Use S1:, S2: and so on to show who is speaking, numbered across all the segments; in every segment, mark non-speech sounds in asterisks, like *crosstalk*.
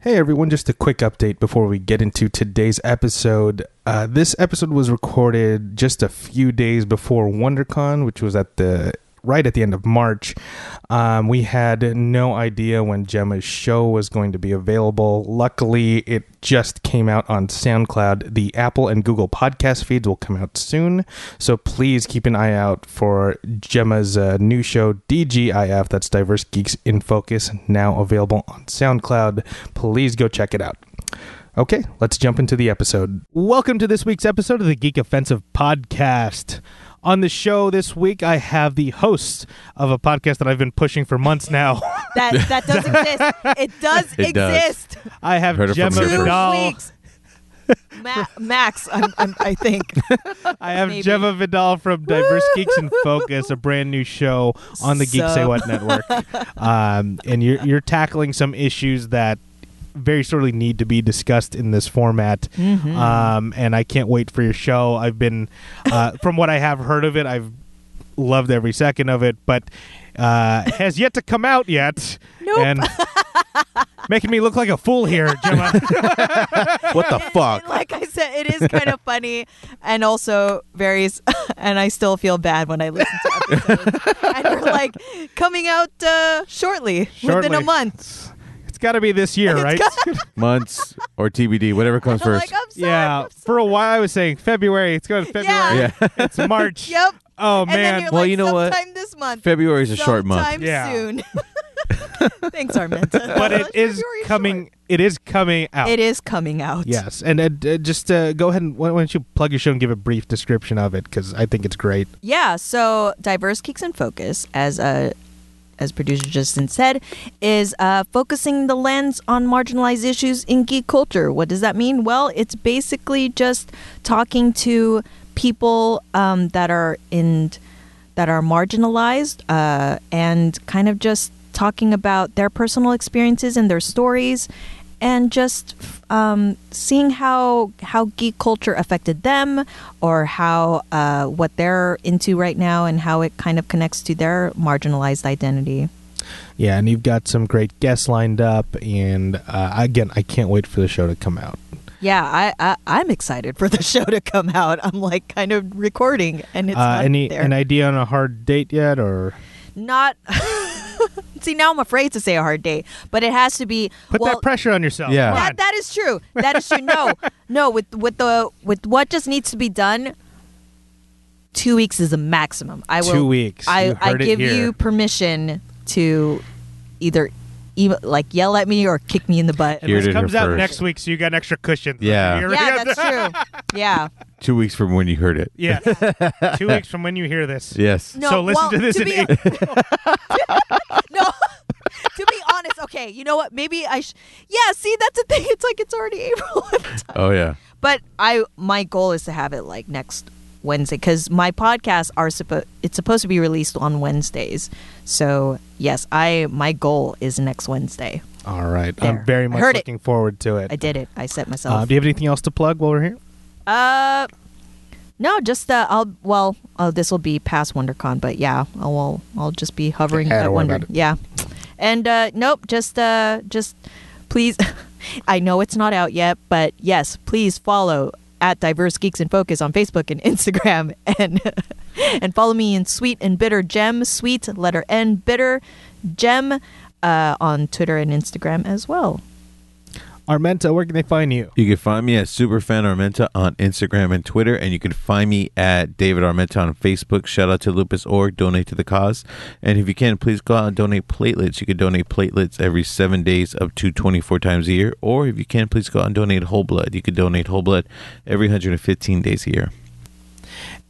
S1: Hey everyone, just a quick update before we get into today's episode. Uh, this episode was recorded just a few days before WonderCon, which was at the right at the end of March. Um, we had no idea when Gemma's show was going to be available. Luckily, it just came out on SoundCloud. The Apple and Google podcast feeds will come out soon, so please keep an eye out for Gemma's uh, new show DGIF. That's Diverse Geeks in Focus, now available on SoundCloud. Please go check it out. Okay, let's jump into the episode. Welcome to this week's episode of the Geek Offensive Podcast. On the show this week, I have the host of a podcast that I've been pushing for months now. *laughs*
S2: *laughs*
S3: That that does exist. It does
S2: It does. *laughs*
S3: exist.
S1: I have
S2: Heard it from
S1: Gemma
S2: me
S3: Two
S2: first.
S1: Vidal.
S3: weeks. Ma- Max, I'm, I'm, I
S2: *laughs*
S3: think
S1: I have
S3: Maybe.
S1: Gemma Vidal from Diverse Geeks and Focus, a brand new show on the Geek
S3: So-
S1: Say What network. Um, and you're, you're tackling some issues that very sorely need to be discussed in this format.
S3: Mm-hmm.
S1: Um, and I can't wait for your show. I've been,
S3: *laughs*
S1: uh, from what I have heard of it, I've loved every second of it, but uh, has yet to come out yet.
S3: Nope. *laughs*
S1: And making me look like a fool here, Gemma.
S3: *laughs*
S2: What the fuck?
S3: like I said, it is kind of funny and also varies. *laughs* And I still feel bad when I listen to
S2: *laughs*
S3: episodes. and we're like coming out uh, shortly, within a
S1: Shortly.
S3: month.
S1: It's- it's got to be this year, right?
S2: Months or TBD, whatever comes
S3: *laughs* I'm
S2: first.
S3: like, "Oh, I'm sorry.
S1: yeah.
S3: I'm
S1: For a while, I was saying February. It's going to
S3: *laughs*
S1: February.
S2: yeah.
S1: It's March.
S3: sorry. *laughs* Yep.
S1: Oh
S3: And then
S1: man.
S3: you're
S2: Well,
S3: like,
S2: you know what?
S3: sometime this month.
S2: February is a short month.
S3: Sometime
S1: Yeah.
S2: *laughs*
S3: soon. Thanks, Armenta.
S1: but it is
S3: February's
S1: coming.
S3: short.
S1: It is coming out.
S3: It is coming out.
S1: Yes, and uh, uh, just uh, go ahead and why don't you plug your show and give a brief description of it because I think it's great.
S3: Yeah, so diverse geeks in focus, as uh, as producer Justin said, is uh, focusing the lens on marginalized issues in geek culture. What does that mean? Well, it's basically just talking to people um, that are in that are marginalized uh, and kind of just talking about their personal experiences and their stories and just f- um, seeing how how geek culture affected them or how uh, what they're into right now and how it kind of connects to their marginalized identity.
S1: Yeah, and you've got some great guests lined up, and uh, again, I can't wait for the show to come out.
S3: Yeah, I, I I'm excited for the *laughs* show to come out. I'm like kind of recording and it's
S1: uh,
S3: not
S1: any
S3: there.
S1: an idea on a hard date yet, or
S3: not. *laughs* See now I'm afraid to say a hard date, but it has to be
S1: put
S3: well,
S1: that pressure on yourself?
S2: Yeah.
S1: Come
S3: That,
S1: on.
S3: that is true. That is true.
S1: *laughs*
S3: No, no. With with the with what just needs to be done, two weeks is a maximum. I will.
S1: Two weeks.
S3: I
S1: You
S3: I
S1: heard it
S3: give
S1: here.
S3: you permission to either, even like yell at me or kick me in the butt.
S1: And
S2: Here
S1: this
S2: it is
S1: comes out
S2: first.
S1: next week, so you got an extra cushion.
S2: Yeah.
S1: You're-
S3: Yeah, that's
S1: *laughs*
S3: true. Yeah.
S2: Two weeks from when you heard it.
S1: yeah.
S4: *laughs*
S1: Two weeks from when you hear this.
S2: Yes.
S3: No.
S1: so listen
S3: well,
S1: to this
S3: to
S1: in
S3: be-
S1: April. *laughs*
S3: *laughs* No. to be honest, okay. You know what? Maybe I. Sh- yeah. See, that's the thing. It's like it's already *laughs* April.
S2: Oh yeah.
S3: but I my goal is to have it like next Wednesday because my podcasts are supposed it's supposed to be released on Wednesdays. So yes, I my goal is next Wednesday.
S1: All right.
S3: There.
S1: I'm very
S3: I
S1: much
S3: heard it.
S1: looking forward to it.
S3: I did it. I set
S1: Uh,
S3: myself.
S1: do you have anything else to plug while we're here?
S3: Uh, no, just uh, I'll well, oh, this will be past WonderCon, but yeah, I will. I'll just be hovering
S1: Yeah,
S3: at
S1: don't worry about
S3: Wonder.
S1: it.
S3: Yeah, and uh, nope, just uh, just please. *laughs* I know it's not out yet, but yes, please follow at Diverse Geeks and Focus on Facebook and *laughs* Instagram, and *laughs* and follow me in Sweet and Bitter Gem, Sweet letter N, Bitter Gem, uh, on Twitter and Instagram as well.
S1: Armenta, where can they find you?
S2: You can find me at Superfan Armenta on Instagram and Twitter, and you can find me at David Armenta on Facebook. Shout out to Lupus Org, donate to the cause, and if you can, please go out and donate platelets. You can donate platelets every seven days, up to twenty-four times a year, or if you can, please go out and donate whole blood. You can donate whole blood every hundred and fifteen days a year.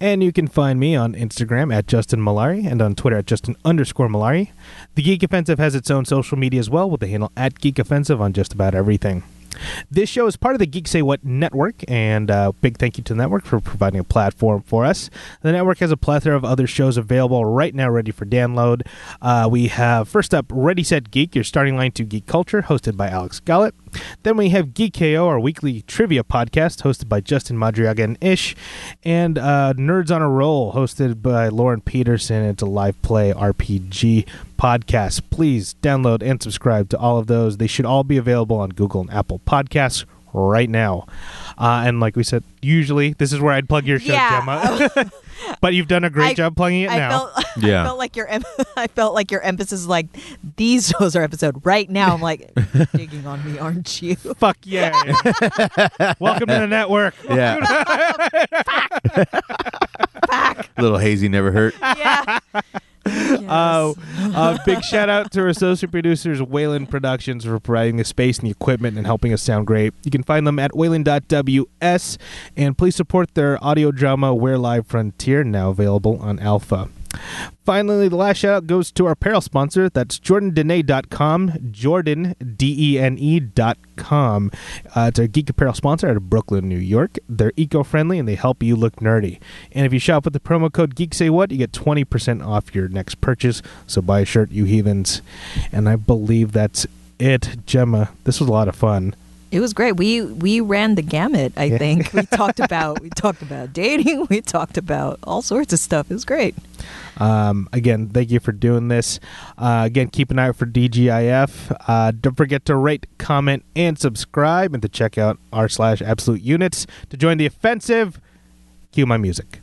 S1: And you can find me on Instagram at Justin Malari and on Twitter at Justin underscore Malari. The Geek Offensive has its own social media as well with the handle at Geek Offensive on just about everything. This show is part of the Geek Say What network, and uh, big thank you to the network for providing a platform for us. The network has a plethora of other shows available right now, ready for download. Uh, we have first up Ready Set Geek, your starting line to geek culture, hosted by Alex Gollett. Then we have Geek KO, our weekly trivia podcast, hosted by Justin Madriaga and Ish, and uh, Nerds on a Roll, hosted by Lauren Peterson. It's a live play RPG
S4: podcasts. Please download and subscribe to all of those. They should all be available on Google and Apple Podcasts right now. Uh, and like we said, usually this is where I'd plug your show,
S3: Yeah. *laughs* Oh.
S4: Gemma. *laughs* but you've done a great
S3: I-
S4: job plugging it
S3: I
S4: now.
S3: felt, *laughs*
S2: Yeah.
S3: I felt like your em- *laughs* I felt like your emphasis is like these shows are episode right now. I'm like digging on me, aren't you?
S4: Fuck
S3: *laughs*
S4: yeah. Welcome to the network.
S2: Yeah.
S4: *laughs*
S2: *laughs* Little hazy never hurt.
S3: yeah. Oh.
S4: Uh, uh, big shout out to our associate producers, Wayland Productions, for providing the space and the equipment and helping us sound great. You can find them at wayland.ws and please support their audio drama, Where Live Frontier, now available on Alpha. Finally, the last shout out goes to our apparel sponsor. That's JordanDene.com. Jordan, D E N E dot com. Uh, it's our geek apparel sponsor out of Brooklyn, New York. They're eco friendly and they help you look nerdy. And if you shop with the promo code Geek Say What, you get 20% off your next purchase. So buy a shirt, you heathens. And I believe that's it, Gemma. This was a lot of fun.
S3: It was great. We we ran the gamut. I
S4: Yeah.
S3: think we talked about we talked about dating. We talked about all sorts of stuff. It was great.
S4: Um, again, thank you for doing this. Uh, again, keep an eye out for DGIF. Uh, don't forget to rate, comment, and subscribe, and to check out r slash absolute units to join the offensive. Cue my music.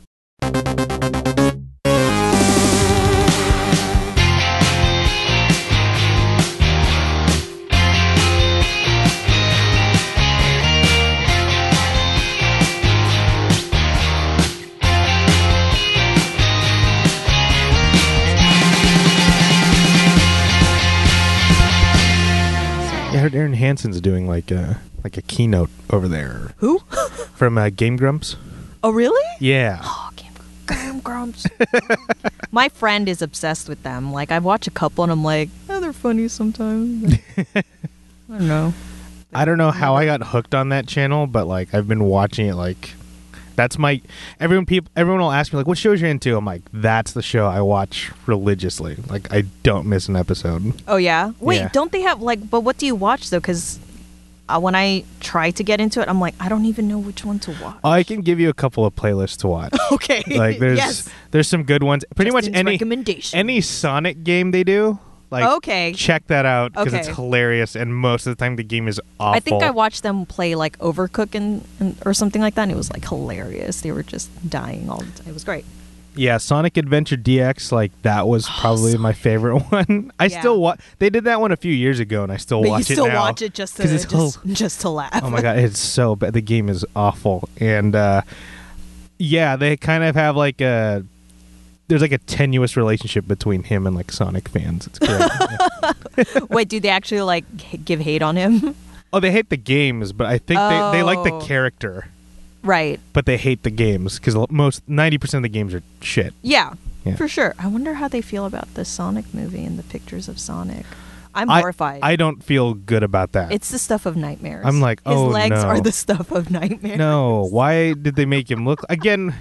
S4: I heard Aaron Hansen's doing like a like a keynote over there
S3: Who? *laughs*
S4: from uh, Game Grumps.
S3: Oh, really?
S4: Yeah,
S3: Oh, Game, Game Grumps. *laughs* My friend is obsessed with them. Like I watch a couple and I'm like, oh, they're funny sometimes. I don't know.
S4: I don't know how I got hooked on that channel, but like I've been watching it. Like that's my everyone. People, everyone will ask me like, "What shows you're into?" I'm like, "That's the show I watch religiously. Like I don't miss an episode."
S3: Oh yeah. Wait,
S4: Yeah.
S3: don't they have like? But what do you watch though? Because uh, when I try to get into it, I'm like, I don't even know which one to watch.
S4: *gasps* I can give you a couple of playlists to watch.
S3: *laughs* okay.
S4: Oh, Like there's
S3: yes.
S4: there's some good ones. Pretty
S3: Justin's
S4: much any
S3: recommendation.
S4: any Sonic game they do, like
S3: Okay.
S4: check that out because it's
S3: Okay.
S4: hilarious and most of the time the game is awful.
S3: I think I watched them play like Overcook and, and or something like that, and it was like hilarious. They were just dying all the time. It was great.
S4: Yeah, Sonic Adventure DX, like that
S3: *gasps*
S4: was probably my favorite *laughs* one. I
S3: Yeah.
S4: still watch. They did that one a few years ago, and I still
S3: but
S4: watch
S3: you still
S4: it now.
S3: watch it just to
S4: 'cause it's
S3: just, *laughs*
S4: hil-
S3: just to laugh.
S4: oh *laughs* my god, it's so bad. The game is awful, and uh, yeah, they kind of have like a there's like a tenuous relationship between him and like Sonic fans. It's great.
S3: *laughs*
S4: Yeah.
S3: Wait, do they actually like h- give hate on him? *laughs*
S4: Oh, they hate the games, but I think they they like the
S3: Oh.
S4: character,
S3: right.
S4: but they hate the games because most ninety percent of the games are shit.
S3: Yeah,
S4: Yeah.
S3: For sure. I wonder how they feel about the Sonic movie and the pictures of Sonic. I'm
S4: I-
S3: horrified.
S4: I don't feel good about that.
S3: it's the stuff of nightmares.
S4: I'm like,
S3: his
S4: oh,
S3: legs
S4: no.
S3: are the stuff of nightmares.
S4: No, why did they make him look again?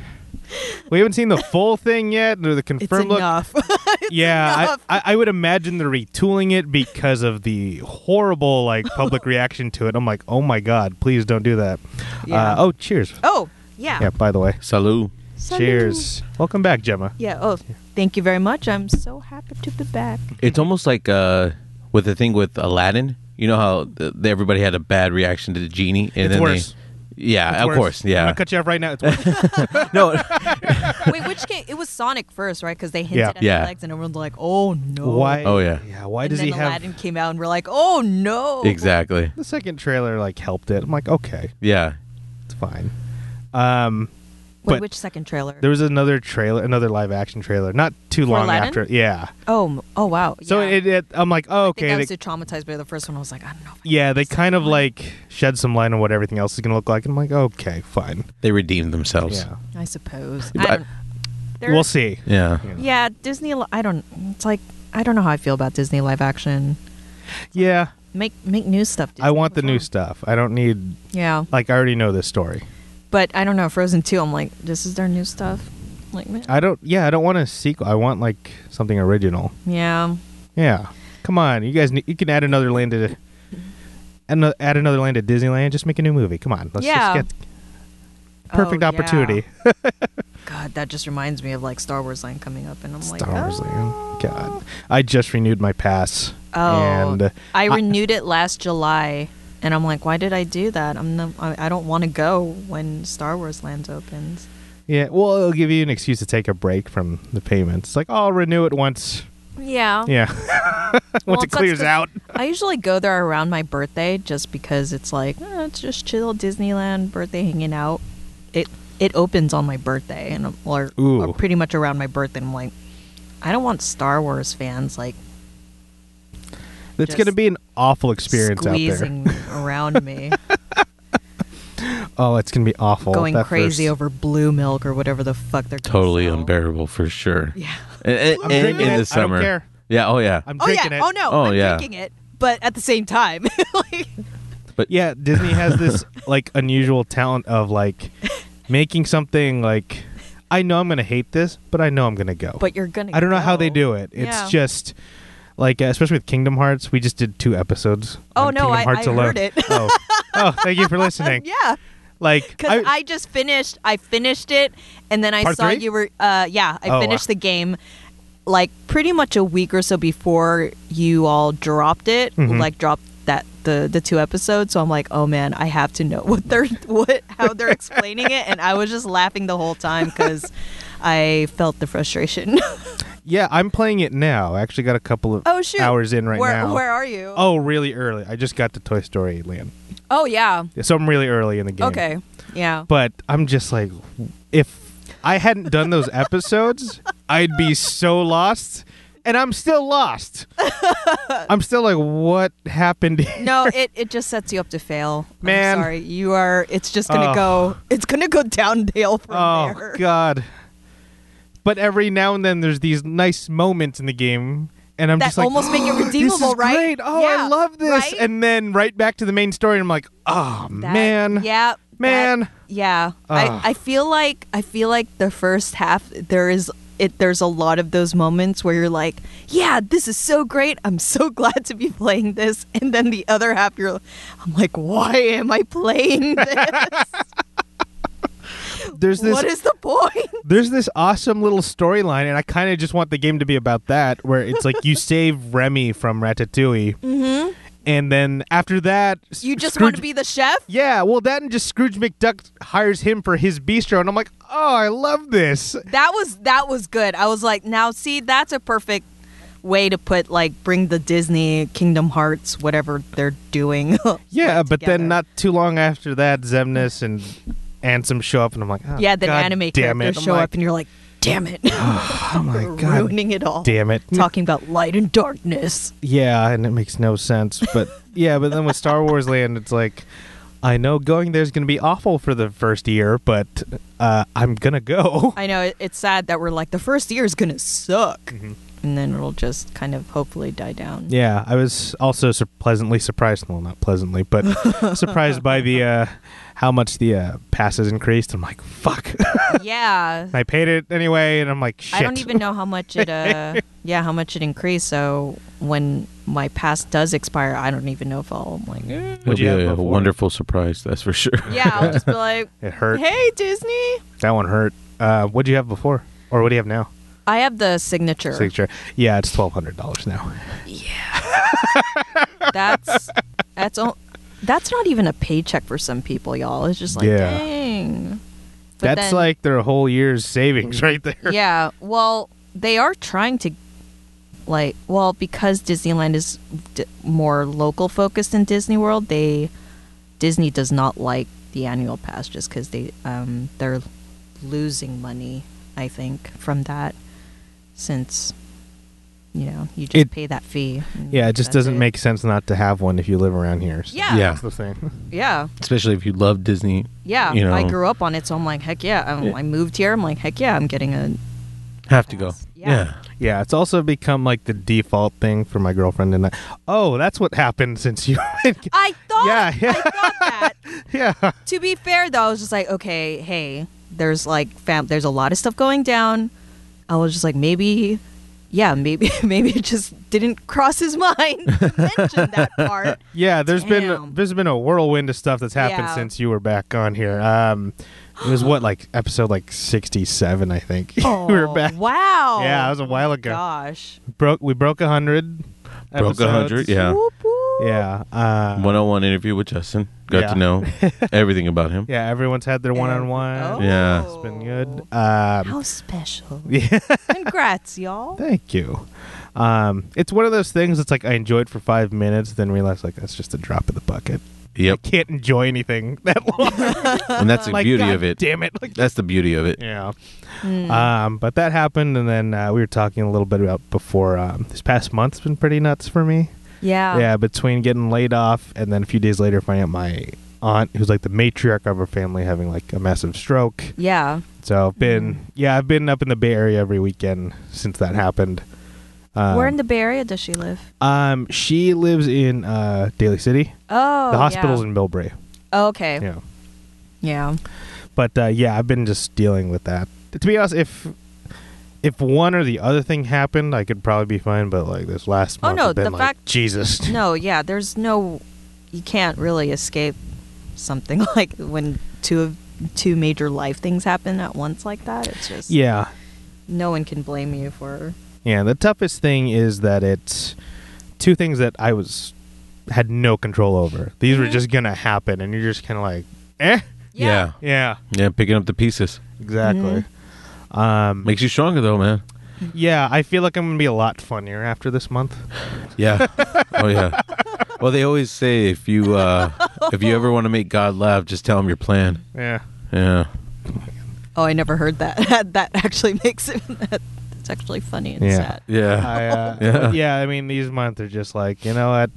S4: We haven't seen the full thing yet, or the
S3: It's
S4: confirmed look.
S3: enough. *laughs*
S4: yeah, I-
S3: enough.
S4: I, I, would imagine they're retooling it because of the horrible like
S3: *laughs*
S4: public reaction to it. I'm like, oh my god, please don't do that.
S3: Yeah.
S4: Uh, oh, cheers.
S3: oh, yeah.
S4: Yeah. By the way,
S2: Salud.
S4: cheers. Welcome back, Gemma.
S3: Yeah. Oh, thank you very much. I'm so happy to be
S4: *laughs*
S3: back.
S2: It's almost like uh, with the thing with Aladdin. You know how th everybody had a bad reaction to the genie, and
S4: It's
S2: then
S4: worse.
S2: They, yeah, of
S4: Worse.
S2: course,
S4: I'm
S2: yeah.
S4: gonna cut you off right now. It's worse.
S2: no,
S3: Wait, which game? It was Sonic first, right? Because they hinted
S4: Yeah.
S3: at
S2: Yeah.
S3: the legs, and everyone's like, "Oh no!"
S2: *laughs*
S4: why?
S2: Oh, yeah.
S4: Yeah. Why
S3: and
S4: does
S3: then
S4: he have
S3: Aladdin came out, and we're like, "Oh no!"
S2: exactly.
S4: the second trailer? Like helped it. I'm like, okay,
S2: Yeah,
S4: it's fine. Um,
S3: Wait,
S4: but-
S3: which second trailer?
S4: there was another trailer, another live action trailer, not too
S3: For
S4: long
S3: Aladdin?
S4: after. Yeah.
S3: oh, m- oh wow.
S4: So
S3: yeah.
S4: it, it, I'm like, oh,
S3: I
S4: okay.
S3: think I was
S4: they-
S3: too traumatized by the first one. I was like, I don't know. if I
S4: yeah, they
S3: can
S4: kind of like shed some light on what everything else is going to look like. I'm like, okay, fine.
S2: they redeemed themselves.
S4: Yeah,
S3: I suppose.
S2: But-
S3: I don't, There-
S4: we'll see.
S2: Yeah,
S3: Yeah, Disney. li- I don't. It's like I don't know how I feel about Disney live action.
S4: Yeah,
S3: Make make new stuff. Disney,
S4: I want the new
S3: perform.
S4: stuff. I don't need
S3: Yeah,
S4: like I already know this story.
S3: but I don't know. Frozen two. I'm like, this is their new stuff. Like, man.
S4: I don't. Yeah, I don't want a sequel. I want like something original.
S3: yeah.
S4: Yeah, come on, you guys. ne- You can add another land to. Add ano- add another land to Disneyland. Just make a new movie. Come on, let's
S3: Yeah.
S4: just get. Perfect
S3: Oh, yeah.
S4: opportunity.
S3: God, that just reminds me of like Star Wars Land coming up, and I'm like,
S4: Star Wars
S3: oh.
S4: Land. God, I just renewed my pass.
S3: Oh,
S4: and uh,
S3: I renewed it last July, and I'm like, why did I do that? I'm no, I, I don't want to go when Star Wars Land opens.
S4: yeah, well, it'll give you an excuse to take a break from the payments. It's like, oh, I'll renew it once.
S3: Yeah.
S4: Yeah, *laughs* once
S3: Well,
S4: it
S3: it sucks
S4: clears
S3: 'cause-
S4: out.
S3: I usually go there around my birthday just because it's like eh, it's just chill Disneyland birthday hanging out. It it opens on my birthday and I'm- or,
S4: Ooh.
S3: or pretty much around my birthday. And I'm like, I don't want Star Wars fans like
S4: That's
S3: Just
S4: gonna be an awful experience out there.
S3: squeezing around
S4: *laughs*
S3: me,
S4: Oh, it's gonna be awful.
S3: going
S4: That
S3: crazy
S4: first-
S3: over blue milk or whatever the fuck they're gonna
S2: Totally
S3: sell.
S2: unbearable for sure.
S3: Yeah.
S2: And,
S4: I'm
S2: and-
S4: drinking
S2: in
S4: it. I
S2: the
S4: don't
S2: summer.
S4: care.
S2: Yeah. Oh yeah.
S4: I'm
S3: Oh yeah.
S4: drinking it.
S3: Oh no.
S2: Oh,
S3: I'm
S2: yeah.
S3: drinking it, but at the same time, *laughs* like,
S4: Yeah, Disney
S3: *laughs*
S4: has this like unusual talent of like making something like I know I'm gonna hate this, but I know I'm gonna go.
S3: but you're gonna.
S4: I don't know how they
S3: go.
S4: do it. It's
S3: Yeah.
S4: just like uh, especially with Kingdom Hearts, we just did two episodes.
S3: Oh,
S4: on
S3: no,
S4: Kingdom
S3: I-
S4: Hearts
S3: I
S4: alone.
S3: heard it. *laughs*
S4: oh. oh, thank you for listening.
S3: Yeah.
S4: Like
S3: Because I, just finished, I finished it, and then I
S4: Part
S3: saw
S4: three?
S3: you were, uh, yeah, I
S4: Oh,
S3: finished
S4: wow.
S3: the game like pretty much a week or so before you all dropped it,
S4: Mm-hmm.
S3: like dropped that the the two episodes. So I'm like, oh man, I have to know *laughs* what they're what how they're explaining it, and I was just laughing the whole time
S4: *laughs*
S3: because I felt the frustration. *laughs*
S4: yeah, I'm playing it now. I actually got a couple of
S3: oh shoot,
S4: hours in right
S3: where,
S4: now.
S3: Where are you?
S4: oh, really early. I just got to Toy Story Land,
S3: oh yeah,
S4: so I'm really early in the game.
S3: okay, yeah.
S4: but I'm just like, if I hadn't done those episodes, I'd be so lost, and I'm still
S3: *laughs*
S4: lost. I'm still like, what happened? here?
S3: No, it, it just sets you up to fail.
S4: Man.
S3: I'm sorry, you are. It's just gonna
S4: Oh.
S3: go. It's gonna go downhill from
S4: *laughs* Oh
S3: there.
S4: God! But every now and then, there's these nice moments in the game, and I'm
S3: That
S4: just like, *gasps*
S3: almost make it
S4: this is
S3: redeemable, right?
S4: great. Oh, I
S3: Yeah,
S4: love this.
S3: right?
S4: And then right back to the main story, and I'm like, oh
S3: That-
S4: man,
S3: Yeah.
S4: man. Ah.
S3: that- yeah.
S4: Ugh.
S3: I, I feel like I feel like the first half there is it there's a lot of those moments where you're like, Yeah, this is so great. I'm so *laughs* glad to be playing this and then the other half you're I'm like, why am I
S4: *laughs*
S3: playing this?
S4: There's this
S3: what is the point?
S4: there's this awesome little storyline, and I kind of just want the game to be about that, where it's
S3: *laughs*
S4: like you save Remy from Ratatouille, mm-hmm. and then after that, S-
S3: You just
S4: Scrooge-
S3: want to be the chef?
S4: Yeah, well, that and just Scrooge McDuck hires him for his bistro, and I'm like, oh, I love this.
S3: That was that was good. I was like, now see, that's a perfect way to put like bring the Disney Kingdom Hearts whatever they're doing. *laughs*
S4: Yeah, but
S3: together.
S4: then not too long after that, Zemnis and Ansem show up, and I'm like, oh,
S3: yeah, then
S4: God
S3: anime
S4: damn
S3: characters
S4: it. I'm
S3: show
S4: like,
S3: up and you're like, damn it.
S4: *sighs* Oh
S3: *laughs*
S4: my
S3: We're
S4: God,
S3: ruining it all.
S4: damn it.
S3: Talking about light and darkness.
S4: Yeah, and it makes no sense.
S3: *laughs*
S4: But yeah, but then with Star Wars Land, it's like I know going there's going to be awful for the first year, but uh, I'm gonna go.
S3: I know it, it's sad that we're like the first year is gonna suck,
S4: Mm-hmm.
S3: and then it'll just kind of hopefully die down.
S4: *laughs* Yeah, I was also sur- pleasantly surprised. Well, not
S3: *laughs*
S4: pleasantly, but surprised by the uh, how much the uh, passes increased. I'm like, fuck. *laughs*
S3: *laughs* yeah.
S4: I paid it anyway, and I'm like, shit.
S3: I don't even know how much it
S4: *laughs*
S3: uh yeah how much it increased. So when my pass does expire, I don't even know if I'll like eh.
S4: What'd
S2: It'll be
S4: you have
S2: a,
S4: before?
S2: wonderful surprise. That's for sure.
S3: yeah I'll just be like
S4: *laughs* It hurt.
S3: hey Disney.
S4: That one hurt. Uh, what do you have before, or what do you have now?
S3: I have the signature.
S4: Signature. Yeah, it's twelve hundred dollars now.
S3: *laughs* That's that's o- that's not even a paycheck for some people, y'all. It's just like
S4: Yeah.
S3: dang. But
S4: That's
S3: then-
S4: like their whole year's savings right there.
S3: *laughs* yeah well they are trying to like well because disneyland is d- more local focused than disney world they disney does not like the annual pass just because they um they're losing money i think from that since you know you just
S4: It-
S3: pay that fee and
S4: Yeah, it just
S3: that's
S4: doesn't make sense not to have one if you live around here. so
S3: yeah yeah
S2: Yeah.
S4: That's the thing. *laughs*
S3: yeah
S2: Especially if you love Disney. You know,
S3: i grew up on it so i'm like heck yeah i
S2: Yeah.
S3: I moved here i'm like heck yeah i'm getting a
S2: Have to go.
S3: Yeah.
S4: Yeah, it's also become like the default thing for my girlfriend and I. Oh, that's what happened since you. *laughs*
S3: i thought
S4: Yeah, yeah.
S3: i thought that
S4: *laughs* yeah.
S3: to be fair though, I was just like, okay, hey, there's like fam there's a lot of stuff going down. I was just like maybe yeah, maybe *laughs* maybe it just didn't cross his mind to mention that part.
S4: Yeah, there's been
S3: Damn.
S4: there's been a whirlwind of stuff that's happened
S3: Yeah.
S4: since you were back on here. Um, it was
S3: *gasps*
S4: what like episode like sixty seven, I think. *laughs* we were
S3: Oh,
S4: back.
S3: Wow.
S4: *laughs* Yeah, that was a while
S3: Oh my
S4: ago.
S3: Gosh.
S4: Broke we broke hundred.
S2: Broke a hundred, yeah.
S3: Whoop, whoop.
S4: Yeah. Uh,
S2: One on one interview with Justin. Got
S4: Yeah.
S2: to
S4: *laughs*
S2: know everything about him.
S4: yeah. Everyone's had their one on
S3: Oh.
S4: one.
S2: Yeah.
S4: It's been good. Um,
S3: How special.
S4: *laughs* yeah.
S3: Congrats, y'all.
S4: Thank you. Um, it's one of those things. It's like I enjoyed for five minutes, then realized like that's just a drop in the bucket. *laughs*
S2: Yep.
S4: Can't enjoy anything *laughs* that long.
S2: And that's the
S4: like,
S2: beauty
S4: God
S2: of it.
S4: Damn it. Like,
S2: That's the beauty of it.
S4: yeah.
S3: Mm.
S4: Um, but that happened, and then uh, we were talking a little bit about before. Um, this past month's been pretty nuts for me.
S3: yeah.
S4: yeah, between getting laid off and then a few days later finding out my aunt, who's like the matriarch of our family, having like a massive stroke.
S3: Yeah.
S4: So I've been, yeah, I've been up in the Bay Area every weekend since that happened. Um,
S3: Where in the Bay Area does she live?
S4: um, she lives in uh, Daly City.
S3: Oh.
S4: the hospital's
S3: yeah. Oh,
S4: in Millbrae.
S3: okay.
S4: Yeah.
S3: Yeah.
S4: but uh, yeah, I've been just dealing with that. To be honest, if if one or the other thing happened, I could probably be fine. But like this last
S3: Oh,
S4: month,
S3: no,
S4: I've been
S3: the
S4: like,
S3: fact-
S4: Jesus,
S3: *laughs* No, yeah, there's no you can't really escape something *laughs* like when two of two major life things happen at once like that. It's just
S4: yeah,
S3: no one can blame you for
S4: yeah. The toughest thing is that it's two things that I was had no control over. These were
S3: Mhm.
S4: just gonna happen, and you're just kind of like, eh,
S2: Yeah.
S4: yeah,
S2: yeah. picking up the pieces.
S4: exactly.
S3: Mm-hmm.
S4: Um,
S2: Makes you stronger though, man.
S4: yeah, I feel like I'm gonna be a lot funnier after this month. *laughs*
S2: Yeah. oh yeah. Well, they always say if you uh if you ever want to make God laugh, just tell him your plan.
S4: Yeah,
S2: Yeah.
S3: Oh, I never heard that. *laughs* that actually makes it *laughs* that's actually funny and
S4: Yeah.
S3: sad.
S2: Yeah.
S4: I, uh,
S2: *laughs*
S4: yeah.
S3: *laughs*
S2: Yeah.
S4: I mean, these months are just like, you know what?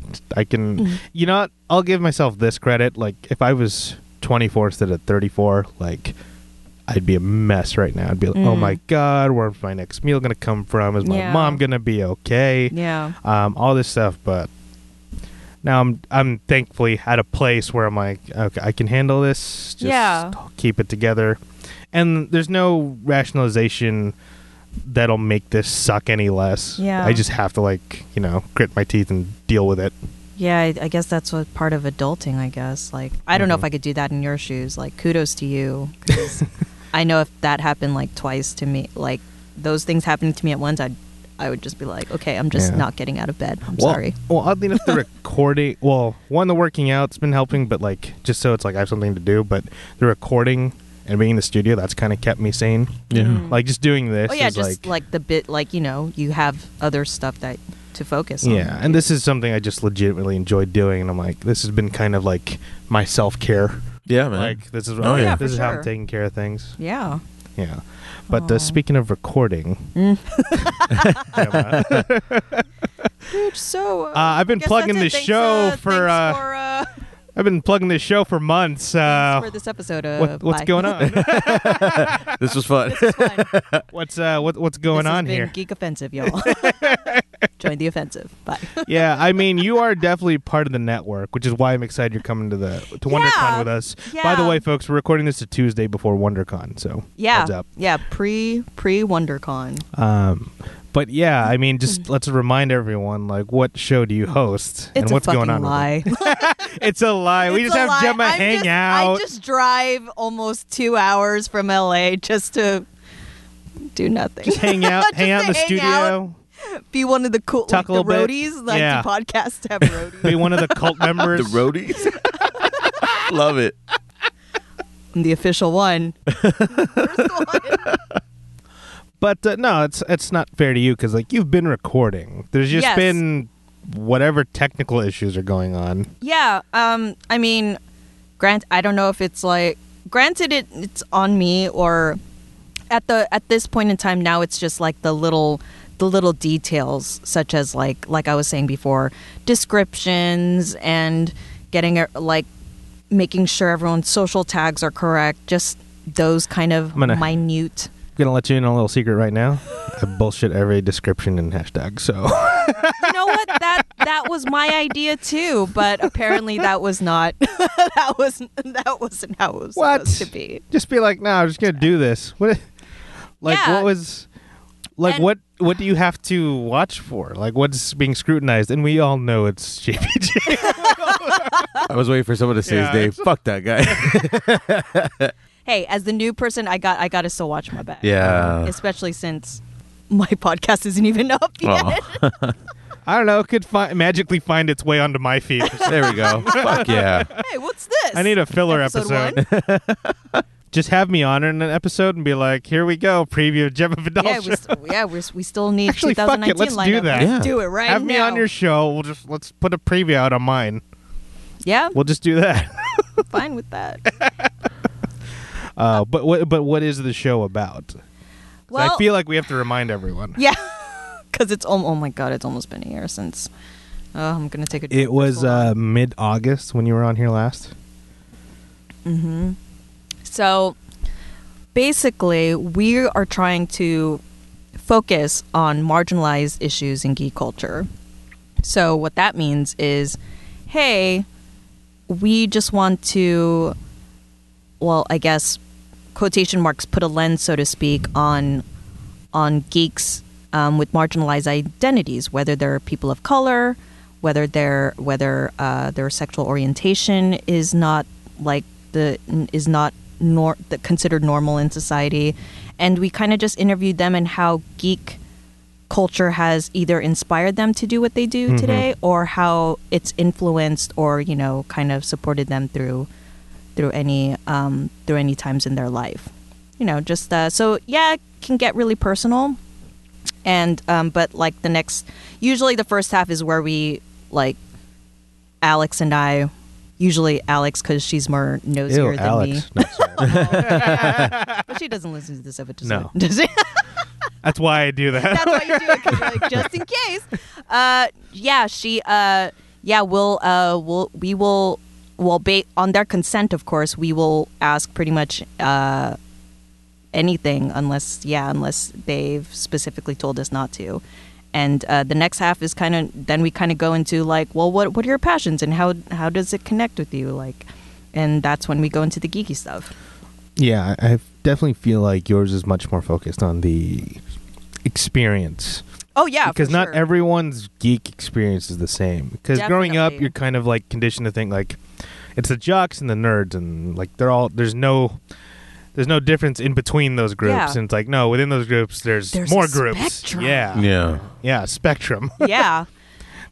S3: *laughs*
S4: I can, you know what? I'll give myself this credit. Like, if I was 24 instead of 34, like, I'd be a mess right now. I'd be like, oh
S3: Mm.
S4: my God, where's my next meal going to come from? Is my
S3: Yeah.
S4: mom going to be okay?
S3: Yeah.
S4: Um, all this stuff. But now I'm, I'm thankfully at a place where I'm like, okay, I can handle this. Just
S3: Yeah.
S4: keep it together. And there's no rationalization that'll make this suck any less.
S3: Yeah.
S4: I just have to like, you know, grit my teeth and deal with it.
S3: Yeah, I, I guess that's what part of adulting, I guess. Like, I don't know if
S4: Mhm.
S3: I could do that in your shoes. Like, kudos to you.
S4: *laughs*
S3: 'cause I know if that happened like twice to me, like those things happening to me at once, I'd, I would just be like, okay, I'm just
S4: Yeah.
S3: not getting out of bed. I'm
S4: well,
S3: sorry.
S4: Well, oddly enough,
S3: *laughs*
S4: the recording. Well, one, the working out's been helping, but like, just so it's like I have something to do. But the recording and being in the studio, that's kind of kept me sane.
S2: Yeah.
S3: Mm.
S4: Like just doing this.
S3: Oh, yeah,
S4: is,
S3: just like, the bit, like, you know, you have other stuff that to focus on.
S4: yeah, and this is something I just legitimately enjoy doing, and I'm like, this has been kind of like my self care.
S2: Yeah, man.
S4: Like this is
S2: Oh,
S4: *laughs*
S2: yeah.
S4: this
S3: Yeah,
S4: is
S3: for
S4: how
S3: sure.
S4: I'm taking care of things.
S3: Yeah.
S4: Yeah. But
S3: Aw.
S4: uh, speaking of recording,
S3: Mm.
S4: Gemma,
S3: Dude, so. Uh,
S4: I've been
S3: guess
S4: plugging
S3: that's it. Thanks,
S4: this show
S3: uh,
S4: for,
S3: thanks
S4: uh,
S3: for, uh,
S4: I've been plugging this show for months. Uh,
S3: thanks *laughs* for this episode. Uh,
S4: what, what's
S3: bye. *laughs*
S4: going on? *laughs*
S2: this was fun.
S3: This is fun.
S4: what's uh, what, what's going
S3: This has
S4: on
S3: been
S4: here?
S3: *laughs* Geek offensive, y'all.
S4: *laughs*
S3: Join the offensive. Bye.
S4: yeah, I mean, you are definitely part of the network, which is why I'm excited you're coming to the to
S3: Yeah,
S4: WonderCon with us. By the
S3: yeah.
S4: way, folks, we're recording this a Tuesday before WonderCon, so
S3: Yeah,
S4: heads up.
S3: yeah. Pre pre WonderCon.
S4: Um, but yeah, I
S3: *laughs*
S4: mean, just let's remind everyone like, what show do you host and
S3: It's a
S4: what's
S3: fucking
S4: going on? with it?
S3: lie. *laughs*
S4: It's a lie. we
S3: It's
S4: just
S3: a
S4: have
S3: lie.
S4: Gemma
S3: I'm
S4: hang
S3: just-
S4: out.
S3: I just drive almost two hours from LA just to do nothing. *laughs*
S4: hang out, hang out in the
S3: Just to
S4: studio.
S3: hang out. Be one of the cool
S4: Talk a
S3: like the
S4: little bit.
S3: roadies. Like
S4: Yeah.
S3: the podcast have roadies.
S4: Be one of the cult members.
S2: the roadies. *laughs* Love it.
S3: I'm the official
S4: *laughs*
S3: one. *laughs* First one.
S4: But uh, no, it's it's not fair to you because like you've been recording. There's just
S3: Yes.
S4: been whatever technical issues are going on.
S3: Yeah. Um. I mean, grant. I don't know if it's like granted it. It's on me or at the at this point in time now. It's just like the little the little details, such as like like I was saying before, descriptions and getting it like making sure everyone's social tags are correct. Just those kind of
S4: I'm gonna-
S3: minute.
S4: gonna let you in on a little secret right now. I bullshit every description and hashtag. So *laughs*
S3: You know what? That that was my idea too, but apparently that was not. *laughs* that was that wasn't how it was
S4: What?
S3: supposed to be.
S4: just be like, no, I'm just gonna do this. What? Like
S3: Yeah.
S4: what was? like
S3: And-
S4: what what do you have to watch for? Like what's being scrutinized? And we all know it's JPJ.
S2: I was waiting for someone to say
S4: Yeah,
S2: his name. Fuck that guy. *laughs*
S3: Hey, as the new person, I got I got to still watch my back.
S2: yeah.
S3: especially since my *laughs* podcast isn't even up *laughs* yet.
S2: Oh,
S4: I don't know. It could fi- magically find its way onto my
S3: *laughs*
S4: feed.
S2: there we go. Fuck yeah.
S3: Hey, what's this?
S4: I need a filler
S3: Episode
S4: episode. *laughs*
S2: *laughs*
S4: Just have me on in an episode and be like, here we go, preview of Jeff Vidal.
S3: yeah, we
S4: show.
S3: st- yeah, we're, we still need
S4: Actually, fuck it,
S3: 2019
S4: let's
S3: lineup.
S4: do that.
S2: Yeah.
S3: Do it *laughs* right
S4: have
S3: now.
S4: me on your show. We'll just let's put a preview out on mine.
S3: *laughs* Yeah,
S4: We'll just do that. *laughs*
S3: I'm fine with that.
S4: Uh, but what but what is the show about? 'Cause
S3: Well,
S4: I feel like we have to remind everyone.
S3: *laughs* yeah, because it's al- oh my god, it's almost been a year since. Oh, I'm gonna take a. drink.
S4: It was
S3: Hold on.
S4: uh, mid August when you were on here last.
S3: So basically, we are trying to focus on marginalized issues in geek culture. So, what that means is hey, we just want to, well, I guess, quotation marks, put a lens, so to speak, on, on geeks um, with marginalized identities, whether they're people of color, whether their whether uh, their sexual orientation is not like the is not nor the, considered normal in society, and we kind of just interviewed them and how geek culture has either inspired them to do what they do today or how it's influenced or you know kind of supported them through through any um, through any times in their life you know just uh, so yeah it can get really personal and um, but like the next usually the first half is where we like alex and i usually alex because she's more nosier than me but she doesn't listen to this episode
S4: No.
S3: *laughs* does she
S4: That's why I do that. *laughs*
S3: that's why you do it 'cause you're like, just in case. Uh, yeah, she. Uh, yeah, we'll. Uh, we'll. We will. Well, ba- on their consent, of course, we will ask pretty much uh, anything, unless yeah, unless they've specifically told us not to. And uh, the next half is kind of then we kind of go into like, well, what what are your passions and how how does it connect with you like, and that's when we go into the geeky stuff.
S4: yeah, I I definitely feel like yours is much more focused on the experience
S3: Oh yeah, for
S4: because not
S3: sure.
S4: everyone's geek experience is the same. Because growing up,
S3: Definitely.
S4: you're kind of like conditioned to think like it's the jocks and the nerds, and like they're all there's no. There's no difference in between those groups,
S3: Yeah.
S4: and it's like no, within those groups, there's,
S3: There's a
S4: more groups.
S3: spectrum.
S4: Yeah,
S2: Yeah.
S4: yeah, spectrum. *laughs*
S3: yeah.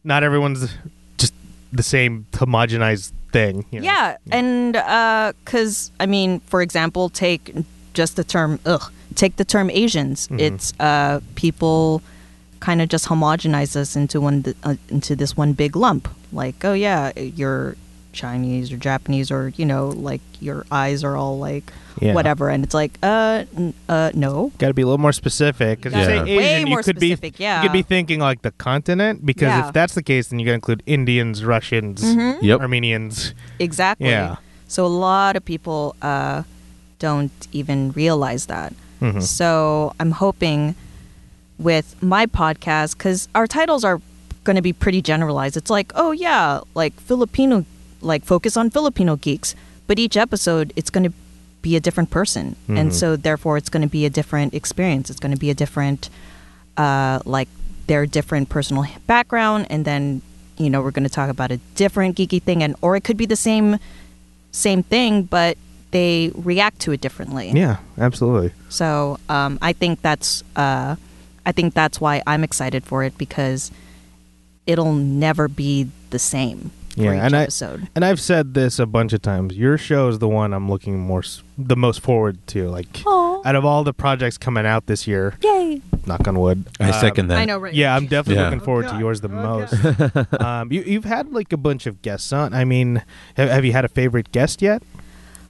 S4: not everyone's just the same homogenized thing. you know?
S3: Yeah, and because I mean, for example, take just the term ugh. Take the term Asians.
S4: Mm-hmm.
S3: It's uh, people kind of just homogenize us into one uh, into this one big lump. Like, oh yeah, you're Chinese or Japanese or you know, like your eyes are all like
S4: Yeah.
S3: whatever, and it's like, uh, n- uh, no.
S4: Got to be a little more specific because
S2: Yeah.
S4: you say
S2: Way
S4: Asian, you
S3: more
S4: could
S3: specific,
S4: be
S3: yeah.
S4: you could be thinking like the continent because
S3: Yeah. Mm-hmm.
S4: if that's the case, then you got to include Indians, Russians,
S2: Yep.
S4: Armenians.
S3: Exactly.
S4: Yeah.
S3: So a lot of people uh, don't even realize that.
S4: Mm-hmm.
S3: So I'm hoping with my podcast, because our titles are going to be pretty generalized. It's like, oh yeah, like Filipino, like focus on Filipino geeks. But each episode, it's going to be a different person, and so therefore, it's going to be a different experience. It's going to be a different uh, like their different personal background, and then you know we're going to talk about a different geeky thing, and or it could be the same same thing, but they react to it differently.
S4: Yeah, absolutely.
S3: So um, I think that's uh, I think that's why I'm excited for it because it'll never be the same for
S4: Yeah,
S3: each
S4: and I-
S3: episode.
S4: And I've said this a bunch of times. Your show is the one I'm looking more s- the most forward to. Like
S3: Aw.
S4: out of all the projects coming out this year,
S3: Yay!
S4: knock on wood.
S2: I
S4: um,
S2: second that.
S3: I know, right?
S4: Yeah, I'm definitely
S2: Yeah.
S4: looking forward to yours the most. um, you, you've had like a bunch of guests on. I mean, have, have you had a favorite guest yet?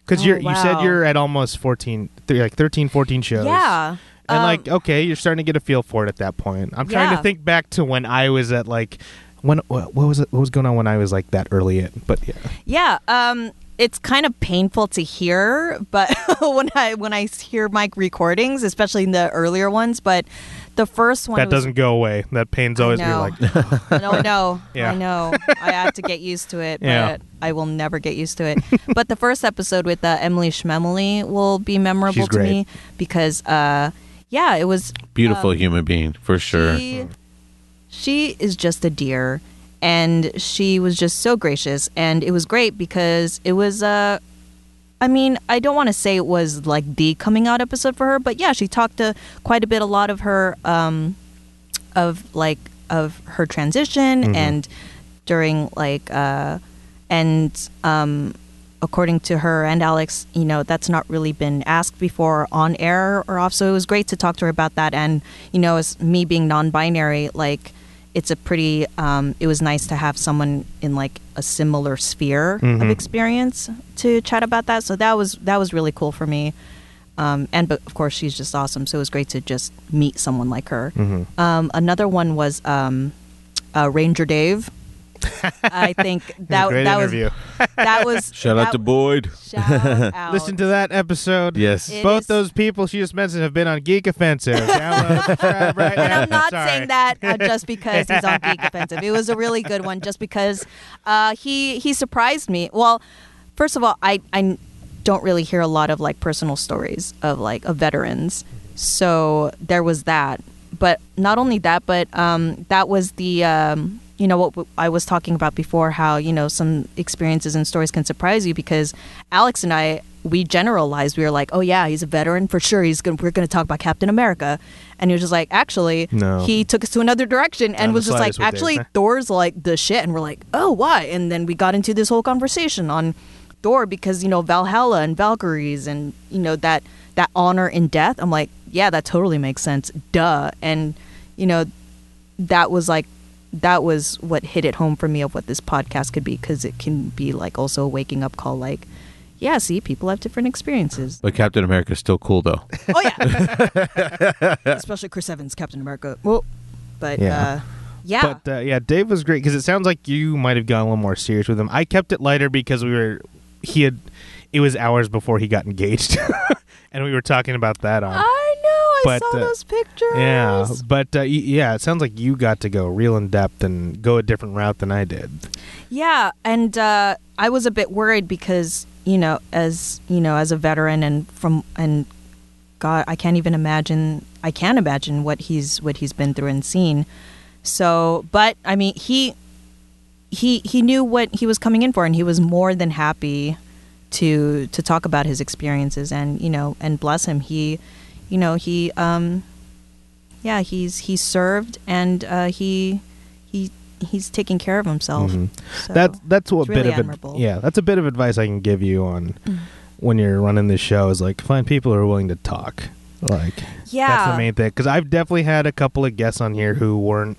S4: Because
S3: Oh,
S4: you're you said
S3: wow.
S4: you're at almost 14, th- like 13, 14 shows.
S3: Yeah.
S4: And
S3: Um,
S4: like, okay, you're starting to get a feel for it at that point. I'm trying
S3: Yeah.
S4: to think back to when I was at like, when what, what was it, what was going on when I was like that early in, but yeah,
S3: Yeah, um, it's kind of painful to hear, but *laughs* when I when I hear my recordings, especially in the earlier ones, but the first one
S4: that
S3: was-
S4: doesn't go away. That pain's always be
S3: know.
S4: like, *laughs*
S3: no, no,
S4: Yeah.
S3: I know. I have to get used to it, but
S4: *laughs* Yeah.
S3: I will never get used to it. but the first episode with uh, Emily Schmemely will be memorable
S4: She's
S3: to
S4: great.
S3: me because, uh, yeah, it was
S2: beautiful human being for sure.
S3: She, she is just a dear, and she was just so gracious, and it was great because it was. Uh, I mean, I don't want to say it was like the coming out episode for her, but yeah, she talked to quite a bit, a lot of her, um, of like of her transition and during like uh, and um, according to her and Alex, you know, that's not really been asked before on air or off. So it was great to talk to her about that. And, you know, as me being non binary, like, it's a pretty, um, it was nice to have someone in like a similar sphere
S4: Mm-hmm.
S3: of experience to chat about that. So that was, that was really cool for me. Um, and but of course she's just awesome, so it was great to just meet someone like her.
S4: Mm-hmm.
S3: Um, another one was um, uh, Ranger
S4: *laughs*
S3: Dave. I think *laughs* that
S4: Great
S3: that
S4: interview.
S3: was that was
S2: Shout out
S3: that-
S2: to Boyd.
S3: Shout out.
S4: *laughs* Listen to that episode.
S2: Yes.
S3: It
S4: Both
S3: is-
S4: those people she just mentioned have been on
S3: *laughs*
S4: Geek Offensive. Download, subscribe right
S3: And
S4: *laughs* now.
S3: I'm not
S4: Sorry.
S3: saying that uh, just because he's on
S4: *laughs*
S3: Geek Offensive. It was a really good one, just because uh, he he surprised me. Well, first of all, I I don't really hear a lot of like personal stories of like of veterans, so there was that. But not only that, but um, that was the um, you know what w- I was talking about before, how you know some experiences and stories can surprise you because Alex and I we generalized. We were like, oh yeah, he's a veteran for sure. He's gonna we're gonna talk about Captain America, and he was just like, actually,
S4: No.
S3: he took us to another direction and
S4: the
S3: was just like,
S4: slightest we did.
S3: actually, Thor's like the shit, and we're like, oh why? And then we got into this whole conversation on Thor because you know Valhalla and Valkyries and you know that that honor in death. I'm like, yeah, that totally makes sense, duh. And you know that was like that was what hit it home for me of what this podcast could be because it can be like also a waking up call like yeah see people have different experiences
S2: But Captain America's still cool though.
S3: *laughs* oh yeah
S4: *laughs*
S3: especially chris evans captain america well but
S4: Yeah.
S3: uh yeah
S4: But uh, yeah, Dave was great because it sounds like you might have gone a little more serious with him. I kept it lighter because we were he had it was hours before he got engaged, *laughs* and we were talking about that on.
S3: i know i
S4: But,
S3: saw
S4: uh,
S3: those pictures
S4: yeah, but uh, y- yeah, it sounds like you got to go real in depth and go a different route than I did.
S3: Yeah, and uh, I was a bit worried because you know, as you know, as a veteran and from and God, I can't even imagine. I can't imagine what he's what he's been through and seen. So, but I mean, he he he knew what he was coming in for, and he was more than happy to to talk about his experiences. And you know, and bless him, he you know he um yeah he's he served and uh, he he he's taking care of himself. So.
S4: Mm-hmm. that's that's what
S3: it's
S4: a bit
S3: really
S4: of ad-
S3: admirable. Mm.
S4: yeah, that's a bit of advice I can give you on when you're running this show is like find people who are willing to talk. Like
S3: yeah.
S4: That's the main thing. Because I've definitely had a couple of guests on here who weren't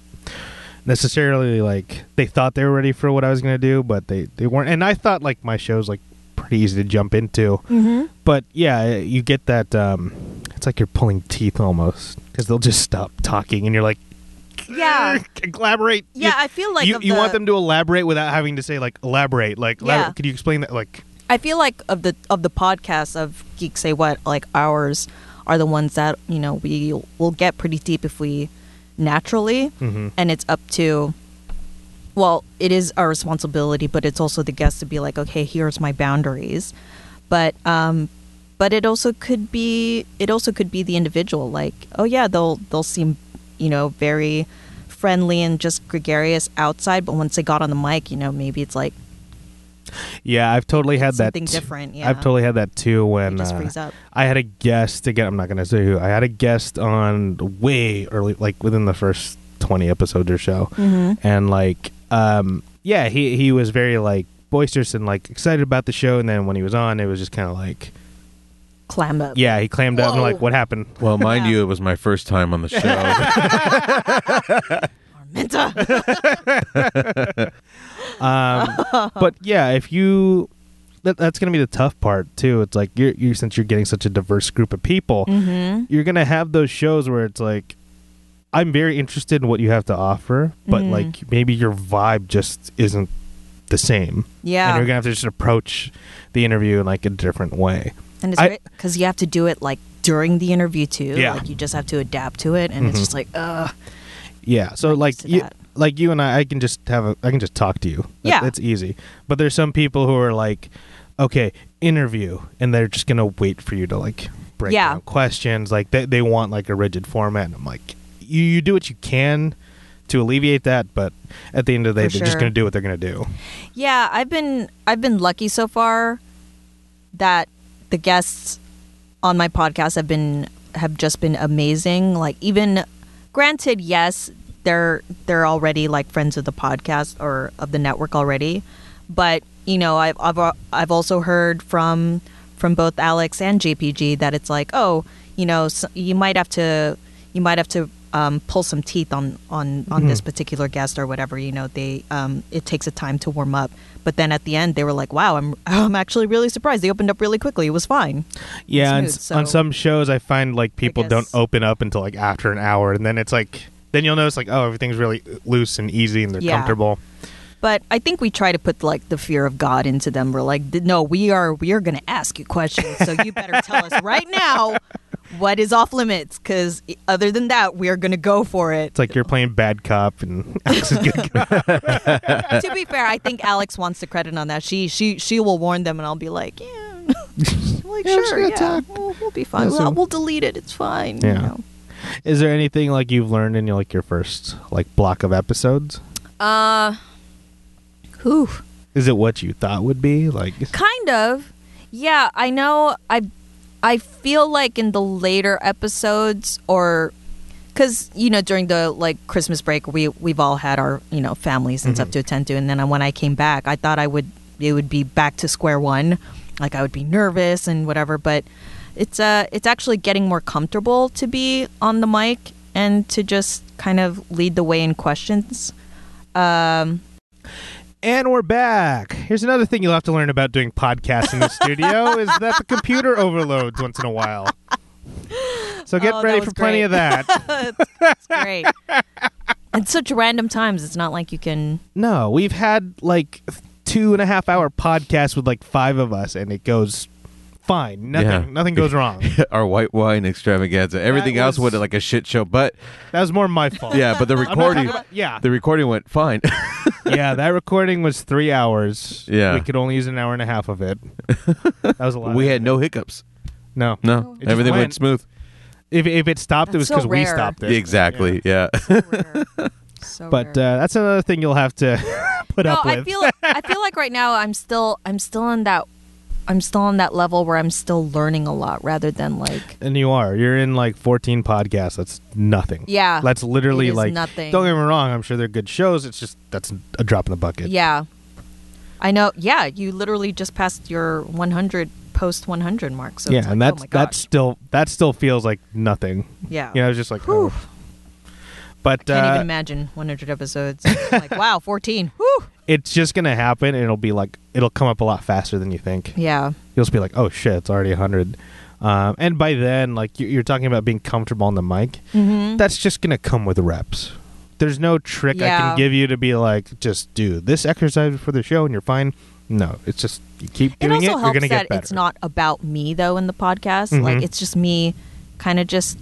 S4: necessarily like they thought they were ready for what I was going to do, but they they weren't. And I thought like my show's like pretty easy to jump into,
S3: Mm-hmm.
S4: but yeah, you get that. um It's like you're pulling teeth almost because they'll just stop talking, and you're like, *laughs*
S3: Yeah.
S4: elaborate.
S3: Yeah,
S4: You-
S3: I feel like
S4: you,
S3: of
S4: you
S3: the,
S4: want them to elaborate without having to say like elaborate, like elabor-
S3: Yeah.
S4: could you explain that? Like
S3: I feel like of the of the podcasts of Geek Say What, like ours are the ones that you know we will get pretty deep if we naturally, and it's up to. Well, it is our responsibility, but it's also the guest to be like, okay, here's my boundaries, but um, but it also could be it also could be the individual. Like, oh yeah, they'll they'll seem you know very friendly and just gregarious outside, but once they got on the mic, you know, maybe it's like
S4: Yeah, I've totally had
S3: Something
S4: that. t-
S3: different, yeah.
S4: I've totally had that too. When
S3: just
S4: uh,
S3: freeze up.
S4: I had a guest again. I'm not going to say who. I had a guest on way early, like within the first 20 episodes or so,
S3: Mm-hmm.
S4: and like, um, yeah, he he was very like boisterous and like excited about the show, and then when he was on, it was just kind of like,
S3: clam up.
S4: yeah, he clammed up and
S3: Whoa.
S4: like, what happened?
S2: *laughs* Well, mind
S3: Yeah.
S2: you, it was my first time on the show.
S4: *laughs*
S3: Menta.
S4: Um, but yeah, if you that, that's going to be the tough part too. It's like you're you since you're getting such a diverse group of people,
S3: mm-hmm.
S4: you're gonna have those shows where it's like i'm very interested in what you have to offer but
S3: Mm.
S4: like maybe your vibe just isn't the same and
S3: Yeah.
S4: you're gonna have to just approach the interview in like a different way
S3: And it's
S4: I-
S3: great because you have to do it like during the interview too.
S4: Yeah.
S3: Like you just have to adapt to it, and it's just like, ugh.
S4: yeah so like
S3: to
S4: you
S3: that.
S4: like you and i i can just have a i can just talk to you That-
S3: Yeah.
S4: that's easy but there's some people who are like okay interview and they're just gonna wait for you to like break
S3: Yeah.
S4: down questions. Like they they want like a rigid format. And I'm like, you you do what you can to alleviate that, but at the end of the day,
S3: For
S4: they're just
S3: sure.
S4: gonna do what they're gonna do.
S3: Yeah, I've been I've been lucky so far that the guests on my podcast have been have just been amazing. Like even granted, yes, they're they're already like friends of the podcast or of the network already, but you know, I've I've, al- I've also heard from from both Alex and JPG that it's like, oh, you know, s you might have to you might have to um, pull some teeth on on on this particular guest or whatever. You know, they um, it takes a time to warm up, but then at the end they were like, wow, I'm *laughs* I'm actually really surprised. They opened up really quickly. It was fine.
S4: Yeah, on,
S3: smooth,
S4: s- on
S3: so-
S4: some shows, I find like people don't
S3: guess-
S4: open up until like after an hour, and then it's like then you'll notice like oh everything's really loose and easy and they're
S3: Yeah.
S4: comfortable.
S3: But I think we try to put like the fear of God into them. We're like, no, we are we are going to ask you questions, so you better tell us right now what is off limits, because other than that, we are going to go for it.
S4: *laughs* It's like you're playing bad cop and *laughs* Alex is
S3: *laughs*
S4: good. cop.
S3: to be fair, I think Alex wants the credit on that. She she she will warn them, and I'll be like,
S4: *laughs*
S3: yeah, like
S4: Yeah, I'm just
S3: sure,
S4: gonna
S3: yeah,
S4: talk.
S3: we'll, we'll be fine.
S4: Yeah, so-
S3: We'll, we'll delete it. It's fine. you
S4: Yeah.
S3: know.
S4: is there anything like you've learned in your, like your first like block of episodes?
S3: Uh, whew.
S4: Is it what you thought would be like?
S3: kind of yeah i know i i feel like in the later episodes or because you know during the like christmas break we we've all had our you know families and stuff to attend to and then when i came back i thought i would it would be back to square one like i would be nervous and whatever but it's uh it's actually getting more comfortable to be on the mic and to just kind of lead the way in questions *laughs* um
S4: And we're back. Here's another thing you'll have to learn about doing podcasts in the *laughs* studio is that the computer overloads once in a while. So get
S3: Oh, that
S4: ready
S3: was
S4: for plenty
S3: great.
S4: of that.
S3: *laughs* It's great. At such random times, it's not like you can.
S4: No, we've had like two and a half hour podcasts with like five of us, and it goes fine. Nothing,
S2: Yeah.
S4: nothing goes *laughs* wrong.
S2: *laughs* Our white wine extravaganza. Everything else
S4: was-
S2: went like a shit show, but
S4: That was more my fault.
S2: yeah, but the
S4: I'm not talking
S2: recording,
S4: about- yeah,
S2: the recording went fine.
S4: yeah. That recording was three hours.
S2: Yeah.
S4: we could only use an hour and a half
S2: *laughs*
S4: of it. That was a lot.
S2: we had no hiccups.
S4: no.
S2: No,
S4: It just
S2: everything went,
S4: went.
S2: smooth.
S4: If if it stopped, it was
S3: That's so
S4: because we
S3: rare.
S4: stopped it.
S2: Exactly. Yeah. *laughs*
S4: *laughs*
S3: So
S4: But uh, that's another thing you'll have to *laughs* put
S3: no,
S4: up with.
S3: I feel like I feel like right now I'm still I'm still in that I'm still on that level where I'm still learning a lot rather than like
S4: and you are. You're in like 14 podcasts. That's nothing.
S3: Yeah.
S4: That's literally
S3: It is
S4: like
S3: nothing.
S4: Don't get me wrong. I'm sure they're good shows. It's just that's a drop in the bucket.
S3: yeah. I know. Yeah, you literally just passed your 100 post 100 mark. So
S4: yeah,
S3: it's like,
S4: and that's
S3: oh my
S4: that's
S3: gosh.
S4: still that still feels like nothing.
S3: yeah.
S4: You know, it's just like,
S3: Whew.
S4: oh. but
S3: Can't even
S4: uh,
S3: imagine 100 episodes.
S4: *laughs*
S3: like wow, 14. Whew.
S4: it's just gonna happen, and it'll be like it'll come up a lot faster than you think.
S3: Yeah.
S4: You'll just be like, oh shit, it's already hundred. Um, and by then, like you- you're talking about being comfortable on the mic,
S3: Mhm.
S4: that's just gonna come with reps. There's no trick I
S3: Yeah.
S4: can give you to be like, just do this exercise for the show and you're fine. No, it's just you keep
S3: it
S4: doing
S3: also
S4: it,
S3: helps
S4: you're gonna
S3: that
S4: get better.
S3: it's not about me though in the podcast like
S4: Mhm.
S3: it's just me kind of just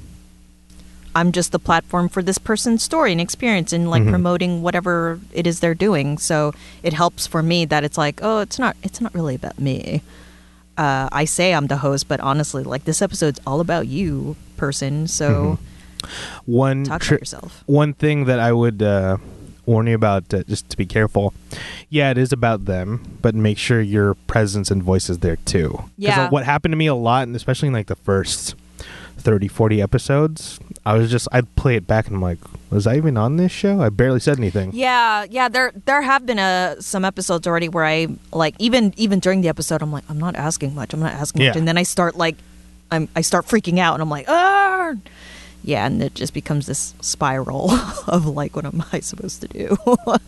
S3: i'm just the platform for this person's story and experience and like
S4: Mhm.
S3: promoting whatever it is they're doing so it helps for me that it's like oh it's not it's not really about me uh, i say i'm the host but honestly like this episode's all about you person so
S4: Mm-hmm. one
S3: talk
S4: tri-
S3: about yourself
S4: one thing that I would uh, warn you about, uh, just to be careful. Yeah, it is about them, but make sure your presence and voice is there too. 'Cause, uh,
S3: Yeah.
S4: what happened to me a lot, and especially in like the first 30, 40 episodes, I was just, I'd play it back and I'm like, was I even on this show? I barely said anything.
S3: Yeah, yeah. There, there have been uh, some episodes already where I like even even during the episode, I'm like, I'm not asking much. I'm not asking much,
S4: Yeah.
S3: and then I start like, I'm I start freaking out, and I'm like, ah, yeah, and it just becomes this spiral *laughs* of like, what am I supposed to do, *laughs*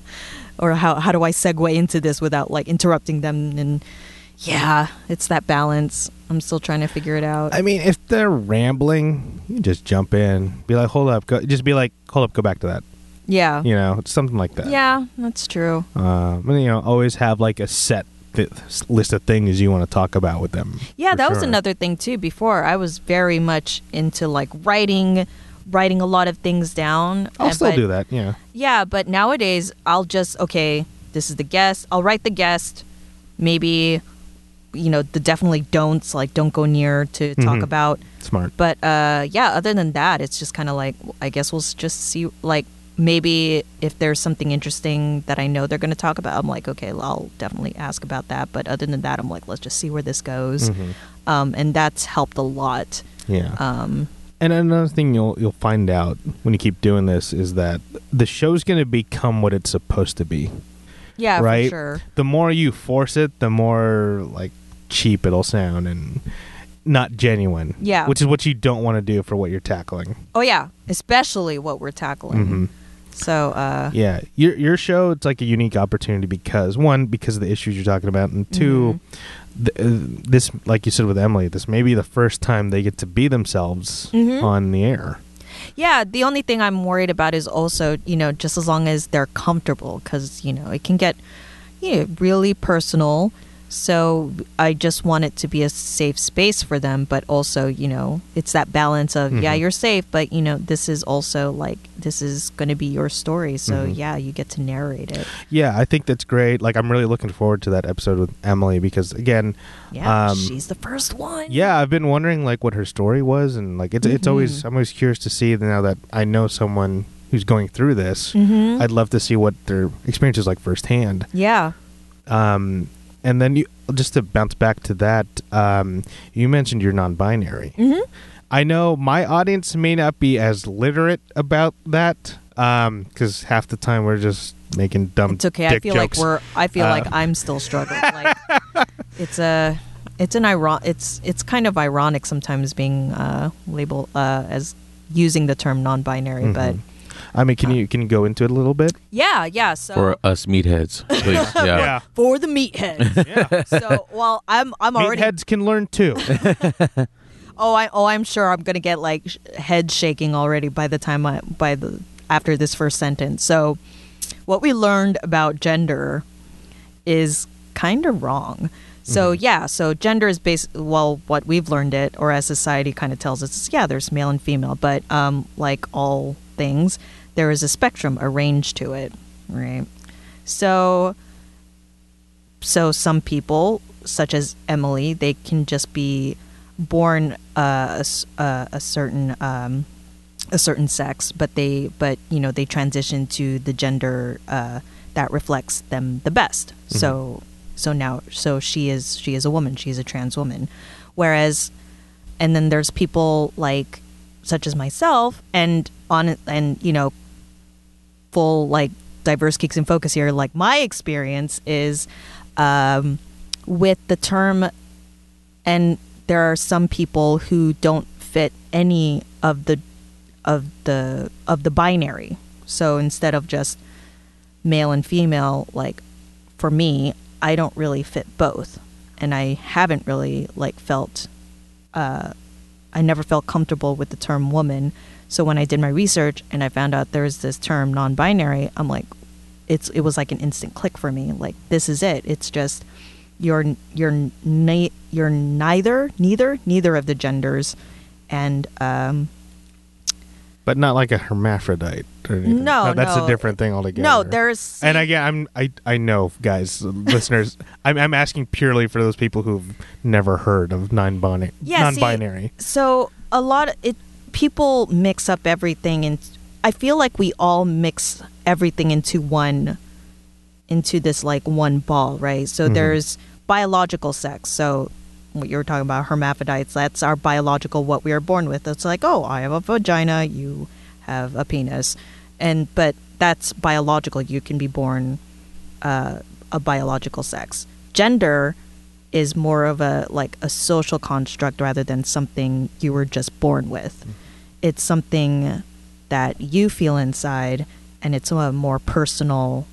S3: or how how do I segue into this without like interrupting them? And yeah, it's that balance. I'm still trying to figure it out.
S4: I mean, if they're rambling, you just jump in, be like, hold up, go, just be like, hold up, go back to that.
S3: yeah,
S4: You know, something like that.
S3: yeah, that's true.
S4: Um, and, you know, always have like a set th- list of things you want to talk about with them.
S3: Yeah,
S4: for
S3: that was
S4: sure.
S3: another thing too. Before I was very much into like writing, writing a lot of things down.
S4: I'll
S3: Uh,
S4: still
S3: but-
S4: do that. Yeah.
S3: Yeah, but nowadays I'll just okay. This is the guest. I'll write the guest. Maybe you know the definitely don'ts like don't go near to talk
S4: Mhm.
S3: about
S4: Smart.
S3: but uh, yeah, other than that, it's just kind of like I guess we'll s- just see. Like maybe if there's something interesting that I know they're going to talk about, I'm like, okay, l- I'll definitely ask about that. But other than that, I'm like, let's just see where this goes. Um, and that's helped a lot.
S4: Yeah.
S3: Um,
S4: And another thing you'll you'll find out when you keep doing this is that the show's going to become what it's supposed to be.
S3: yeah, for
S4: right.
S3: sure.
S4: The more you force it, the more like cheap it'll sound and not genuine.
S3: Yeah.
S4: Which is what you don't want to do for what you're tackling.
S3: Oh yeah, especially what we're tackling.
S4: Mhm.
S3: So uh,
S4: Yeah. Your your show it's like a unique opportunity because one because of the issues you're talking about and 2
S3: Mm-hmm.
S4: th- uh, this like you said with Emily this may be the first time they get to be themselves
S3: Mhm.
S4: on the air.
S3: yeah, the only thing I'm worried about is also you know just as long as they're comfortable because you know it can get you know, really personal. So I just want it to be a safe space for them, but also you know it's that balance of yeah
S4: Mhm.
S3: you're safe, but you know this is also like this is going to be your story, so
S4: Mhm.
S3: yeah you get to narrate it.
S4: Yeah, I think that's great. Like, I'm really looking forward to that episode with Emily because, again,
S3: Yeah,
S4: Um,
S3: she's the first one.
S4: yeah, I've been wondering like what her story was, and like it's it's always
S3: Mhm.
S4: I'm always curious to see now that I know someone who's going through this.
S3: hmm
S4: I'd love to see what their experience is like firsthand.
S3: yeah,
S4: Um, and then you just to bounce back to that, um, you mentioned you're non-binary.
S3: hmm
S4: I know my audience may not be as literate about that because half the time we're just making dumb.
S3: it's okay. I
S4: dick
S3: feel
S4: jokes.
S3: like we're. I feel
S4: Uh,
S3: like I'm still struggling.
S4: *laughs*
S3: like it's a. It's an iron. It's it's kind of ironic sometimes being uh, labeled uh, as using the term non-binary, but
S4: Mhm. I mean,
S3: Uh.
S4: can you can you go into it a little bit?
S3: Yeah, yeah. So
S2: For us meatheads, please. Yeah.
S3: for the meatheads.
S4: Yeah.
S3: so while I'm I'm already
S4: Meatheads can learn
S3: *laughs*
S4: too.
S3: oh I oh I'm sure I'm gonna get like sh- head shaking already by the time I by the after this first sentence. So what we learned about gender is kind of wrong. So yeah, so gender is based well what we've learned it or as society kind of tells us is yeah there's male and female, but um like all things there is a spectrum a range to it, right? So so some people such as emily they can just be born uh, a, s- uh, a certain um, a certain sex but they but you know they transition to the gender uh, that reflects them the best so so now so she is she is a woman she's a trans woman whereas and then there's people like such as myself and on and you know full like diverse geeks in focus here like my experience is um, with the term and there are some people who don't fit any of the of the of the binary so instead of just male and female like for me i don't really fit both and i haven't really like felt I never felt comfortable with the term woman. So when I did my research and I found out there's this term non-binary, I'm like, it's it was like an instant click for me. Like this is it. It's just you're you're na- you're neither neither neither of the genders, and um,
S4: but not like a hermaphrodite or anything.
S3: No,
S4: that's
S3: no.
S4: a different thing altogether.
S3: no, there's
S4: And again, I'm I I know, guys, *laughs* listeners. I'm I'm asking purely for those people who've never heard of non-binary.
S3: Yeah, see-
S4: non-binary.
S3: So a lot of it, people mix up everything, and I feel like we all mix everything into one, into this like one ball, right? So
S4: Mhm.
S3: there's biological sex. So what you were talking about, hermaphrodites. That's our biological what we are born with. It's like, oh, I have a vagina, you have a penis, and but that's biological. You can be born uh, a biological sex. Gender is more of a like a social construct rather than something you were just born with.
S4: Mm-hmm.
S3: It's something that you feel inside, and it's a more personal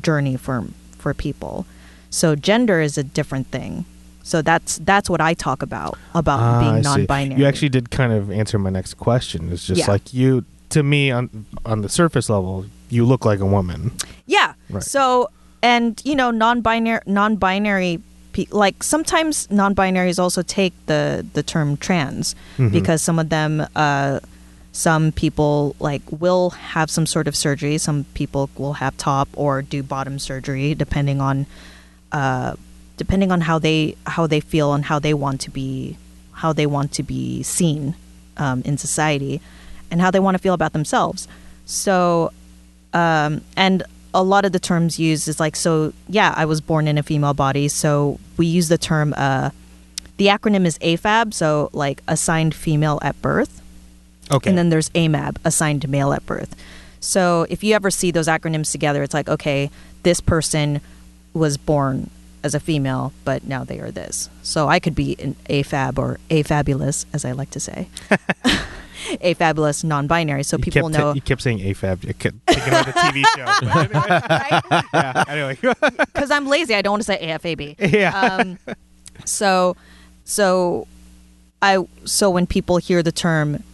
S3: journey for for people. So gender is a different thing. So that's that's what I talk about about
S4: Ah, I
S3: being
S4: see.
S3: non-binary.
S4: You actually did kind of answer my next question. It's just
S3: Yeah.
S4: like you to me on on the surface level, you look like a woman.
S3: Yeah.
S4: Right.
S3: So and you know non-binary non-binary pe- like sometimes non-binaries also take the the term trans
S4: Mhm.
S3: because some of them uh some people like will have some sort of surgery some people will have top or do bottom surgery depending on uh depending on how they how they feel and how they want to be how they want to be seen um, in society and how they want to feel about themselves. So, um, and a lot of the terms used is like, so yeah, I was born in a female body. So we use the term, uh, the acronym is AFAB, so like assigned female at birth.
S4: Okay.
S3: And then there's AMAB, assigned male at birth. So if you ever see those acronyms together, it's like, okay, this person was born as a female, but now they are this. So I could be an AFAB or AFabulous, as I like to
S4: *laughs*
S3: say. *laughs* AFabulous non binary. So
S4: you
S3: people
S4: kept,
S3: know.
S4: You kept saying AFAB. You kept thinking of the
S3: *laughs*
S4: TV show. But anyway, yeah, anyway.
S3: Because I'm lazy. I don't want to say AFAB.
S4: yeah.
S3: um, so so I so when people hear the term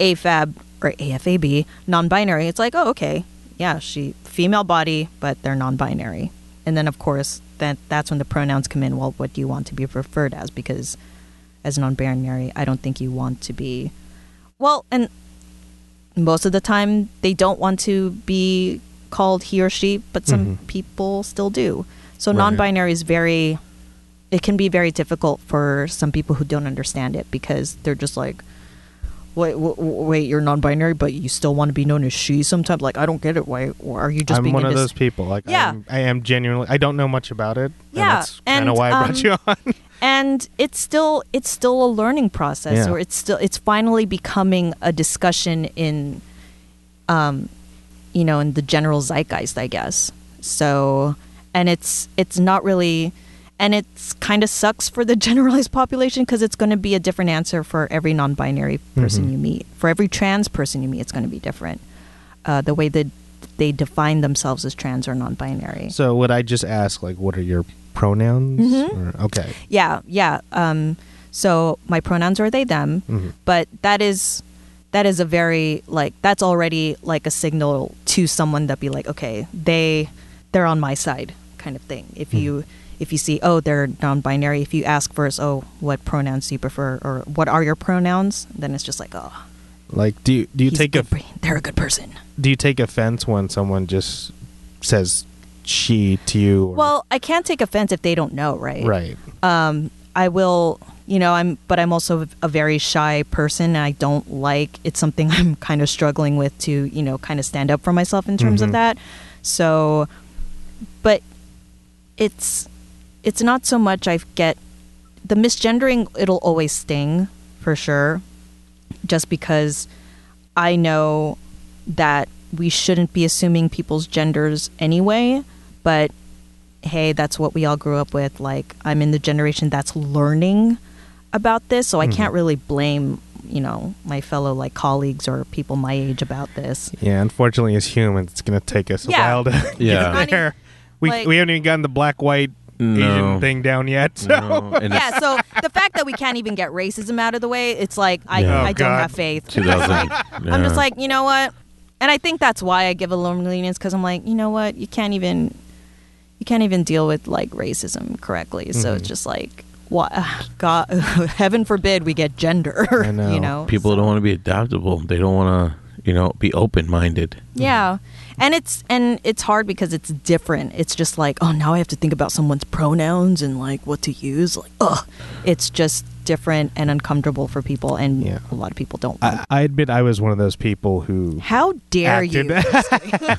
S3: AFAB or AFAB non-binary, it's like oh okay yeah she female body but they're non-binary, and then of course that that's when the pronouns come in. Well, what do you want to be referred as? Because as non-binary, I don't think you want to be well and most of the time they don't want to be called he or she but some
S4: Mm-hmm.
S3: people still do so
S2: Right.
S3: non-binary is very it can be very difficult for some people who don't understand it because they're just like wait w- w- wait you're non-binary but you still want to be known as she sometimes like i don't get it why or are you just
S4: I'm
S3: being
S4: one
S3: a
S4: of
S3: dis-
S4: those people. Like,
S3: Yeah.
S4: I'm, I am genuinely. I don't know much about it. and
S3: Yeah,
S4: that's kind of
S3: and,
S4: why I
S3: um,
S4: brought you on. *laughs*
S3: and it's still it's still a learning process
S4: Yeah.
S3: or it's still it's finally becoming a discussion in um you know in the general zeitgeist i guess so and it's it's not really and it's kind of sucks for the *laughs* generalized population because it's going to be a different answer for every non-binary person
S4: Mhm.
S3: you meet for every trans person you meet it's going to be different uh, the way that they define themselves as trans or non-binary
S4: So would I just ask, like, what are your pronouns?
S3: Mhm.
S4: Or, okay.
S3: yeah yeah um so my pronouns are they them
S4: Mhm.
S3: but that is that is a very like that's already like a signal to someone that be like okay they they're on my side kind of thing if
S4: Mm-hmm.
S3: you if you see oh they're non-binary if you ask first oh what pronouns do you prefer or what are your pronouns then it's just like oh
S4: Like, do you, do you
S3: he's
S4: take
S3: a
S4: a
S3: good, pre- they're a good person
S4: do you take offense when someone just says she to you? Or,
S3: well i can't take offense if they don't know right
S4: right.
S3: um, I will, you know, I'm, but I'm also a very shy person. And I don't like it's something *laughs* I'm kind of struggling with to, you know, kind of stand up for myself in terms
S4: Mhm.
S3: of that. So, but it's it's not so much I get the misgendering. It'll always sting for sure, just because I know that we shouldn't be assuming people's genders anyway. But hey, that's what we all grew up with. Like, I'm in the generation that's learning about this, so I can't really blame, you know, my fellow like colleagues or people my age about this.
S4: Yeah. Unfortunately, as humans, it's gonna take us
S3: Yeah.
S4: a while to
S2: Yeah.
S4: *laughs* get there. We
S3: like-
S4: we haven't even gotten the black white
S2: No.
S4: Asian thing down yet. So.
S2: No, and *laughs* it's
S3: Yeah, so the fact that we can't even get racism out of the way, it's like I,
S2: Yeah.
S3: I
S4: Oh,
S3: don't
S4: God.
S3: have faith.
S2: 2000.
S3: I'm just
S2: Yeah.
S3: like, you know what? And I think that's why I give a little lenience because I'm like, you know what? You can't even, you can't even deal with like racism correctly. So it's just like, what? *laughs* God, heaven forbid we get gender.
S4: I know.
S3: *laughs* You know,
S2: people
S3: So-
S2: don't want to be adaptable. They don't want to, you know, be open minded.
S3: Yeah. And it's and it's hard because it's different. It's just like, oh, now I have to think about someone's pronouns and like what to use. Like, ugh, it's just different and uncomfortable for people, and
S4: Yeah.
S3: a lot of people don't. want
S4: I, I admit I was one of those people who
S3: How dare
S4: acted. *laughs*
S3: you?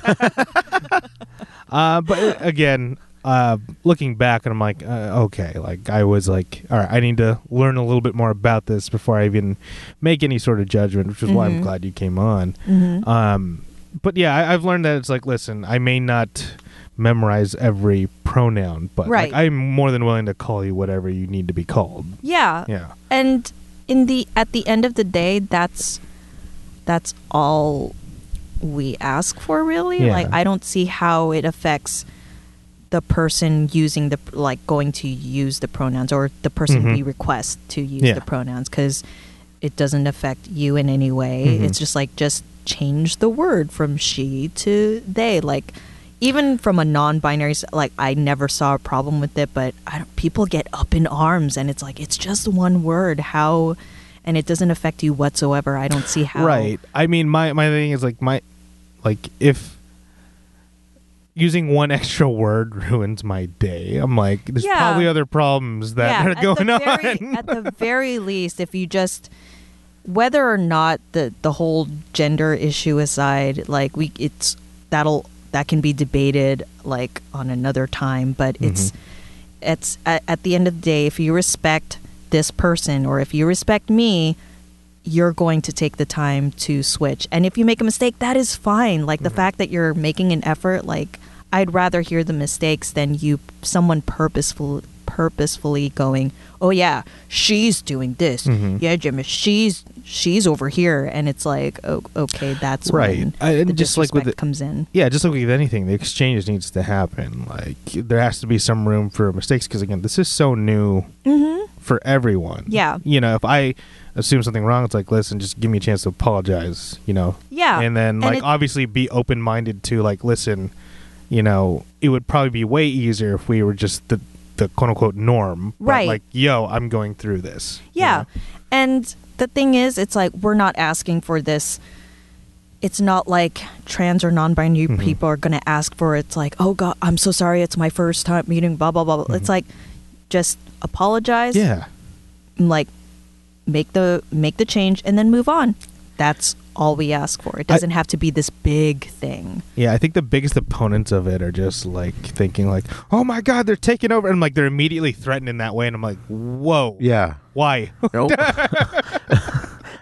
S4: Uh, but *laughs* again, uh, looking back, and I'm like, uh, okay, like I was like, all right, I need to learn a little bit more about this before I even make any sort of judgment, which is why I'm
S3: Mhm.
S4: glad you came on.
S3: Mhm.
S4: Um, but yeah, I, I've learned that it's like, listen, I may not memorize every pronoun, but
S3: Right.
S4: like, I'm more than willing to call you whatever you need to be called.
S3: yeah.
S4: Yeah.
S3: and in the at the end of the day that's that's all we ask for really
S4: Yeah.
S3: like i don't see how it affects the person using the like going to use the pronouns or the person
S4: Mhm.
S3: we request to use
S4: Yeah.
S3: the pronouns because it doesn't affect you in any way
S4: Mhm.
S3: it's just like just change the word from she to they like even from a non-binary s- like i never saw a problem with it but I don't, people get up in arms and it's like it's just one word how and it doesn't affect you whatsoever i don't see how
S4: Right. I mean, my my thing is like my like if using one *laughs* extra word ruins my day. I'm like, there's
S3: Yeah.
S4: probably other problems that
S3: yeah,
S4: are going
S3: at the very,
S4: on. *laughs*
S3: at the very least, if you just whether or not the the whole gender issue aside, like we it's that'll that can be debated like on another time, but it's
S4: Mm-hmm.
S3: it's at, at the end of the day, if you respect this person or if you respect me, you're going to take the time to switch. And if you make a mistake, that is fine. Like the
S4: Mm-hmm.
S3: fact that you're making an effort, like I'd rather hear the mistakes than you someone purposeful purposefully going, "Oh yeah, she's doing this.
S4: Mm-hmm.
S3: Yeah, Jim, she's she's over here." And it's like, "Oh, okay, that's
S4: Right.
S3: when
S4: I- and
S3: the
S4: just like with
S3: disrespect
S4: the-
S3: comes in."
S4: yeah, just like with anything, the exchange needs to happen. Like there has to be some room for mistakes because again, this is so new for everyone.
S3: Mm-hmm. Yeah.
S4: you know, if I assume something wrong, it's like, listen, just give me a chance to apologize. You know.
S3: Yeah.
S4: And then
S3: And
S4: like
S3: it-
S4: obviously be open minded to like listen, you know, it would probably be way easier if we were just the the quote unquote norm. but,
S3: Right.
S4: like, yo, I'm going through this. you
S3: Yeah.
S4: know?
S3: And the thing is, it's like we're not asking for this. It's not like trans or non-binary
S4: Mm-hmm.
S3: people are going to ask for it. It's like, oh God, I'm so sorry. It's my first time meeting. Blah blah blah. blah. It's like, just apologize.
S4: Mm-hmm. Yeah.
S3: and, Like, make the make the change and then move on. That's all we ask for. It
S4: I-
S3: doesn't have to be this big thing.
S4: Yeah, I think the biggest opponents of it are just like thinking like, "Oh my god, they're taking over." And like they're immediately threatened in that way and I'm like, "Whoa."
S2: Yeah.
S4: *laughs* Why?
S2: Nope. *laughs*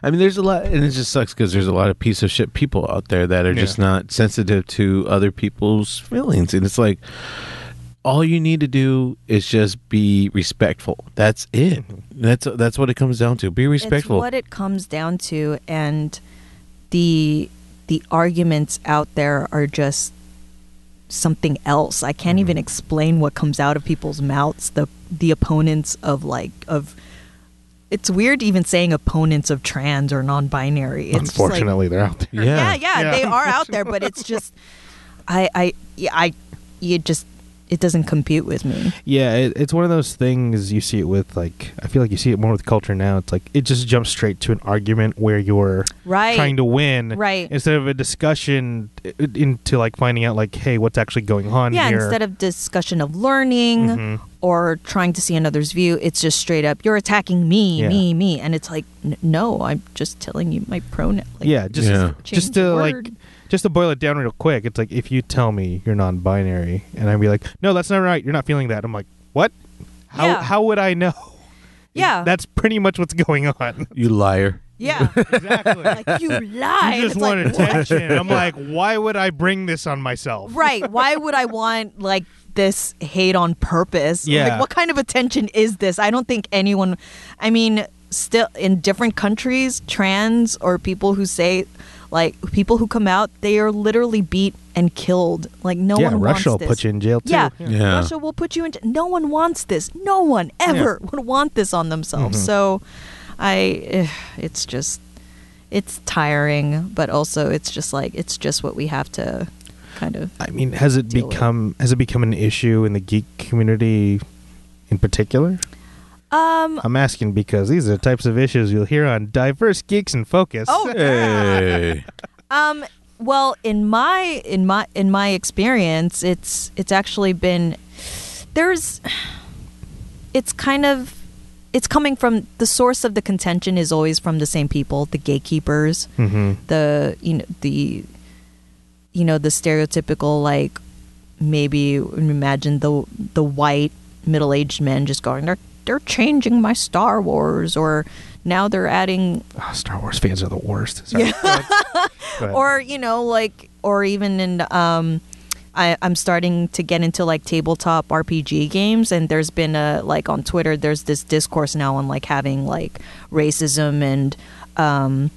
S2: I mean, there's a lot, and it just sucks because there's a lot of piece of shit people out there that are just
S4: Yeah.
S2: not sensitive to other people's feelings. And it's like, all you need to do is just be respectful. That's it. That's that's what it comes down to. Be respectful.
S3: It's what it comes down to, and the the arguments out there are just something else. I can't even explain what comes out of people's mouths. The the opponents of like of it's weird even saying opponents of trans or non-binary. It's just like-
S4: Unfortunately, they're out there.
S3: yeah.
S2: yeah.
S3: yeah,
S4: Yeah.
S3: they are out there, but it's just I I yeah, I it just it doesn't compute with me.
S4: Yeah, it, it's one of those things you see it with like I feel like you see it more with culture now. It's like it just jumps straight to an argument where you're
S3: Right.
S4: trying to win
S3: Right.
S4: instead of a discussion i- i- into like finding out like hey, what's actually going on
S3: yeah
S4: here.
S3: instead of discussion of learning
S4: Mm-hmm.
S3: or trying to see another's view it's just straight up you're attacking me
S4: Yeah.
S3: me me and it's like n- no i'm just telling you my pronoun like,
S4: *laughs* yeah, just
S2: Yeah.
S4: just
S3: change the
S4: to like
S3: word.
S4: just to boil it down real quick. It's like if you tell me you're non-binary and I'd be like, "No, that's not right. You're not feeling that." I'm like, "What? How
S3: Yeah.
S4: how would I know?"
S3: yeah
S4: *laughs* That's pretty much what's going on.
S2: You
S3: *laughs*
S2: liar.
S4: *laughs*
S3: yeah
S4: Exactly.
S3: like you lie
S4: I just
S3: It's
S4: want
S3: like, what?
S4: attention. And I'm like, why would I bring this on myself?
S3: right why would i want like this hate on purpose
S4: Yeah.
S3: like what kind of attention is this i don't think anyone i mean still in different countries trans or people who say like people who come out they are literally beat and killed like no
S4: yeah,
S3: one
S4: Russia will
S3: wants this.
S4: put you in jail too.
S3: yeah.
S2: Yeah.
S3: Russia will put you in. No one wants this. No one ever *laughs* would want this on themselves.
S4: Mm-hmm.
S3: So, I, eh, it's just, it's tiring, but also it's just like it's just what we have to, kind of.
S4: I mean, has it
S3: Deal with it.
S4: become has it become an issue in the geek community in particular?
S3: Um.
S4: I'm asking because these are the types of issues you'll hear on Diverse Geeks and Focus.
S3: Oh.
S2: Hey.
S3: Um. Well, in my in my in my experience, it's it's actually been there's it's kind of it's coming from the source of the contention is always from the same people, the gatekeepers.
S4: Mhm.
S3: the you know the you know the stereotypical like maybe imagine the the white middle-aged men just going they're they're changing my Star Wars or now they're adding
S4: Ah, Star Wars fans are the worst. Sorry. *laughs* Go ahead.
S3: or you know like or even in um I, I'm starting to get into like tabletop RPG games, and there's been a like on Twitter. There's this discourse now on like having like racism and um,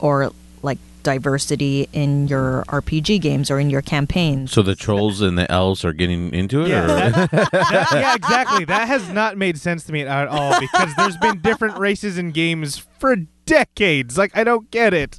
S3: or like diversity in your RPG games or in your campaigns.
S2: So the trolls and the elves are getting into it.
S4: Yeah,
S2: or?
S4: that- that- yeah, exactly. That has not made sense to me at all because there's been different races in games for decades. Like, I don't get it.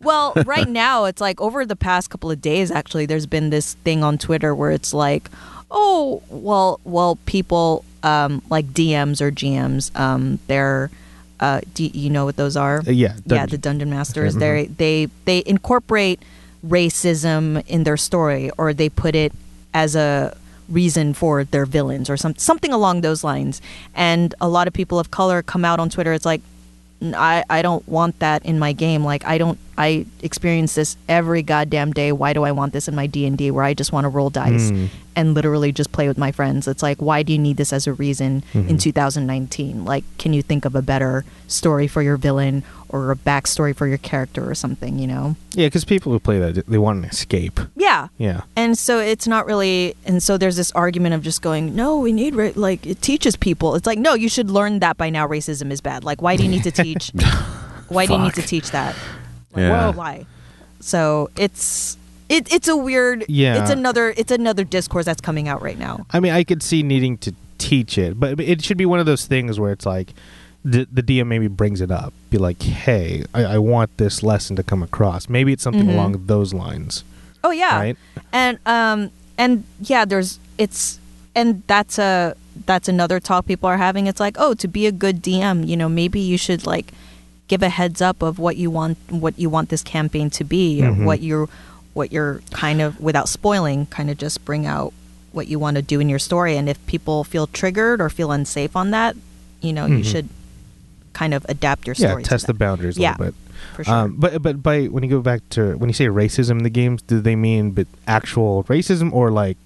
S3: Well, right now it's like over the past couple of days actually there's been this thing on Twitter where it's like, "Oh, well, well people um like DMs or GMs, um they're uh do you know what those are?
S4: Uh, yeah,
S3: Yeah,
S4: dungeon-
S3: the dungeon masters. They they they incorporate racism in their story or they put it as a reason for their villains or some, something along those lines. And a lot of people of color come out on Twitter. It's like, "N- I, I don't want that in my game. Like I don't I experience this every goddamn day. Why do I want this in my D and D where I just want to roll dice and literally just play with my friends? It's like why do you need this as a reason in 2019? Like can you think of a better story for your villain or a backstory for your character or something? You know?
S4: Yeah, because people who play that they want an escape.
S3: Yeah.
S4: Yeah.
S3: And so it's not really, and so there's this argument of just going, no, we need, ra- like, it teaches people. It's like, no, you should learn that by now racism is bad. Like, why do you *laughs* need to teach? why do you need to
S2: Fuck.
S3: teach that? Like,
S2: Yeah.
S3: well, why? So it's. It, it's a weird
S4: Yeah.
S3: it's another it's another discourse that's coming out right now
S4: I mean, I could see needing to teach it, but it should be one of those things where it's like the, the DM maybe brings it up, be like, "Hey, I, I want this lesson to come across." Maybe it's something
S3: Mhm.
S4: along those lines,
S3: oh yeah
S4: right?
S3: and um and yeah there's it's and that's a that's another talk people are having it's like oh to be a good dm you know maybe you should like give a heads up of what you want what you want this campaign to be or
S4: Mhm.
S3: what you're what you're kind of without spoiling kind of just bring out what you want to do in your story and if people feel triggered or feel unsafe on that you know you
S4: Mhm.
S3: should kind of adapt your
S4: Yeah,
S3: story to
S4: test the
S3: that,
S4: boundaries
S3: Yeah,
S4: a little bit.
S3: for sure
S4: Um, but but by when you go back to when you say racism in the games, do they mean but actual racism or like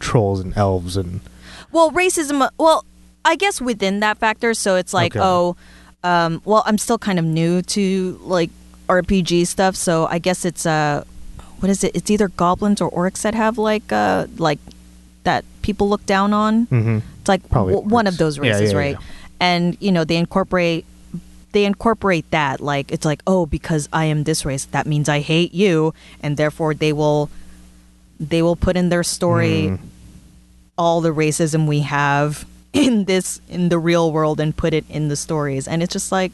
S4: trolls and elves and
S3: Well, racism. Well, I guess within that factor, so it's like,
S4: Okay.
S3: oh, um, well, I'm still kind of new to like RPG stuff, so I guess it's uh, what is it? It's either goblins or orcs that have like uh, like that people look down on.
S4: mm-hmm.
S3: It's like
S4: Probably
S3: w- one of
S4: orcs.
S3: those
S4: Yeah,
S3: races,
S4: yeah,
S3: right?
S4: yeah.
S3: And you know they incorporate they incorporate that like it's like oh because I am this race that means I hate you and therefore they will they will put in their story
S4: Mm.
S3: all the racism we have *laughs* in this in the real world and put it in the stories and it's just like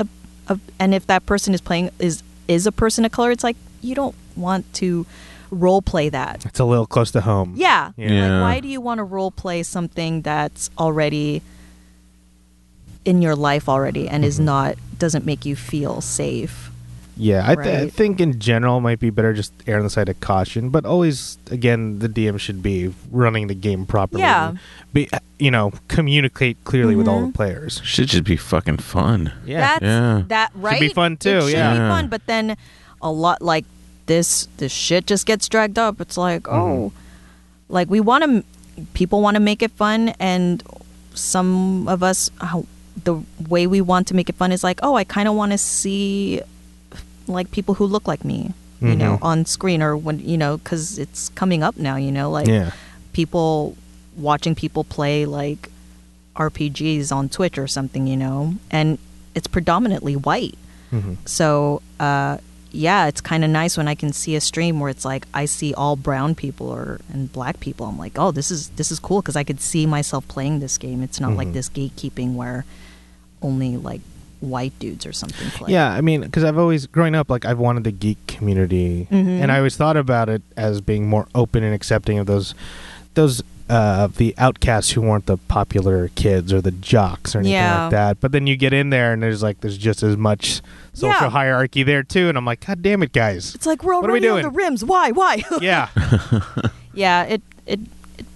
S3: a, a, and if that person is playing is is a person of color it's like you don't want to role play that
S4: it's a little close to home?
S3: yeah.
S4: Yeah.
S2: Yeah.
S3: Like, why do you want to role play something that's already in your life already and is not doesn't make you feel safe?
S4: Yeah, I, th- I
S3: Right.
S4: think in general it might be better just err on the side of caution, but always again the DM should be running the game properly.
S3: Yeah.
S4: be you know communicate clearly with all the
S3: Mhm.
S4: players.
S2: Should just be fucking fun.
S4: Yeah,
S3: That's
S2: Yeah.
S3: that
S4: be
S3: right.
S4: fun too,
S3: It should
S4: yeah.
S3: be
S2: Yeah.
S3: fun, but then a lot like this this shit just gets dragged up. It's like,
S4: Mm-hmm.
S3: oh, like we want to people want to make it fun and some of us uh, the way we want to make it fun is like, oh, I kind of want to see like people who look like me, you know,
S4: Mhm.
S3: on screen or when, you know, cuz it's coming up now, you know, like
S4: yeah,
S3: people watching people play like RPGs on Twitch or something, you know, and it's predominantly white.
S4: hmm
S3: So, uh, yeah, it's kind of nice when I can see a stream where it's like I see all brown people or and black people. I'm like, oh, this is this is cool because I could see myself playing this game. It's not like
S4: Mhm.
S3: this gatekeeping where only like white dudes or something play.
S4: yeah. I mean, because I've always growing up like I've wanted the geek community,
S3: Mhm.
S4: and I always thought about it as being more open and accepting of those those uh the outcasts who weren't the popular kids or the jocks or anything
S3: Yeah.
S4: like that. But then you get in there and there's like there's just as much social
S3: Yeah.
S4: hierarchy there too, and I'm like, God damn
S3: *laughs*
S4: it, guys.
S3: It's like we're
S4: What are we
S3: already on
S4: doing?
S3: the rims. Why? Why? *laughs*
S4: yeah.
S3: yeah, it it it,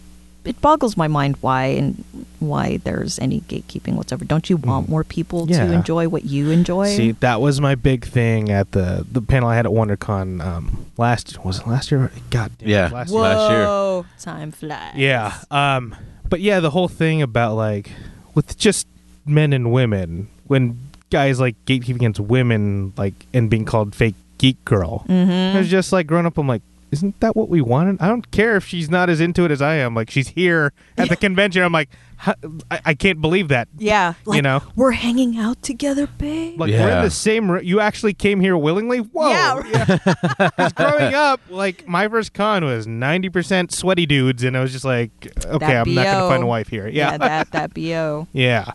S3: it boggles my mind why and why there's any gatekeeping whatsoever. Don't you want
S4: Mhm.
S3: more people
S4: Yeah.
S3: to enjoy what you enjoy?
S4: See, that was my big thing at the the panel I had at WonderCon um, last was it last year? God damn, it,
S2: Yeah.
S4: last
S3: Whoa,
S4: year.
S2: last year.
S3: time flies.
S4: Yeah. Um, but yeah, the whole thing about like with just men and women when guys like gatekeeping against women like and being called fake geek girl. I was
S3: Mm-hmm.
S4: just like growing up. I'm like. Isn't that what we wanted? I don't care if she's not as into it as I am. Like she's here at the convention. I'm like, "Huh, I, I can't believe that.
S3: Yeah, like, *laughs*
S4: you know,
S3: we're hanging out together, babe.
S4: Like we're
S2: Yeah.
S4: in the same. Ro- you actually came here willingly. Whoa! *laughs*
S3: Yeah.
S4: Because growing up, like my first con was ninety percent sweaty dudes, and I was just like, okay,
S3: That
S4: I'm not gonna
S3: BO.
S4: find a wife here. Yeah,
S3: that that bo.
S4: yeah.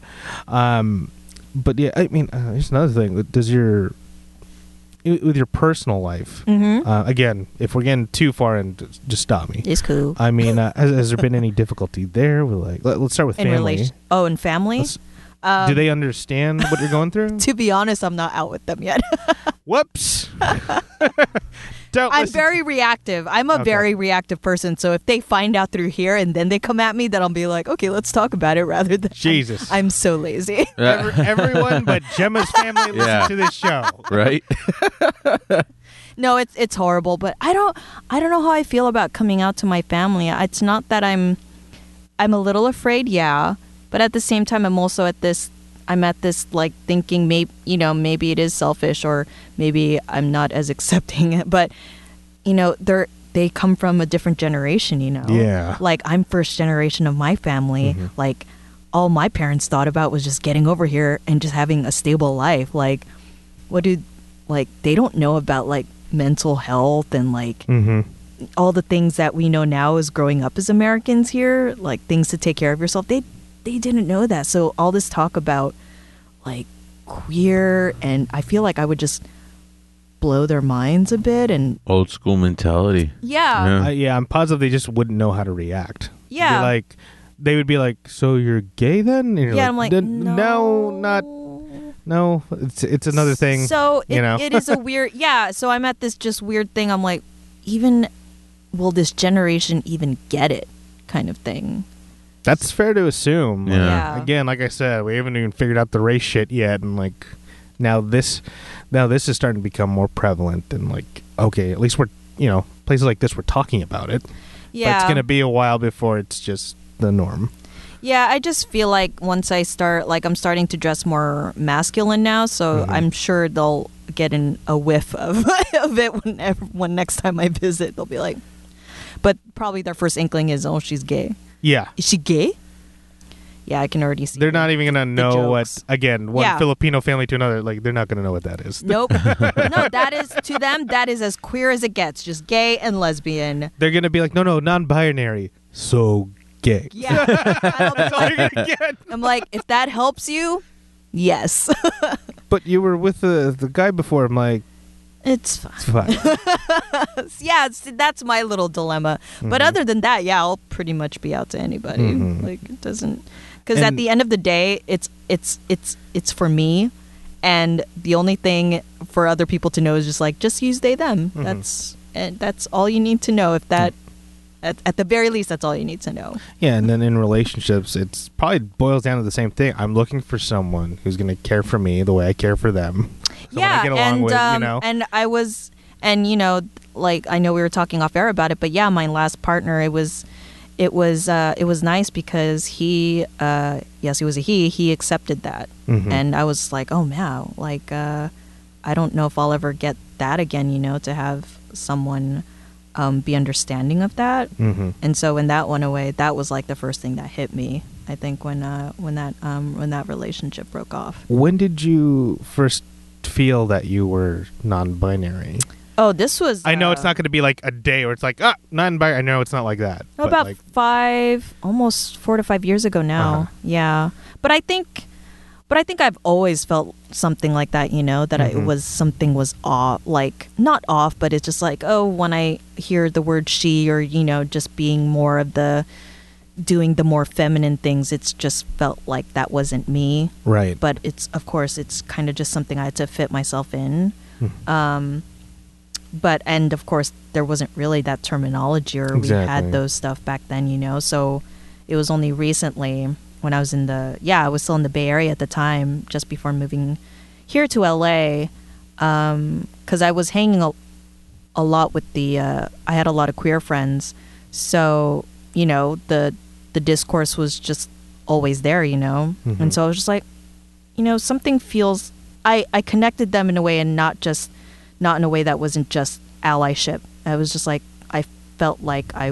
S4: Um, but yeah, I mean, uh, here's another thing. Does your i- with your personal life?
S3: Mm-hmm.
S4: Uh, again, if we're getting too far, and just stop me.
S3: it's cool.
S4: I mean, uh, has, has there been any difficulty there? We're like, let, us start with
S3: in
S4: family.
S3: relation, um, oh, in family.
S4: Let's- Do they understand
S3: *laughs*
S4: what you're going through? *laughs*
S3: To be honest, I'm not out with them yet.
S4: Whoops. Don't
S3: I'm
S4: listen
S3: very reactive. I'm a
S4: Okay.
S3: very reactive person. So if they find out through here and then they come at me, then I'll be like, okay, let's talk about it *laughs* rather than.
S4: Jesus.
S3: I'm so lazy. *laughs*
S4: Every- everyone but Gemma's family
S2: Yeah.
S4: listen to this show. *laughs*
S2: right?
S3: no, it's it's horrible, but I don't I don't know how I feel about coming out to my family. It's not that I'm I'm a little afraid, yeah, but at the same time I'm also at this I'm at this like thinking maybe you know, maybe it is selfish or maybe I'm not as *laughs* accepting, but you know, they're they come from a different generation, you know.
S4: Yeah.
S3: Like I'm first generation of my family. Like all my parents thought about was just getting over here and just having a stable life. Like what do like they don't know about like mental health and like
S4: Mm-hmm.
S3: all the things that we know now as growing up as Americans here, like things to take care of yourself. They they didn't know that. So all this talk about like queer and I feel like I would just blow their minds a bit and
S2: Old school mentality.
S3: yeah.
S2: Yeah.
S4: Uh, yeah, I'm positive they just wouldn't know how to react. They'd be
S3: Yeah.
S4: like they would be like, "So you're gay then?" And
S3: Yeah,
S4: you're
S3: I'm like
S4: "Then-
S3: no,
S4: not no. It's it's another thing.
S3: So it,
S4: you know,
S3: it
S4: *laughs*
S3: is a weird yeah, so I'm at this just weird thing. I'm like even will this generation even get it kind of thing.
S4: that's fair to assume. Like,
S2: Yeah.
S3: Yeah.
S4: Again, like I said, we haven't even figured out the race shit yet, and like now this now this is starting to become more prevalent. And like, okay, at least we're you know places like this we're talking about it.
S3: Yeah.
S4: But it's gonna be a while before it's just the norm.
S3: Yeah, I just feel like once I start, like I'm starting to dress more masculine now, so
S4: Mm-hmm.
S3: I'm sure they'll get an, a whiff of, *laughs* of it whenever, when next time I visit. They'll be like, but probably their first inkling is, oh, she's gay.
S4: Yeah.
S3: Is she gay? Yeah, I can already see.
S4: They're
S3: it.
S4: not even gonna know what
S3: jokes.
S4: again one
S3: Yeah.
S4: Filipino family to another. Like they're not gonna know what that
S3: *laughs*
S4: is.
S3: Nope. no, that is to them. That is as queer as it gets. Just gay and lesbian.
S4: They're gonna be like, no, no, non-binary. So gay. *laughs*
S3: Yeah. I'll be
S4: That's all
S3: like-
S4: you're gonna get.
S3: I'm like, if that helps you, yes,
S4: But you were with the the guy before. I'm like,
S3: it's fine.
S4: it's fine.
S3: *laughs*
S4: Mm-hmm.
S3: yeah, it's, that's my little dilemma. But other than that, yeah, I'll pretty much be out to anybody.
S4: Mhm.
S3: Like it doesn't because at
S4: And-
S3: the end of the day, it's it's it's it's for me, and the only thing for other people to know is just like just use they them.
S4: Mm-hmm.
S3: That's and that's all you need to know. If that
S4: Mm.
S3: at, at the very least, that's all you need to know.
S4: yeah, and then in relationships, it's probably boils down to the same thing. I'm looking for someone who's gonna care for me the way I care for them. Someone I get along
S3: and
S4: with,
S3: um,
S4: you know.
S3: and I was, and you know, like I know we were talking off air about it, but yeah, my last partner, it was, it was, uh, it was nice because he, uh, yes, he was a he. He accepted that,
S4: Mhm.
S3: and I was like, oh man, like uh, I don't know if I'll ever get that again, you know, to have someone um, be understanding of that.
S4: mm-hmm.
S3: And so when that went away, that was like the first thing that hit me. I think when uh, when that um, when that relationship broke off.
S4: When did you first feel that you were non-binary?
S3: Oh, this was.
S4: I know
S3: uh,
S4: it's not gonna be like a day where it's like ah non-binary. I know it's not like that.
S3: Oh,
S4: but,
S3: about
S4: like,
S3: five, almost four to five years ago now.
S4: Uh-huh.
S3: Yeah, but I think, but I think I've always felt something like that. You know, that I
S4: Mhm.
S3: it was something was off, like not off, but it's just like oh, when I hear the word she, or you know, just being more of the doing the more feminine things, it's just felt like that wasn't me.
S4: right.
S3: But it's of course it's kind of just something I had to fit myself in.
S4: Mhm.
S3: Um, but and of course there wasn't really that terminology or we
S4: Exactly.
S3: had those stuff back then, you know. So it was only recently when I was in the yeah I was still in the Bay Area at the time, just before moving here to LA, because I was hanging a, a lot with the uh, I had a lot of queer friends, so you know the the discourse was just always there, you know.
S4: Mhm.
S3: And so I was just like, you know something feels i i connected them in a way and not just not in a way that wasn't just allyship i was just like i felt like i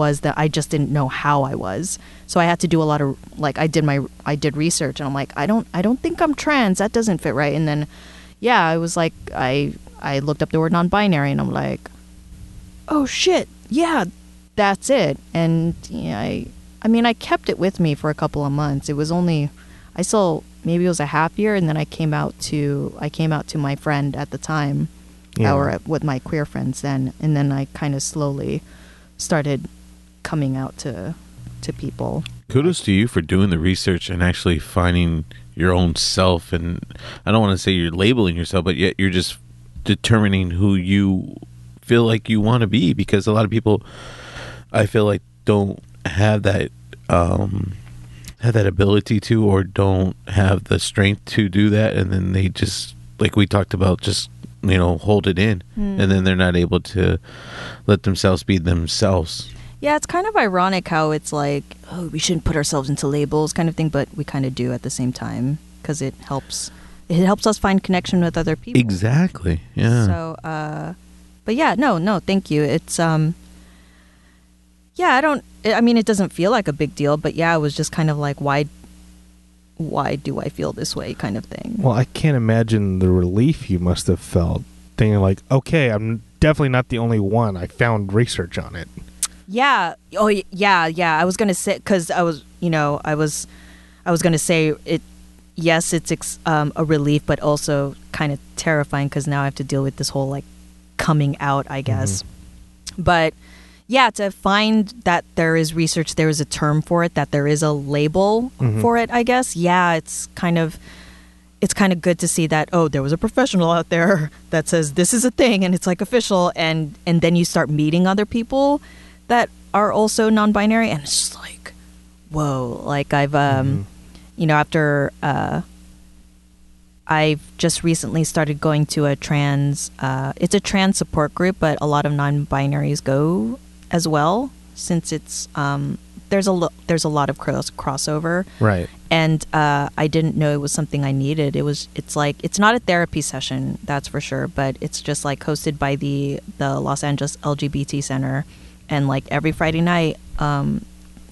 S3: was that i just didn't know how i was so i had to do a lot of like i did my i did research and i'm like i don't i don't think i'm trans that doesn't fit right and then yeah i was like i i looked up the word non-binary and i'm like oh shit yeah that's it and yeah, i i mean i kept it with me for a couple of months it was only i still maybe it was a half year and then i came out to i came out to my friend at the time
S4: Yeah.
S3: or at- with my queer friends then and then i kind of slowly started coming out to to people
S2: Kudos to you for doing the research and actually finding your own self. And I don't want to say you're labeling yourself, but yet you're just determining who you feel like you want to be because a lot of people I feel like don't have that um have that ability to or don't have the strength to do that and then they just like we talked about just you know hold it in and then they're not able to let themselves be themselves
S3: Yeah, it's kind of ironic how it's like, oh, we shouldn't put ourselves into labels kind of thing, but we kind of do at the same time because it helps. It helps us find connection with other people.
S2: exactly yeah
S3: So, uh, but yeah, no, no, thank you. It's um, yeah, I don't. I mean, it doesn't feel like a big deal, but yeah, it was just kind of like, why, why do I feel this way, kind of thing.
S4: Well, I can't imagine the relief you must have felt thinking like, okay, I'm definitely not the only one. I found research on it.
S3: Yeah. Oh, y- yeah, yeah. I was gonna say because I was, you know, I was, I was gonna say it. Yes, it's ex- um, a relief, but also kind of terrifying because now I have to deal with this whole like coming out, I guess. But yeah, to find that there is research, there is a term for it, that there is a label for it, I guess. Yeah, it's kind of it's kind of good to see that oh there was a professional out there *laughs* that says this is a thing and it's like official and and then you start meeting other people that are also non-binary and it's just like whoa like i've um you know after uh i've just recently started going to a trans uh it's a trans support group but a lot of non-binaries go as well since it's um there's a lo- there's a lot of cross crossover
S4: Right.
S3: and uh, I didn't know it was something I needed. It was. It's like it's not a therapy session, that's for sure, but it's just like hosted by the the Los Angeles LGBT Center, and like every Friday night, um,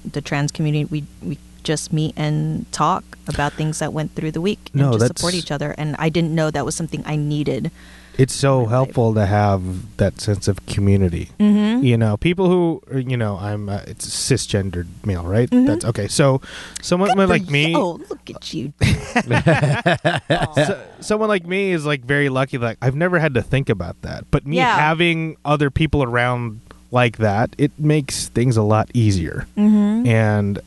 S3: the trans community we we just meet and talk about things that went through the week and
S4: No,
S3: just
S4: that's-
S3: support each other. And I didn't know that was something I needed.
S4: It's so
S3: My life.
S4: helpful to have that sense of community.
S3: Mm-hmm.
S4: You know, people who are, you know, I'm uh, it's cisgendered male, right?
S3: Mhm.
S4: That's okay. So, someone like me,
S3: Oh, look at you.
S4: so, someone like me is like very lucky. Like I've never had to think about that, but me
S3: Yeah.
S4: having other people around like that, it makes things a lot easier.
S3: mm-hmm.
S4: and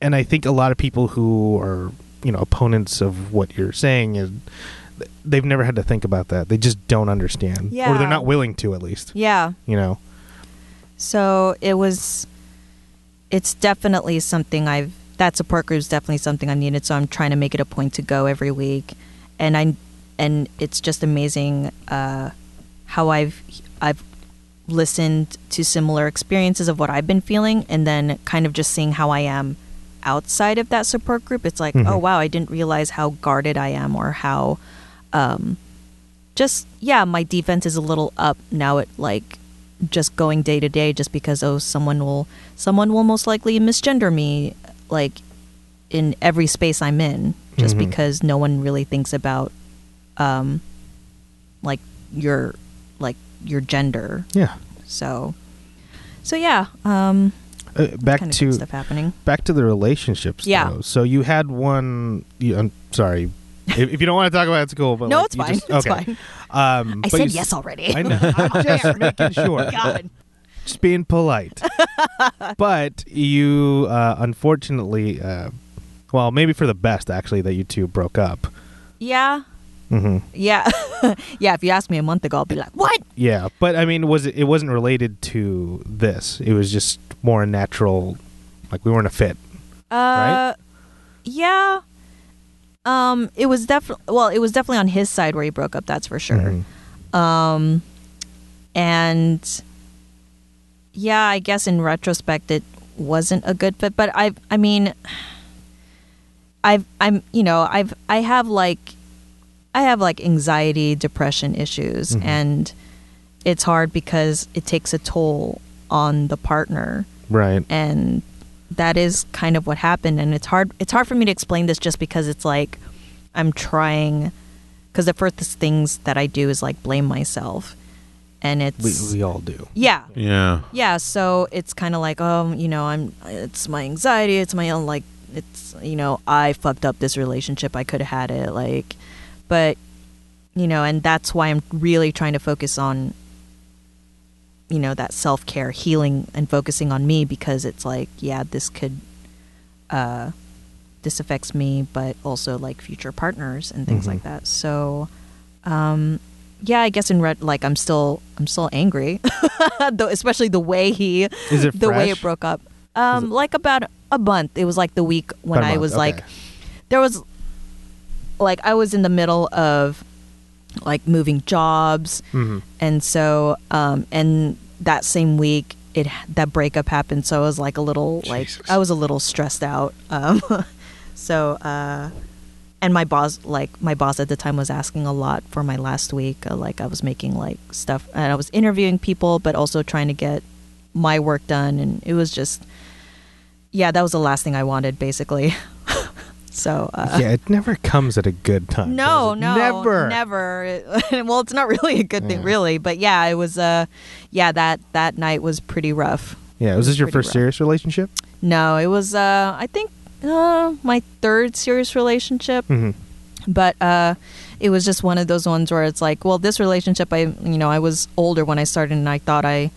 S4: and I think a lot of people who are you know opponents of what you're saying is th- they've never had to think about that. They just don't understand, or
S3: Yeah.
S4: they're not willing to at least.
S3: Yeah.
S4: You know,
S3: So it was, it's definitely something I've, that support group is definitely something I've needed. So I'm trying to make it a point to go every week. And I, and it's just amazing uh, how I've, I've listened to similar experiences of what I've been feeling and then kind of just seeing how I am outside of that support group. It's like,
S4: Mhm.
S3: oh, wow, I didn't realize how guarded I am or how, um, just yeah, my defense is a little up now. It like just going day to day, just because oh, someone will someone will most likely misgender me, like in every space I'm in, just
S4: Mhm.
S3: because no one really thinks about, um, like your like your gender.
S4: yeah.
S3: So, so yeah, um,
S4: Uh, back
S3: kind of
S4: to
S3: good stuff happening.
S4: back to the relationships.
S3: Yeah.
S4: though. So you had one. You, I'm
S3: *laughs*
S4: sorry. if, if you don't want to talk about it, it's cool. But
S3: No,
S4: like,
S3: it's
S4: you
S3: fine.
S4: just-
S3: It's
S4: okay.
S3: fine.
S4: Um,
S3: I
S4: but
S3: said
S4: you s-
S3: yes already.
S4: *laughs* I know.
S3: *laughs*
S4: I'm just making sure. *laughs*
S3: God.
S4: just
S3: *laughs*
S4: being polite. but you, uh, unfortunately, uh, well, maybe for the best, actually, that you two broke up.
S3: Yeah.
S4: hmm
S3: Yeah. *laughs* yeah. If you asked me a month ago, I'll be like, what?
S4: Yeah, but I mean, was it? It wasn't related to this. It was just more a natural, like we weren't a fit.
S3: Uh, Yeah. Um, it was definitely, well, it was definitely on his side where he broke up. That's for sure.
S4: Mhm.
S3: Um, and yeah, I guess in retrospect, it wasn't a good fit. But I, I mean, I've, I'm, you know, I've, I have like, I have like anxiety, depression issues,
S4: Mhm.
S3: and it's hard because it takes a toll on the partner
S4: Right.
S3: and that is kind of what happened and it's hard it's hard for me to explain this just because it's like i'm trying because the first things that i do is like blame myself and
S4: We,
S3: it's
S4: we all do.
S3: yeah
S2: yeah
S3: yeah so it's kind of like um you know i'm it's my anxiety it's my own like it's you know i fucked up this relationship i could have had it like but you know and that's why i'm really trying to focus on you know that self-care healing and focusing on me because it's like yeah this could uh this affects me but also like future partners and things
S4: Mhm.
S3: like that so um yeah, I guess in red, like I'm still, I'm still angry, Though, especially *laughs* the way he,
S4: Is it
S3: the way
S4: fresh?
S3: it broke up. Um, like about a month. It was like the week when
S4: About a
S3: I
S4: month,
S3: was
S4: okay.
S3: like, there was, like I was in the middle of, like moving jobs,
S4: Mhm.
S3: and so, um, and that same week it that breakup happened. So I was like a little,
S2: Jesus.
S3: like I was a little stressed out. Um, *laughs* so. Uh, and my boss like my boss at the time was asking a lot for my last week uh, like i was making like stuff and i was interviewing people but also trying to get my work done and it was just yeah that was the last thing i wanted basically *laughs* so uh
S4: *laughs* yeah, it never comes at a good time.
S3: no
S4: does it?
S3: no
S4: never,
S3: never *laughs* well it's not really a good thing
S4: Yeah.
S3: really but yeah it was uh yeah that that night was pretty rough
S4: Yeah, was this your
S3: Pretty
S4: first
S3: rough.
S4: serious relationship?
S3: no it was uh i think uh my third serious relationship
S4: Mm-hmm.
S3: but uh, it was just one of those ones where it's like, well, this relationship, I you know, I was older when I started, and I thought I,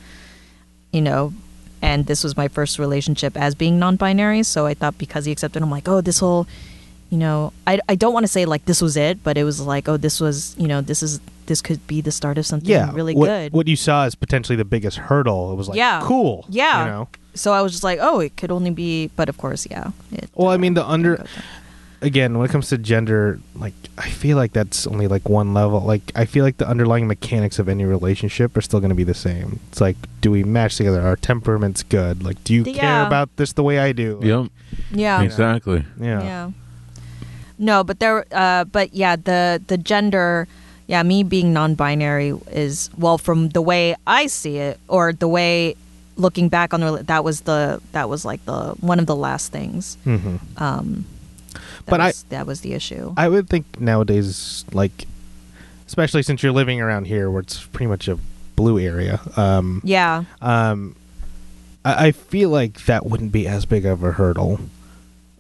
S3: you know, and this was my first relationship as being non-binary, so I thought because he accepted, I'm like, oh, this whole, you know, I I don't want to say like this was it, but it was like, oh, this was, you know, this is this could be the start of something
S4: Yeah,
S3: really
S4: what,
S3: good.
S4: What you saw is potentially the biggest hurdle. It was like,
S3: Yeah.
S4: cool,
S3: Yeah.
S4: you know.
S3: so I was just like, oh, it could only be, but of course, yeah. It, uh,
S4: Well, I mean, the under
S3: Okay.
S4: again when it comes to gender, like I feel like that's only like one level. Like I feel like the underlying mechanics of any relationship are still going to be the same. It's like, do we match together? Our temperaments good. Like, do you care
S3: Yeah.
S4: about this the way I do?
S2: Yep.
S3: yeah.
S2: Exactly.
S4: Yeah.
S3: Yeah. No, but there. Uh, but yeah, the the gender. Yeah, me being non-binary is well, from the way I see it, or the way looking back on the rela- that was the that was like the one of the last things.
S4: Mm-hmm.
S3: Um, that
S4: But I-
S3: was, that was the issue.
S4: I would think nowadays, like, especially since you're living around here where it's pretty much a blue area, um,
S3: yeah,
S4: um, I, I feel like that wouldn't be as big of a hurdle.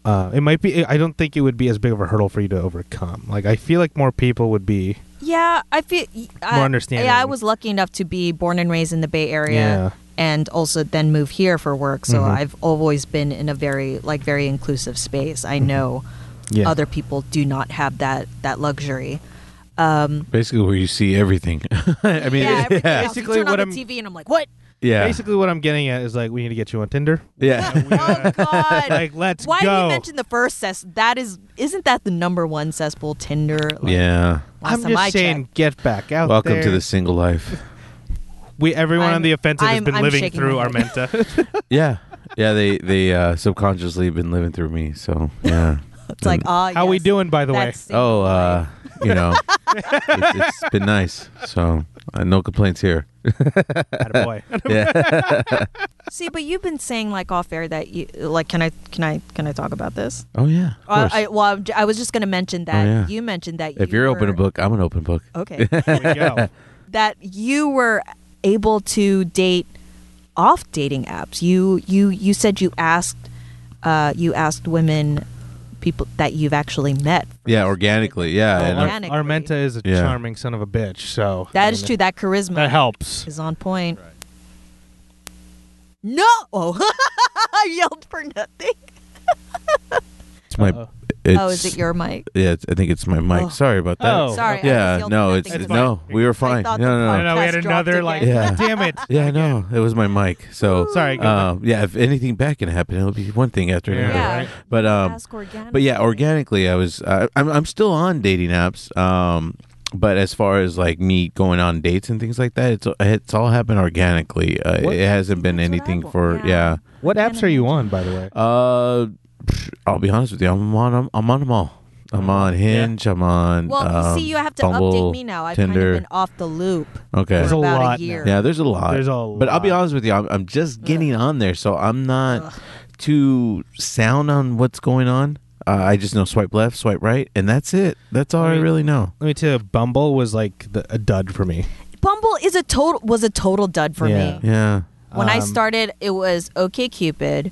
S4: Uh, it might be. I don't think it would be as big of a hurdle for you to overcome. Like, I feel like more people would be.
S3: yeah. I feel I,
S4: More understanding.
S3: Yeah, I was lucky enough to be born and raised in the Bay Area.
S4: Yeah.
S3: and also then move here for work. So
S4: Mhm.
S3: I've always been in a very like very inclusive space. I know
S4: Mm-hmm. Yeah.
S3: other people do not have that that luxury. Um,
S2: Basically, where you see everything. *laughs* I mean,
S3: yeah, everything else. You
S4: Basically
S3: turn on
S4: what I'm-
S3: the TV and I'm like,
S4: *laughs*
S3: what?
S2: yeah,
S4: Basically, what I'm getting at is like we need to get you on Tinder.
S2: yeah.
S3: *laughs* Oh God!
S4: Like, let's
S3: Why did
S4: go.
S3: you mention the first cess? That is, isn't that the number one cesspool Tinder? Like,
S2: *laughs* yeah.
S3: last
S4: I'm
S3: time I
S4: just
S3: checked.
S4: saying, get back out
S2: Welcome to
S4: there.
S2: the single
S3: *laughs*
S2: life.
S4: We everyone on
S3: I'm-
S4: the offensive has
S3: I'm-
S4: been
S3: I'm
S4: living
S3: shaking
S4: through
S3: my head.
S4: Armenta.
S3: *laughs*
S4: *laughs*
S2: Yeah, yeah. They they uh, subconsciously been living through me. So yeah.
S3: It's like, ah,
S4: How we
S3: yes,
S4: doing, by the way?
S3: that's *laughs* single
S2: Oh,
S3: life.
S2: uh,
S3: *laughs*
S2: you know, it's, it's been nice. So uh, no complaints here.
S4: *laughs* Attaboy.
S2: Yeah.
S3: See, but you've been saying like off air that you like. Can I? Can I? Can I talk about this?
S2: Oh yeah. Of
S3: Uh,
S2: course.
S3: I, well, I'm j- I was just going to mention that
S2: Oh, yeah.
S3: you mentioned that
S2: if
S3: you
S2: you're open
S3: were-
S2: a book, I'm an open book.
S3: okay,
S2: *laughs*
S4: There we go.
S3: that you were able to date off dating apps. You you you said you asked uh, you asked women people that you've actually met.
S2: Yeah, organically.
S3: Oh,
S2: Yeah.
S4: Well,
S2: and
S4: Ar-
S2: I-
S3: Organically.
S4: Armenta is a
S2: Yeah.
S4: charming son of a bitch, so
S3: That is true. That charisma *laughs*
S4: That helps.
S3: is on point. No, Oh. *laughs* I yelled for nothing.
S2: it's my.
S4: Uh-oh.
S2: It's,
S3: oh, is it your mic?
S2: Yeah, it's, I think it's my mic.
S3: Oh.
S2: Sorry about that.
S4: Oh.
S3: Sorry. I just
S2: Yeah.
S3: yelled
S2: No,
S3: for
S2: it's
S3: nothing.
S4: It's
S2: no.
S4: fine.
S2: We were
S3: I
S2: fine. No,
S3: thought the
S2: no,
S4: I
S2: no.
S4: know we had
S3: Podcast dropped
S4: another like.
S3: again.
S2: Yeah.
S4: Damn it!
S2: Yeah, no. It was my mic. So
S4: Sorry.
S2: Uh, yeah, if anything bad can happen, it'll be one thing after another.
S3: Yeah.
S4: right.
S2: But um,
S3: Ask organic.
S2: but yeah, organically, I was uh, I'm I'm still on dating apps. Um, but as far as like me going on dates and things like that, it's it's all happened organically. Uh,
S4: What?
S2: it hasn't been
S3: That's what
S2: anything
S3: I-
S2: for yeah.
S3: yeah.
S4: What apps are you on, by the way?
S2: Uh, pff, I'll be honest with you, I'm on I'm, I'm on them all. I'm on Hinge. I'm on.
S3: Uh-huh. Well,
S2: um,
S3: you see, you have to
S2: Bumble,
S3: update me now. I've kind
S2: Tinder.
S3: of been off the loop
S2: Okay.
S4: There's
S3: for
S4: a
S3: about
S4: lot
S3: a
S4: now.
S3: year.
S2: Yeah, there's a lot.
S4: There's a
S2: But I'll be
S4: lot.
S2: honest with you, I'm, I'm just getting on there, so I'm not too sound on what's going on. Uh, I just know swipe left, swipe right, and that's it. That's all I,
S4: mean-
S2: really know.
S4: Let me tell you, Bumble was like the, a dud for me.
S3: Bumble is a total was a total dud for
S4: Yeah.
S3: me.
S2: Yeah.
S3: When I
S4: Um,
S3: started, it was OK Cupid,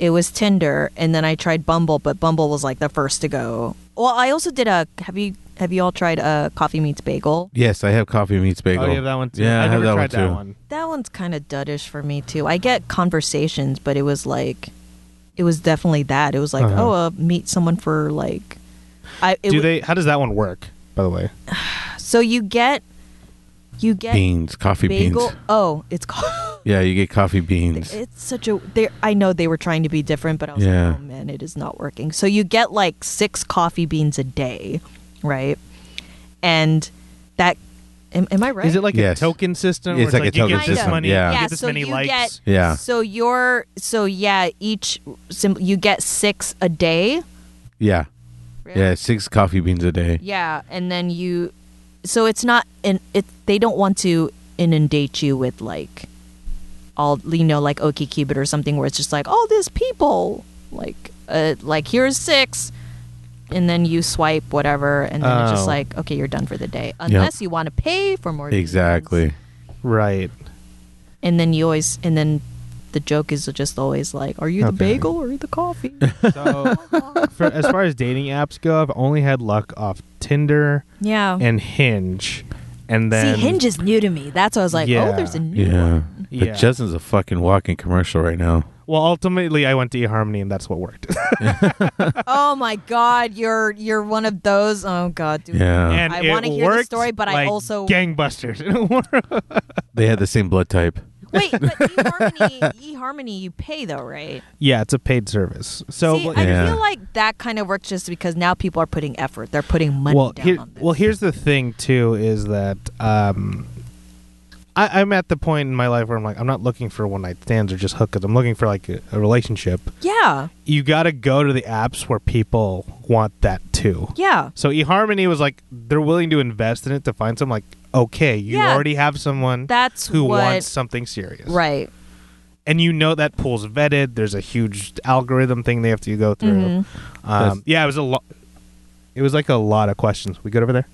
S3: it was Tinder, and then I tried Bumble, but Bumble was like the first to go. Well, I also did a have you have you all tried a Coffee Meets Bagel?
S2: Yes, I have coffee meets bagel.
S4: Oh, you have that one too.
S2: Yeah,
S4: I,
S2: I, have
S4: never
S2: that
S4: tried
S2: one too.
S4: that one.
S3: That one's kind of duddish for me too. I get conversations, but it was like it was definitely that. It was like,
S4: Uh-huh.
S3: oh, uh, meet someone for like I it
S4: Do
S3: w-
S4: they? How does that one work? By the way,
S3: So you get You get
S2: beans, coffee
S3: bagel.
S2: beans.
S3: Oh, it's called.
S2: Yeah, you get coffee beans.
S3: It's such a. They, I know they were trying to be different, but I was
S2: Yeah.
S3: like, oh man, it is not working. So you get like six coffee beans a day, right? And that. Am, am I right?
S4: Is it like
S2: Yes.
S4: a token system?
S2: It's
S4: where
S2: like a
S4: you get
S2: token
S4: this
S3: system,
S4: Money,
S2: yeah.
S4: You
S3: yeah,
S4: get this
S3: so
S4: many
S3: you
S4: likes.
S3: get
S2: Yeah.
S3: so you're so yeah each sim, you get six a day
S2: Yeah. Yeah, six coffee beans a day.
S3: yeah and then you so it's not and it they don't want to inundate you with like all you know like okcupid or something where it's just like all these people like uh, like here's six and then you swipe whatever and then it's just
S4: Oh.
S3: like okay you're done for the day unless you want to pay for more beans.
S2: Exactly.
S4: Right.
S3: and then you always and then the joke is just always like are you the
S4: Okay.
S3: bagel or the
S4: *laughs*
S3: coffee
S4: So, for, as far as dating apps go, I've only had luck off Tinder
S3: yeah
S4: and Hinge, and then
S3: See, Hinge is new to me. That's why I was like, oh,
S4: Yeah.
S3: there's a new
S2: Yeah.
S3: one.
S4: Yeah.
S2: But Justin's a fucking walking commercial right now.
S4: Well, ultimately, I went to eHarmony, and that's
S3: *laughs*
S4: what worked.
S3: Oh my God, you're you're one of those. Oh God, dude.
S2: Yeah.
S4: and
S3: I
S4: it
S3: wanna hear the
S4: worked
S3: story, but I
S4: like
S3: also-
S4: gangbusters. *laughs* It worked.
S2: They had the same blood type.
S3: Wait, but E eHarmony, eHarmony, you pay though, right?
S4: yeah, it's a paid service. So
S3: See,
S4: well,
S3: I
S2: Yeah.
S3: feel like that kind of works just because now people are putting effort. They're putting money
S4: well,
S3: down
S4: here-
S3: on this.
S4: well, here's the thing too is that um, I, I'm at the point in my life where I'm like, I'm not looking for one night stands or just hookups. I'm looking for like a, a relationship.
S3: yeah,
S4: You got to go to the apps where people want that too.
S3: yeah.
S4: So eHarmony was like, they're willing to invest in it to find some like, okay, you
S3: Yeah.
S4: already have someone
S3: That's
S4: who
S3: what.
S4: wants something serious,
S3: right.
S4: and you know that pool's vetted. There's a huge algorithm thing they have to go
S3: Mm-hmm.
S4: through.
S2: That's-
S4: Um, yeah, it was a lot. It was like a lot of questions. We good over there?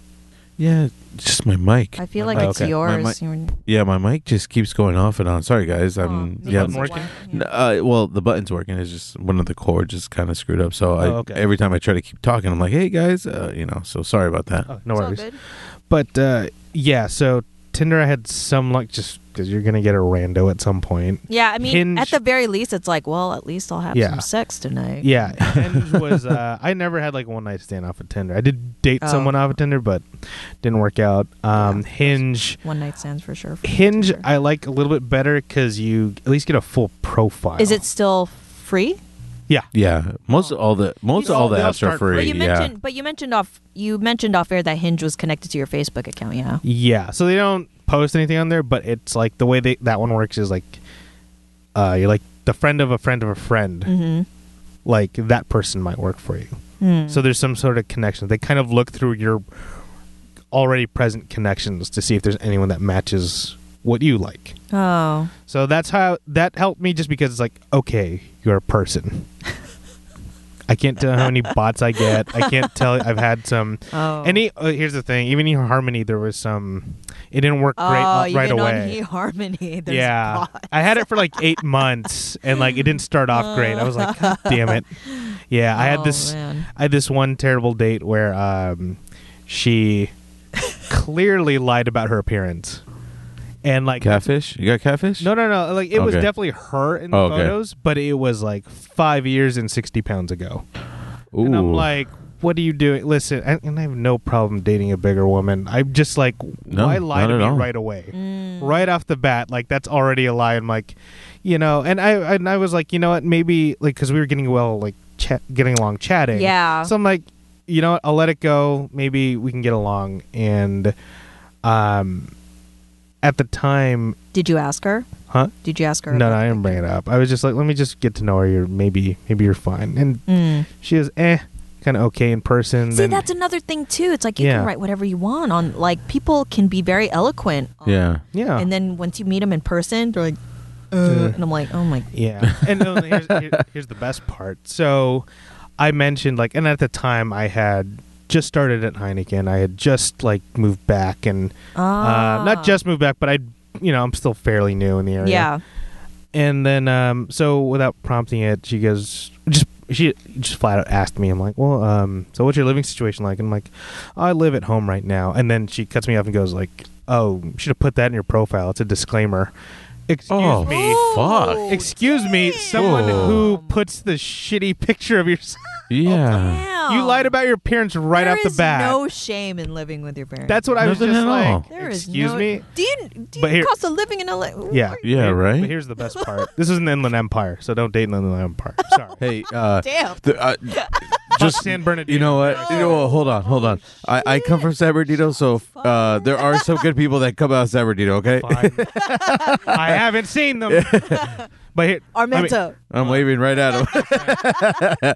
S2: Yeah, it's just my mic.
S3: I feel
S4: My
S3: like
S4: mic-
S3: it's
S4: okay.
S3: yours.
S2: mic-
S3: You're-
S2: yeah, my mic just keeps going off and on. Sorry guys. I'm
S3: oh,
S2: yeah.
S4: button working?
S2: N- Uh, well, the button's working. It's just one of the cords is kind of screwed up. So I,
S4: Oh, okay.
S2: every time I try to keep talking, I'm like, "Hey guys, uh, you know." So sorry about that.
S4: Oh, no worries. But uh, yeah, so Tinder, I had some luck just because you're gonna get a rando at some point.
S3: Yeah, I mean,
S4: Hinge-
S3: at the very least, it's like, well, at least I'll have
S4: Yeah.
S3: some sex tonight.
S4: Yeah, Hinge was. Uh, I never had like a one night stand off of Tinder. I did date
S3: Oh.
S4: someone off of Tinder, but didn't work out. Um,
S3: Yeah.
S4: Hinge.
S3: One night stands for sure.
S4: Hinge, I like a little bit better because you at least get a full profile.
S3: Is it still free?
S4: Yeah.
S2: Yeah, most of all the most
S4: You
S2: of all the
S4: know,
S2: apps
S4: they'll
S2: are
S4: start free.
S3: But
S2: free.
S3: you
S2: Yeah,
S3: mentioned, but you mentioned off, you mentioned off air that Hinge was connected to your Facebook account. Yeah.
S4: Yeah. So they don't post anything on there, but it's like the way they, that one works is like, uh, you're like the friend of a friend of a friend.
S3: Mm-hmm. Hmm.
S4: Like that person might work for you.
S3: Mm.
S4: So there's some sort of connection. They kind of look through your already present connections to see if there's anyone that matches what you like.
S3: oh,
S4: So that's how that helped me just because it's like, okay, you're
S3: *laughs*
S4: a person. I can't tell how many bots I get. I can't tell. I've had some.
S3: oh,
S4: Any uh, here's the thing. Even in Harmony, there was some. It didn't work
S3: oh,
S4: great uh, right
S3: even *laughs*
S4: away.
S3: on eHarmony. There's
S4: yeah,
S3: bots.
S4: I had it for like
S3: *laughs*
S4: eight months, and like it didn't start off great. I was like, God damn it. Yeah, I
S3: Oh,
S4: had this.
S3: man.
S4: I had this one terrible date where um,
S3: *laughs*
S4: she clearly lied about her appearance, and like
S2: catfish. You got catfish?
S4: no, no, no. Like it was
S2: Okay.
S4: definitely her in the
S2: Oh, okay.
S4: photos, but it was like five years and sixty pounds ago.
S2: Ooh.
S4: And I'm like, what are you doing? Listen, I, and I have no problem dating a bigger woman. I'm just like,
S2: No,
S4: why lie
S2: not
S4: to
S2: at
S4: me
S2: all.
S4: right away,
S3: Mm.
S4: right off the bat? Like that's already a lie. I'm like, you know, and I and I was like, you know what? Maybe like because we were getting well, like chat, getting along, chatting.
S3: Yeah.
S4: So I'm like, you know what? I'll let it go. Maybe we can get along. And, um, at the time,
S3: Did you ask her?
S4: huh?
S3: Did you ask her?
S4: No, no,
S3: about
S4: I
S3: the
S4: didn't bring it
S3: picture?
S4: up. I was just like, let me just get to know her. You're maybe, maybe you're fine. And
S3: Mm.
S4: she was eh, kind of okay in person.
S3: See,
S4: then,
S3: that's another thing too. It's like you
S4: Yeah.
S3: can write whatever you want on. Like people can be very eloquent. On,
S2: Yeah.
S4: yeah,
S3: And then once you meet them in person, they're like, uh, and I'm like, oh my.
S4: yeah. *laughs* And no, here's, here- here's the best part. So, I mentioned like, and at the time I had just started at Heineken. I had just like moved back, and
S3: Ah.
S4: uh, not just moved back, but I, you know, I'm still fairly new in the area.
S3: Yeah.
S4: And then, um, so without prompting it, she goes, just she just flat out asked me. I'm like, well, um, so what's your living situation like? And I'm like, I live at home right now. And then she cuts me off and goes like, oh, you should have put that in your profile. It's a disclaimer. Excuse
S2: Oh.
S4: me.
S2: fuck.
S4: Excuse me, someone
S2: Whoa.
S4: who puts the shitty picture of yourself. Oh,
S2: Yeah.
S3: Wow.
S4: You lied about your appearance right
S3: There
S4: off the
S3: is
S4: bat.
S3: no shame in living with your parents.
S4: That's what I was
S2: Nothing
S4: just
S2: at
S4: like.
S2: all.
S3: There is
S4: Excuse
S3: no- *laughs*
S4: me.
S3: Do you do you
S4: But here-
S3: cost a living in LA?
S4: Yeah.
S2: Yeah,
S4: Here-
S2: right?
S4: But here's the best part. this is an Inland Empire, so don't date Inland
S3: *laughs*
S4: Empire. Sorry.
S2: Hey, uh,
S4: Oh,
S3: Damn.
S2: the, uh,
S4: *laughs* Just San Bernardino.
S2: You know
S4: Oh,
S2: what? You know what? Hold on, hold on. I, I come from San Bernardino, so uh, there are some good people that come out of San Bernardino. Okay,
S4: Fine. I haven't
S2: *laughs*
S4: seen them. but here, let me-
S3: Armento.
S2: I'm waving right at
S4: *laughs*
S2: them.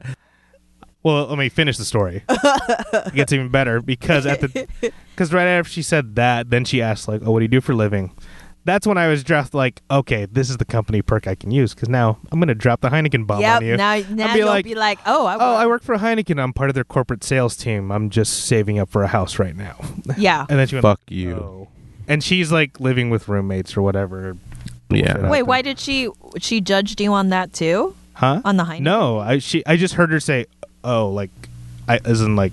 S4: well, let me finish
S3: *laughs*
S4: the story. it gets even better because at the because right after she said that, then she asked like, "Oh, what do you do for a living?" That's when I was drafted like, "Okay, this is the company perk I can use because now I'm gonna drop the Heineken bomb
S3: yep.
S4: on you."
S3: Now now
S4: be
S3: you'll
S4: like,
S3: be like, oh, I,
S4: Oh, I work for Heineken. I'm part of their corporate sales team. I'm just saving up for a house right now.
S3: Yeah.
S4: And then she
S2: *laughs*
S4: went,
S2: Fuck you.
S4: "Oh." And she's like living with roommates or
S2: Yeah.
S4: whatever. Bullshit
S3: Wait,
S4: happened.
S3: why did she she judged you on that too?
S4: Huh?
S3: On the Heineken?
S4: No, I she I just heard her say, "Oh, like I as in like,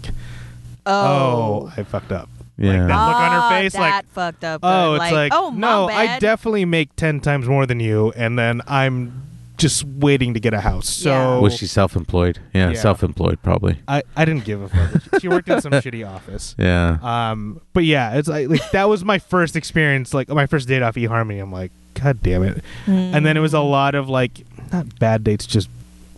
S4: oh, I fucked up."
S2: Yeah.
S4: Like that look on her
S3: Ah,
S4: face
S3: that
S4: like,
S3: fucked up.
S4: "Oh,
S3: They're
S4: it's like,
S3: oh, my
S4: no, I
S3: bad."
S4: definitely make 10 times more than you and then I'm just waiting to get a house." So
S2: Was she self-employed? Yeah,
S4: Yeah.
S2: self-employed probably.
S4: I I didn't give
S3: *laughs*
S4: a fuck. she worked in some shitty office.
S2: Yeah.
S4: Um, but yeah, it's like, like that was my first experience, like my first date off eHarmony. I'm like, God damn it! And then it was a
S3: Mm.
S4: lot of like, not bad dates, just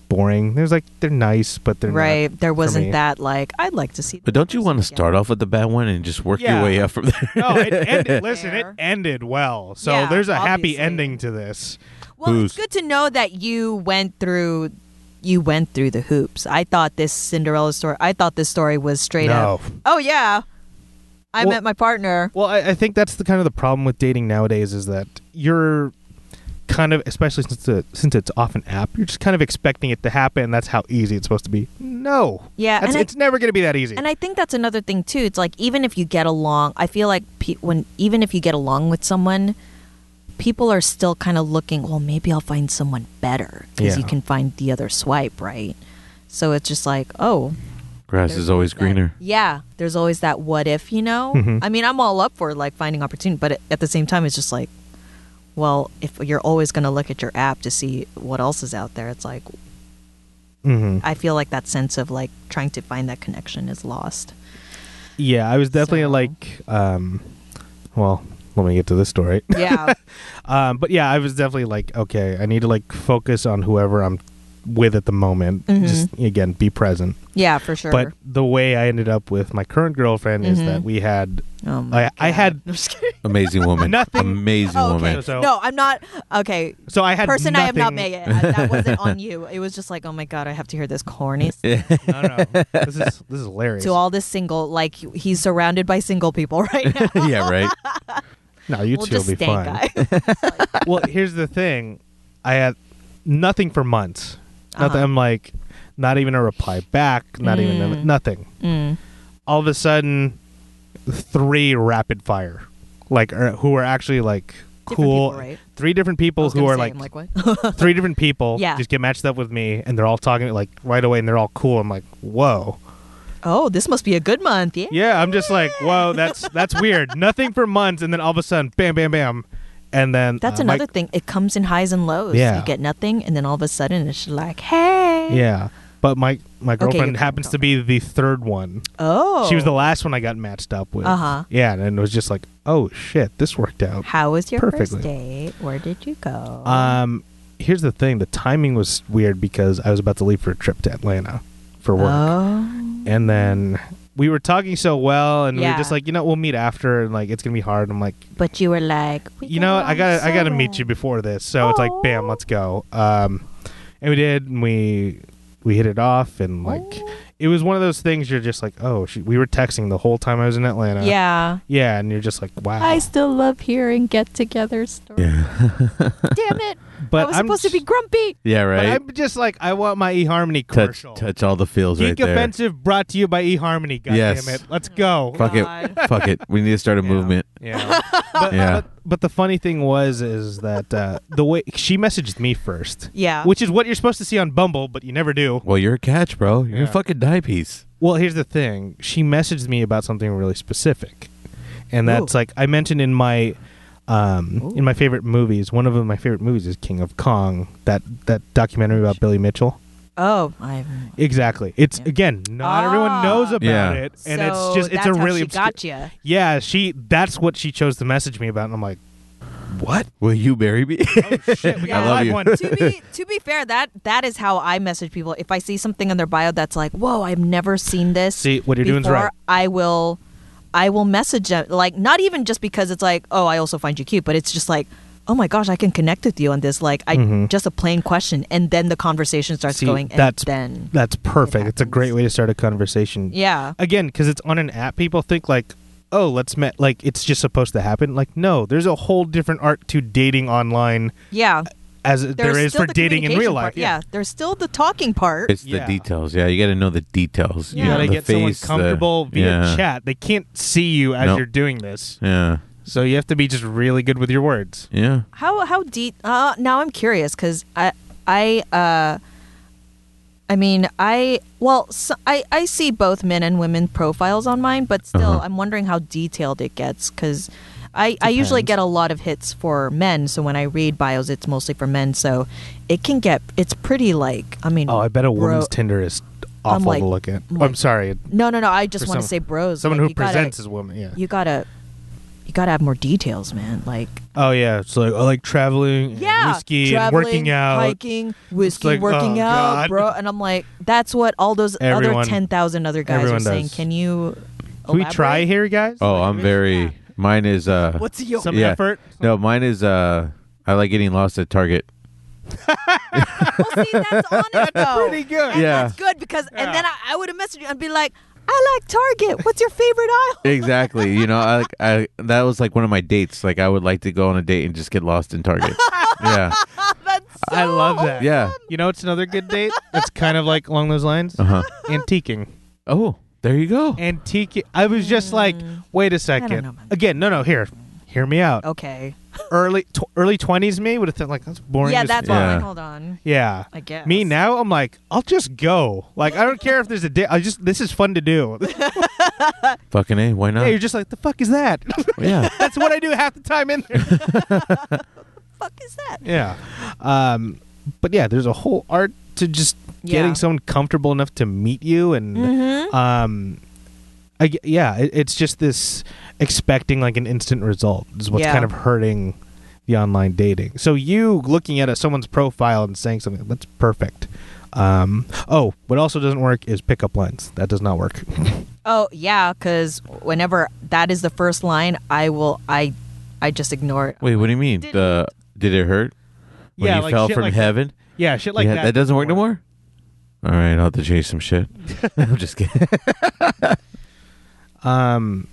S4: boring. There's like they're nice, but they're not
S3: right. There
S4: for me.
S3: wasn't that like I'd like to see.
S2: But don't you want to start off with the bad one and just work
S4: Yeah.
S2: your way up from there?
S4: No, it
S3: *laughs*
S4: ended, listen, it
S3: Fair.
S4: ended well. So
S3: Yeah,
S4: there's a happy
S3: obviously.
S4: ending to this.
S3: Well,
S2: Who's-
S3: it's good to know that you went through you went through the hoops. I thought this Cinderella story. I thought this story was straight
S4: No.
S3: up. Oh yeah, I
S4: Well-
S3: met my partner.
S4: Well, I, I think that's the kind of the problem with dating nowadays is that you're kind of, especially since the, since it's off an app, you're just kind of expecting it to happen. and That's how easy it's supposed to be. No,
S3: Yeah,
S4: That's-
S3: and I-
S4: it's never going to be that easy.
S3: And I think that's another thing too. It's like even if you get along, I feel like pe- when even if you get along with someone, people are still kind of looking. Well, maybe I'll find someone better because
S4: Yeah.
S3: you can find the other swipe, right? So it's just like, oh,
S2: *laughs* Grass is always greener.
S3: That- yeah, there's always that what if, you know?
S4: Mm-hmm.
S3: I mean, I'm all up for like finding opportunity, but at the same time, it's just like, well, if you're always going to look at your app to see what else is out there, it's like,
S4: Mhm.
S3: I feel like that sense of like trying to find that connection is
S4: *laughs*
S3: lost.
S4: Yeah, I was definitely
S3: So-
S4: like, um, well, let me get to this story.
S3: Yeah.
S4: Um, but yeah, I was definitely like, okay, I need to like focus on whoever I'm with at the moment.
S3: Mhm.
S4: Just again, be present.
S3: yeah, for sure.
S4: But the way I ended up with my current girlfriend is
S3: Mhm.
S4: that we had
S3: oh my
S4: I, I
S3: God. *laughs*
S4: had
S3: I'm just kidding.
S2: Amazing woman.
S4: *laughs* Nothing-
S2: Amazing
S3: Oh, okay.
S2: woman.
S4: So-
S3: no, I'm not. Okay.
S4: so I had
S3: Person, I am not
S4: nothing-
S3: Megan. I- That wasn't on you. It was just like, oh my God, I have to hear this corny.
S4: *laughs* No, no, this is
S3: *laughs*
S4: this is hilarious.
S3: To all this single, like he's surrounded by single people *laughs*
S4: *laughs*
S3: right now.
S2: *laughs* yeah, right.
S4: no, you
S3: we'll
S4: two will
S3: just
S4: be
S3: stank
S4: fine.
S3: guy.
S4: well, here's the thing. I had nothing for months. Nothing.
S3: Uh-huh.
S4: I'm like, not even a reply back. Not even a,
S3: Mm.
S4: nothing.
S3: *laughs* Mm.
S4: All of a sudden, three rapid fire, like er, who are actually like
S3: Different
S4: cool.
S3: people, right?
S4: Three different
S3: I
S4: people
S3: was
S4: who
S3: gonna
S4: are
S3: say,
S4: like,
S3: I'm like what? *laughs*
S4: three different people.
S3: Yeah.
S4: just get matched up with me, and they're all talking like right away, and they're all cool. I'm like, whoa.
S3: oh, this must be a good month. Yeah.
S4: Yeah, I'm just like, whoa, that's that's weird. Nothing for months, and then all of a sudden, bam, bam, bam, and then
S3: That's
S4: uh, my-
S3: another thing. It comes in highs and lows.
S4: Yeah.
S3: You get nothing, and then all of a sudden it's like, hey.
S4: Yeah. But my my
S3: Okay,
S4: girlfriend
S3: your
S4: happens to be the third one.
S3: Oh.
S4: She was the last one I got matched up with.
S3: Uh-huh.
S4: Yeah, and it was just like, oh shit, this worked out.
S3: How was your
S4: Perfectly.
S3: first date? Where did you go?
S4: Um, here's the thing: the timing was weird because I was about to leave for a trip to Atlanta for work,
S3: Oh.
S4: and then we were talking so well, and we were
S3: Yeah.
S4: just like, you know, we'll meet after, and like it's gonna be hard. I'm like,
S3: But you were like, we
S4: you know,
S3: get
S4: I gotta
S3: along
S4: I
S3: so
S4: gotta
S3: well.
S4: meet you before this. So it's like, bam,
S3: Aw.
S5: Oh.
S4: let's go. Um, and we did, and we we hit it off, and like it was one of those things you're just like, oh, she, we were texting the whole time I was in Atlanta.
S3: Yeah.
S4: yeah, and you're just like, wow.
S5: I still love hearing get together stories.
S2: Yeah. *laughs*
S5: Damn it.
S4: but
S5: I was
S4: I'm
S5: supposed to
S4: s-
S5: be grumpy.
S2: Yeah,
S4: But
S2: right.
S4: I'm just like, I want my eHarmony
S2: Touch,
S4: commercial.
S2: touch all the feels
S4: Geek
S2: right there.
S4: Offensive brought to you by eHarmony. God
S2: Yes.
S4: damn it, let's go.
S2: *laughs* Fuck it. Fuck it. We need to start a
S4: *laughs* Yeah.
S2: movement.
S4: Yeah.
S5: *laughs*
S4: But,
S2: Yeah.
S4: *laughs* But, but the funny thing was is that uh, the way she messaged me first,
S3: Yeah.
S4: which is what you're supposed to see on Bumble, but you never do.
S2: Well, you're a catch, bro. You're
S4: Yeah.
S2: a fucking die piece.
S4: Well, here's the thing. She messaged me about something really specific, and that's
S3: Ooh.
S4: like I mentioned in my um,
S3: Ooh.
S4: in my favorite movies. One of my favorite movies is King of Kong. That that documentary about Billy Mitchell.
S3: Oh, I.
S4: Exactly. It's
S3: Yeah.
S4: again, not
S3: Ah.
S4: everyone knows about
S2: Yeah.
S4: it, and
S3: so
S4: it's just it's
S3: that's
S4: a
S3: how
S4: really
S3: she
S4: obscu-
S3: got you.
S4: yeah. She that's what she chose to message me about, and I'm like, what?
S2: Will you marry me? *laughs*
S4: Shit,
S3: Yeah.
S4: we got
S3: I love
S4: live
S2: you.
S4: one.
S3: to
S4: *laughs*
S3: be to be fair, that that is how I message people. If I see something in their bio that's like, "Whoa, I've never seen this,"
S4: See, what you're
S3: before,
S4: doing's right.
S3: I will, I will message them. Like, not even just because it's like, "Oh, I also find you cute," but it's just like, "Oh my gosh, I can connect with you on this." Like, I just a plain question, and then the conversation starts
S4: Mm-hmm. See,
S3: going, and
S4: that's-
S3: then
S4: That's perfect. it's a great
S3: happens.
S4: way to start a conversation.
S3: yeah,
S4: Again, because it's on an app, people think like, oh, let's met. Like it's just supposed to happen. Like no, there's a whole different art to dating online
S3: yeah.
S4: as there
S3: There's
S4: is
S3: still
S4: for
S3: the
S4: dating in
S3: communication
S4: real life.
S3: part. Yeah. there's still the talking part.
S2: It's
S4: Yeah.
S2: the details. Yeah, you got to know the details.
S4: You
S3: Yeah.
S4: gotta
S2: the
S4: get someone
S2: face, the-
S4: comfortable via
S2: yeah.
S4: chat. They can't see you as
S2: Nope.
S4: you're doing this,
S2: Yeah,
S4: so you have to be just really good with your words.
S2: yeah.
S3: How how deep? Uh, now I'm curious because I I uh, I mean I well so, I I see both men and women profiles on mine, but still
S2: Uh-huh.
S3: I'm wondering how detailed it gets because I I usually
S4: Depends.
S3: get a lot of hits for men. So when I read bios, it's mostly for men. So it can get it's pretty like I mean
S4: Oh, I bet a woman's
S3: bro-
S4: Tinder is awful
S3: like-
S4: to look at.
S3: I'm
S4: Oh, I'm,
S3: like-
S4: sorry,
S3: no no no I just
S4: for
S3: want to
S4: some-
S3: say bros
S4: someone
S3: like,
S4: who
S3: you gotta-
S4: presents as woman. Yeah.
S3: you gotta you gotta have more details, man. Like
S4: oh yeah, it's like I like traveling, and
S3: yeah,
S4: whiskey, and
S3: traveling,
S4: working out.
S3: hiking, whiskey,
S4: like,
S3: working
S4: oh,
S3: out,
S4: God.
S3: bro. And I'm like, that's what all those
S4: Everyone-
S3: other ten thousand other guys are
S4: everyone
S3: saying.
S4: does.
S3: Can you?
S4: Can we try
S3: elaborate?
S4: here, guys?
S2: Oh, I'm very. Mine is uh.
S3: What's your?
S4: some
S2: Yeah.
S4: effort.
S2: no, mine is uh. I like getting lost at Target.
S3: well, see,
S4: *laughs*
S3: that's on it though.
S4: Pretty good.
S3: And
S2: Yeah.
S3: that's good because,
S4: Yeah.
S3: and then I, I would have messaged you and be like, I like Target. What's your favorite aisle?
S4: *laughs*
S2: Exactly. You know, I, like- I that was like one of my dates. Like I would like to go on a date and just get lost in
S4: *laughs*
S2: Target. yeah.
S3: that's so
S4: I love that.
S2: Yeah.
S4: You know, it's another good date. It's kind of like along those lines.
S2: Uh-huh.
S4: Antiquing.
S2: Oh, there you go.
S4: Antique. I was just like, wait a second.
S3: Mm. know about that.
S4: Again, no, no. Here, hear me out.
S3: okay.
S4: Early, tw- early twenties. Me would have thought like that's boring.
S3: Yeah,
S4: as
S3: that's
S4: fuck.
S3: fine.
S2: Yeah.
S3: Hold on.
S4: yeah.
S3: I guess
S4: Me now, I'm like, I'll just go. Like, I don't care if there's a date. I just, this is fun to do. *laughs*
S2: Fucking A, why
S4: yeah,
S2: not?
S4: you're just like, the fuck is that? *laughs*
S2: Yeah.
S4: That's what I do half the time in there.
S3: Fuck is that?
S4: yeah. Um, but yeah, there's a whole art to just
S3: Yeah.
S4: getting someone comfortable enough to meet you and
S3: Mm-hmm.
S4: um I, g- yeah, it, it's just this expecting like an instant result is what's
S3: Yeah.
S4: kind of hurting the online dating. So you looking at a, someone's profile and saying something that's perfect. Um, oh, what also doesn't work is pickup lines. That does not work. *laughs*
S3: Oh yeah, because whenever that is the first line, I will I I just ignore it.
S2: Wait, what do you mean?
S3: Did-
S2: The did it hurt when
S4: Yeah,
S2: you
S4: like
S2: fell
S4: shit
S2: from
S4: like that.
S2: heaven?
S4: yeah, shit like
S2: yeah,
S4: that.
S2: that doesn't work no more. All right, I'll have to chase some
S4: *laughs*
S2: shit. I'm just kidding.
S4: Um,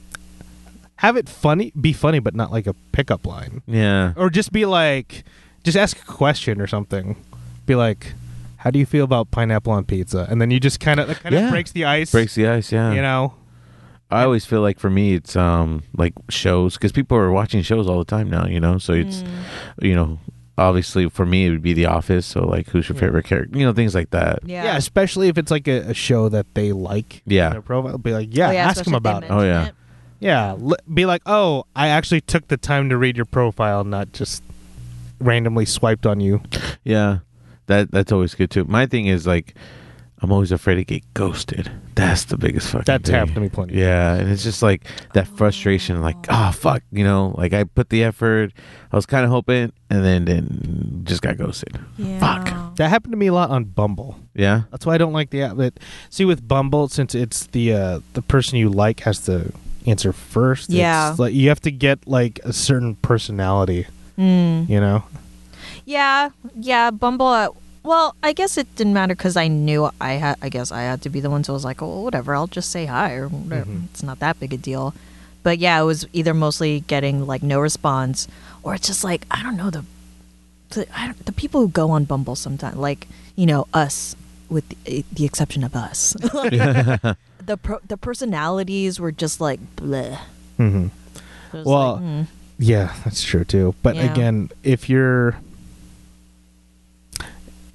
S4: have it funny, be funny, but not like a pickup line,
S2: Yeah.
S4: or just be like, just ask a question or something. Be like, how do you feel about pineapple on pizza? And then you just kind of that kind of
S2: Yeah.
S4: breaks the ice.
S2: Breaks the ice, yeah.
S4: you know.
S2: I always feel like for me, it's um like shows because people are watching shows all the time now, you know. So it's,
S3: Mm,
S4: Mm.
S2: you know, obviously for me it would be The Office. So like, who's your
S4: Yeah.
S2: favorite character? You know, things like that.
S4: Yeah. especially if it's like a, a show that they like.
S2: Yeah.
S4: their profile. Be like, yeah,
S3: Oh,
S4: ask them
S3: especially if they
S4: about it.
S2: Oh, yeah.
S3: mention
S4: Yeah, l- be like, oh, I actually took the time to read your profile, not just randomly swiped on you.
S2: Yeah, that that's always good too. My thing is like, I'm always afraid to get ghosted. That's the biggest fucking.
S4: That's
S2: thing.
S4: happened to me plenty.
S2: Yeah, and it's just like that frustration, like oh fuck, you know, like I put the effort, I was kind of hoping, and then then just got ghosted.
S3: Yeah.
S2: Fuck.
S4: That happened to me a lot on Bumble.
S2: Yeah,
S4: That's why I don't like the app. But see, with Bumble, since it's the uh, the person you like has to answer first.
S3: Yeah.
S4: it's like you have to get like a certain personality.
S3: Mm.
S4: You know,
S3: Yeah, yeah. Bumble. Uh, well, I guess it didn't matter because I knew I had. I guess I had to be the one. So I was like, oh, whatever. I'll just say hi. Or whatever.
S4: Mhm.
S3: It's not that big a deal. But yeah, it was either mostly getting like no response, or it's just like I don't know the the, I don't, the people who go on Bumble sometimes, like you know us, with the, eh, the exception of us, *laughs* the pro, the personalities were just like bleh.
S4: mm-hmm.
S3: It was
S4: Well,
S3: like, mm.
S4: yeah, that's true too. But
S3: Yeah.
S4: again, if you're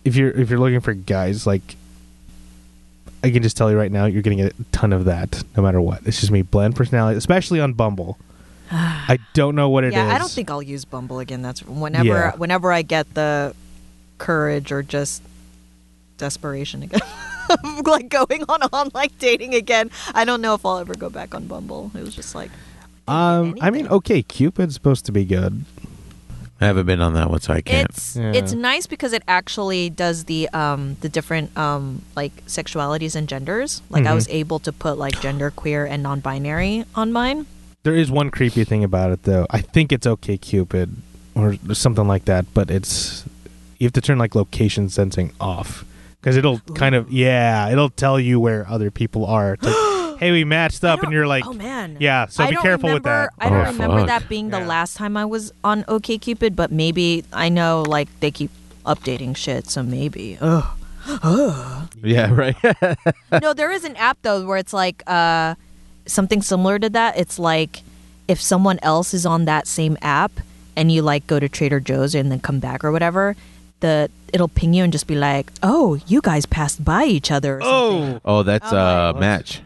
S4: if you're if you're looking for guys, like I can just tell you right now, you're getting a ton of that, no matter what. It's just me, bland personality, especially
S3: *sighs*
S4: on Bumble. I don't know what it is.
S3: yeah, I don't think I'll use Bumble again. That's whenever
S4: Yeah.
S3: whenever I get *laughs* the courage or just desperation again. of, like going on online dating again. I don't know if I'll ever go back on Bumble. It was just like
S4: Um, I mean,
S3: anything.
S4: okay, Cupid's supposed to be good.
S2: I haven't been on that one, so I can't.
S3: it's
S4: Yeah.
S3: it's nice because it actually does the um the different um like sexualities and genders. Like
S4: Mm-hmm.
S3: I was able to put like gender queer and non-binary on mine.
S4: There is one creepy thing about it, though. I think it's okay, Cupid, or something like that. But it's you have to turn like location sensing off because it'll kind of yeah, it'll tell you where other people are. It's
S3: *gasps*
S4: like, hey, we matched
S3: I
S4: up, and
S3: don't-
S4: you're like,
S3: oh man,
S4: yeah. So
S3: I
S4: be
S3: don't
S4: careful with
S3: remember-
S4: that.
S3: I don't
S2: Oh,
S3: remember
S2: fuck.
S3: that being the
S4: Yeah.
S3: last time I was on OKCupid, but maybe I know like they keep updating shit, so maybe.
S2: *laughs*
S3: Ugh.
S2: *laughs*
S3: *laughs*
S2: yeah, right.
S3: Oh, no, there is an app though where it's like uh, something similar to that. It's like if someone else is on that same app and you like go to Trader Joe's and then come back or whatever, the it'll ping you and just be like, "Oh, you guys passed by each other." Or something.
S4: Oh,
S2: oh, that's
S3: Oh, my
S2: uh,
S4: God.
S2: match.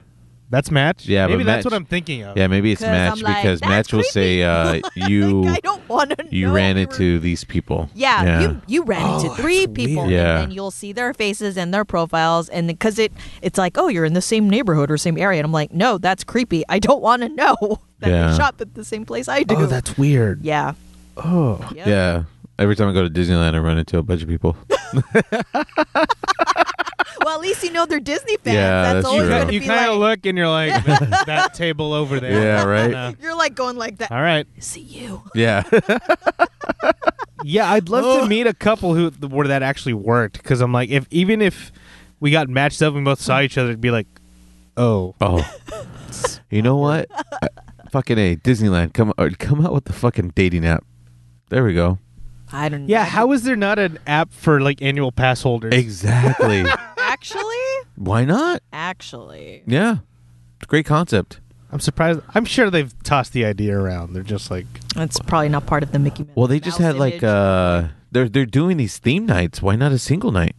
S4: that's match.
S2: Yeah, but
S4: maybe that's
S2: match-
S4: what I'm thinking of.
S2: Yeah, maybe it's
S3: 'Cause
S2: match
S3: I'm like,
S2: because
S3: "That's
S2: match will say
S3: *laughs*
S2: uh, you
S3: I don't want to.
S2: you ran into these people.
S3: Yeah, you you ran into
S4: Oh,
S3: three
S4: that's
S3: people,
S4: weird.
S2: Yeah.
S3: and then you'll see their faces and their profiles, and because it it's like, oh, you're in the same neighborhood or same area, and I'm like, no, that's creepy. I don't want to know *laughs* that
S2: Yeah.
S3: they shop at the same place I do.
S4: Oh, that's weird.
S3: yeah,
S4: Oh,
S3: Yep.
S2: yeah. Every time I go to Disneyland, I run into a bunch of people.
S3: Well, at least you know they're Disney fans.
S2: Yeah,
S3: that's,
S2: that's
S3: always
S2: true.
S3: going to
S4: you
S3: be
S4: kind of
S3: like,
S4: look and
S3: *laughs*
S4: you're like that table over there.
S2: yeah, right.
S3: you're like going like that.
S4: All right.
S3: See you.
S2: Yeah, *laughs*
S4: Yeah, I'd love to meet a couple who where that actually worked because I'm like, if even if we got matched up and both saw each other, it'd be like, oh,
S2: Oh, *laughs* you know what? I- fucking a Disneyland. Come or come out with the fucking dating app. There we go.
S3: I don't.
S4: yeah. How is there not an app for like annual pass holders?
S2: Exactly.
S3: actually
S2: *laughs* Why not?
S3: actually?
S2: Yeah, great concept.
S4: I'm surprised. I'm sure they've tossed the idea around. They're just like,
S3: That's probably not part of the Mickey.
S2: Well, they just
S3: Mouse
S2: had like
S3: image.
S2: uh, they're they're doing these theme nights. Why not a single night?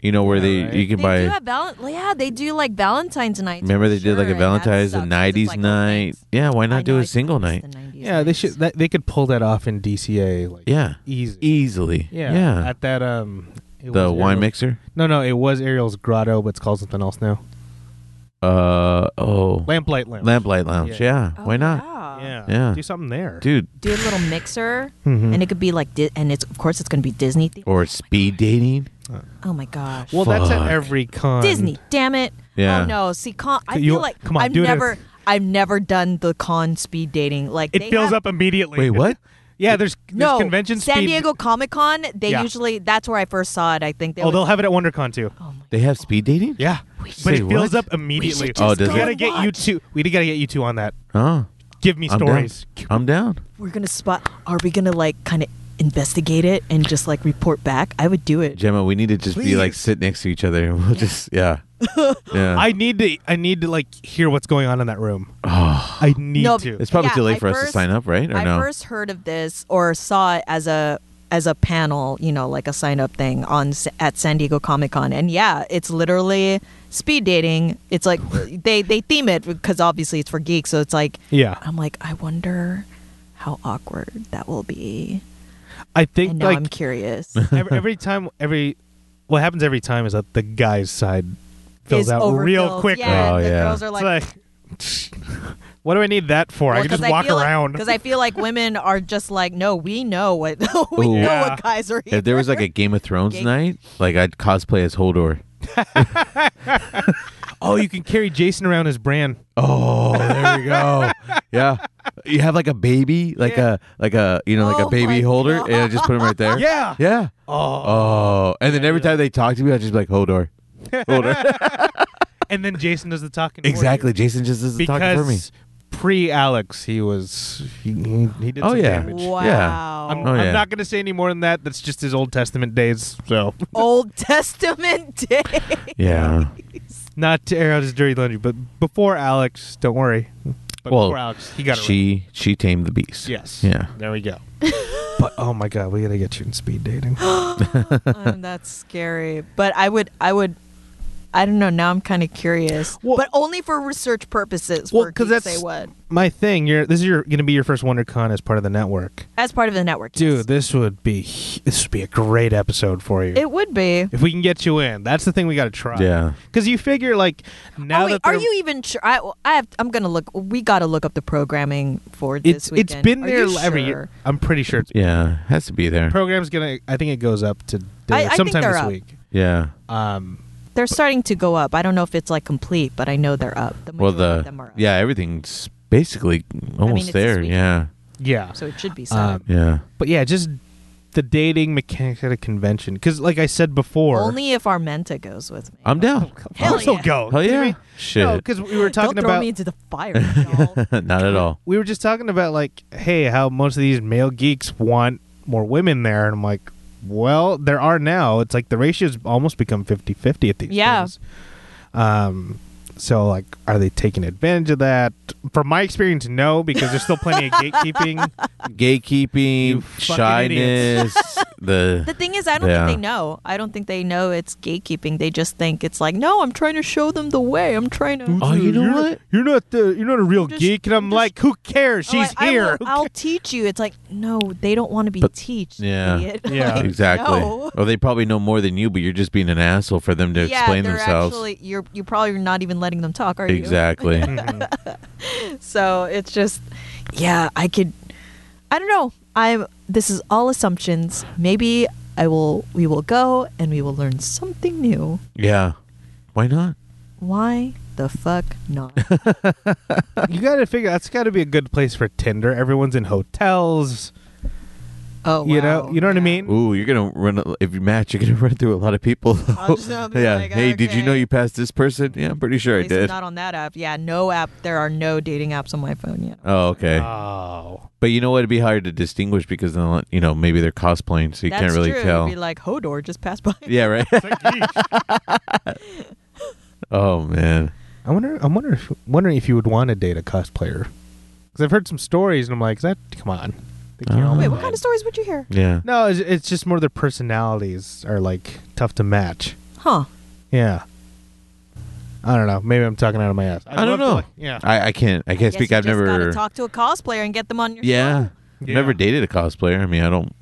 S2: You know where they
S4: Yeah, right.
S2: you can
S3: They
S2: buy.
S3: do have val- yeah, they do like Valentine's night.
S2: Remember
S3: for
S2: they did
S3: sure,
S2: like a
S3: and that
S2: Valentine's, a
S3: sucks 'cause it's,
S2: '90s
S3: like, oh,
S2: night.
S3: thanks.
S2: Yeah, why
S3: I
S2: not do
S3: know, I
S2: a single
S3: miss
S2: night?
S3: the 90s
S4: yeah, they
S3: nights.
S4: should. That, they could pull that off in DCA. Like,
S2: Yeah,
S4: easy.
S2: easily.
S4: E yeah,
S2: yeah.
S4: At that um, it
S2: the
S4: was
S2: wine
S4: Ariel's-
S2: mixer.
S4: No, no, it was Ariel's Grotto, but it's called something else now.
S2: Uh oh,
S4: Lamplight Lounge.
S2: lamplight lounge. Yeah,
S3: Oh,
S2: why not,
S4: Yeah.
S2: Yeah.
S4: Do something there,
S2: dude?
S3: Do a little mixer,
S2: Hmm.
S4: Mhm.
S3: and it could be like, di- and it's of course it's going to be Disney. Theme.
S2: Or speed dating.
S3: Oh my gosh.
S4: Well, that's at
S2: Fuck.
S4: every con.
S3: Disney, damn it.
S2: Yeah.
S3: Oh no, see con I
S4: You-
S3: feel like
S4: come on,
S3: I've
S4: do it.
S3: never I've never done the con speed dating. Like
S4: It
S3: they
S4: fills
S3: have-
S4: up immediately.
S2: Wait, what?
S4: Yeah, there's, there's
S3: no
S4: convention
S3: San
S4: speed-
S3: Diego Comic Con, they
S4: Yeah.
S3: usually that's where I first saw it. I think they
S4: Oh,
S3: was-
S4: they'll have it at WonderCon too.
S3: oh my
S2: They have speed dating.
S4: Yeah, but
S2: Say
S4: it fills
S2: what?
S4: up immediately.
S3: just
S2: Oh, does
S4: we
S2: it?
S4: gotta get you
S3: watch.
S4: two. We gotta get you two on that.
S2: Oh,
S4: Give me
S2: I'm
S4: stories.
S2: down. I'm down.
S3: we're gonna spot are we gonna like kinda investigate it and just like report back? I would do it.
S2: Gemma, we need to just be like
S4: Please.
S2: sit next to each other *laughs* and we'll just yeah.
S3: *laughs*
S2: yeah.
S4: I need to. I need to like hear what's going on in that room. I need
S3: No,
S4: to.
S2: it's probably
S3: Yeah,
S2: too late
S3: I
S2: for us to
S3: first-
S2: sign up, right? Or
S3: I
S2: no?
S3: first heard of this or saw it as a as a panel, you know, like a sign up thing on S- at San Diego Comic Con, and yeah, it's literally speed dating. It's
S4: *laughs*
S3: like they they theme it because obviously it's for geeks, so it's like
S4: Yeah,
S3: I'm like I wonder how awkward that will be,
S4: I think
S3: and now
S4: like
S3: I'm curious.
S4: every, every time, every what happens every time is that the guy's side *laughs* fills
S3: Is
S4: out real
S3: overfilled.
S4: quick.
S3: Yeah,
S2: Oh,
S3: the
S2: yeah.
S3: girls are
S4: It's
S3: like.
S4: like, *laughs* what do I need that for? I can just walk around.
S3: because I feel like women are just like, no, we know what *laughs* we
S2: Ooh.
S3: know
S4: Yeah.
S3: what guys are.
S2: if there was like a Game of Thrones
S3: Game-
S2: night, like I'd cosplay as Holdor.
S4: oh, you can carry Jason around his brand.
S2: Oh, there we go. *laughs* yeah. You have like a baby, like
S4: Yeah.
S2: a like a you know, like
S3: Oh
S2: a baby
S3: my
S2: holder, and I just put him right there.
S4: *laughs* Yeah.
S2: Yeah.
S4: Oh.
S2: Oh. And then every time they talk to me, I just be like
S4: *laughs*
S2: Holdor. Holdor.
S4: And then Jason does the talking. for you.
S2: exactly. Jason just isn't talking for me.
S4: because pre Alex, he was he, he he did
S2: Oh,
S4: some
S2: yeah.
S4: damage.
S3: wow,
S4: I'm, *laughs*
S2: Oh,
S4: I'm
S2: yeah.
S4: not going to say any more than that. That's just his Old Testament days. So
S3: Old Testament *laughs* day.
S2: Yeah.
S4: *laughs* not to air out his dirty laundry, but before Alex, don't worry. But
S2: Well,
S4: before Alex, he got it. right.
S2: She she tamed the beast.
S4: yes,
S2: Yeah.
S4: There
S3: *laughs*
S4: we go. but oh my god, we got to get you in speed dating.
S3: um, that's scary. But I would, I would, I don't know. Now I'm kind of curious,
S4: Well-
S3: but only for research purposes.
S4: Well,
S3: for
S4: 'cause
S3: Geek
S4: that's-
S3: say what
S4: *gasps* My thing, you're this is your going to be your first WonderCon as part of the network,
S3: as part of the network,
S4: dude.
S3: yes.
S4: This would be this would be a great episode for you
S3: It would be.
S4: if we can get you in. That's the thing we got to try.
S2: Yeah.
S4: because you figure like now
S3: oh, wait,
S4: that
S3: are
S4: they're-
S3: you even sure? I, I have. I'm gonna look. We gotta look up the programming for
S4: it's
S3: this weekend.
S4: it's been
S3: Are
S4: there
S3: you
S4: every
S3: sure?
S4: year. I'm pretty sure it's
S2: Yeah, has to be there.
S4: program's gonna. I think it goes up to
S3: I- I think
S4: sometime
S3: they're
S4: this
S3: up.
S4: week.
S2: Yeah.
S4: Um,
S3: They're starting to go up. I don't know if it's like complete, but I know they're up. The
S2: Well,
S3: majority
S2: the
S3: of them are up.
S2: yeah, everything's basically almost
S3: it's this
S2: there.
S3: weekend.
S2: Yeah,
S4: yeah.
S3: So it should
S2: Uh,
S3: be
S4: Um,
S3: solid.
S2: yeah.
S4: But yeah, just the dating mechanics at a convention. Because like I said before,
S3: Only if Armenta goes with me.
S2: I'm down.
S3: *laughs* Hell
S4: I'll
S3: yeah.
S4: go.
S2: Hell
S4: You know what I
S2: yeah.
S4: mean? No,
S2: Shit.
S4: because we were
S3: Don't
S4: talking
S3: throw
S4: about
S3: me into the
S2: *laughs*
S3: fire. y'all.
S2: Not at all.
S4: we were just talking about like, hey, how most of these male geeks want more women there, and I'm like, well, there are now. It's like the ratio's almost become 50-50 at these
S3: Yeah.
S4: things. Um. So like, are they taking advantage of that? From my experience, no, because there's still plenty *laughs* of gatekeeping. You
S2: Gatekeeping,
S4: fucking
S2: shyness,
S4: *laughs*
S3: The
S2: the
S3: thing is, I don't
S2: Yeah.
S3: think they know. I don't think they know it's gatekeeping. They just think it's like, no, I'm trying to show them the way. I'm trying to.
S2: Oh, you know
S4: You're-
S2: what?
S4: You're not the you're not a real
S3: Just-
S4: geek, and I'm
S3: just-
S4: like, who cares?
S3: I'm
S4: She's
S3: like, I will-
S4: here. Who
S3: I'll teach you. It's like, no, they don't want to be
S2: But-
S3: teached.
S2: yeah.
S3: idiot. *laughs*
S4: Yeah.
S3: Like,
S2: exactly.
S3: no.
S2: Or they probably know more than you, but you're just being an asshole for them to
S3: yeah,
S2: explain
S3: they're
S2: themselves.
S3: Actually, you're you probably not even letting them talk, are you?
S2: exactly.
S4: *laughs* cares?
S3: So it's just, yeah, I could. I don't know. I'm. This is all assumptions. Maybe I will. We will go and we will learn something new.
S2: yeah. Why not?
S3: Why the fuck not?
S4: you gotta figure that's gotta be a good place for Tinder. Everyone's in hotels.
S3: Oh,
S4: *laughs* You know-
S3: wow.
S4: you know what I
S3: Yeah.
S4: mean?
S2: Ooh, you're gonna run. a- If you match, you're gonna *laughs* run through a lot of people.
S3: I'll just know, be
S2: yeah.
S3: like,
S2: hey, did you know
S3: okay.
S2: you passed this person? Yeah, I'm pretty sure I
S3: At least
S2: did.
S3: Not on that app. Yeah, no app. There are no dating apps on my phone yet.
S2: Oh, okay.
S4: Oh.
S2: But you know what? It'd be hard to distinguish because then you know maybe they're cosplaying, so you
S3: That's
S2: can't really
S3: true. It'd
S2: tell.
S3: Be like Hodor just passed by.
S2: yeah, right. *laughs* oh man,
S4: I wonder I wonder if wondering if you would want to date a cosplayer. Because I've heard some stories and I'm like, is that come on. They can't
S2: Oh.
S4: all
S3: *laughs* Wait,
S4: be
S3: what
S4: bad.
S3: kind of stories would you hear?
S2: yeah.
S4: No, it's, it's just more their personalities are like tough to match.
S3: Huh?
S4: Yeah. I don't know. Maybe I'm talking out of my ass. I'd
S2: I
S4: love
S2: don't
S4: to,
S2: know.
S4: like- yeah.
S2: I, I can't. I can't
S3: Guess
S2: speak.
S3: you
S2: I've
S3: just gotta
S2: never.
S3: talk to a cosplayer and get them on your.
S2: Yeah, I've
S4: Yeah.
S2: never dated a cosplayer. I mean, I don't,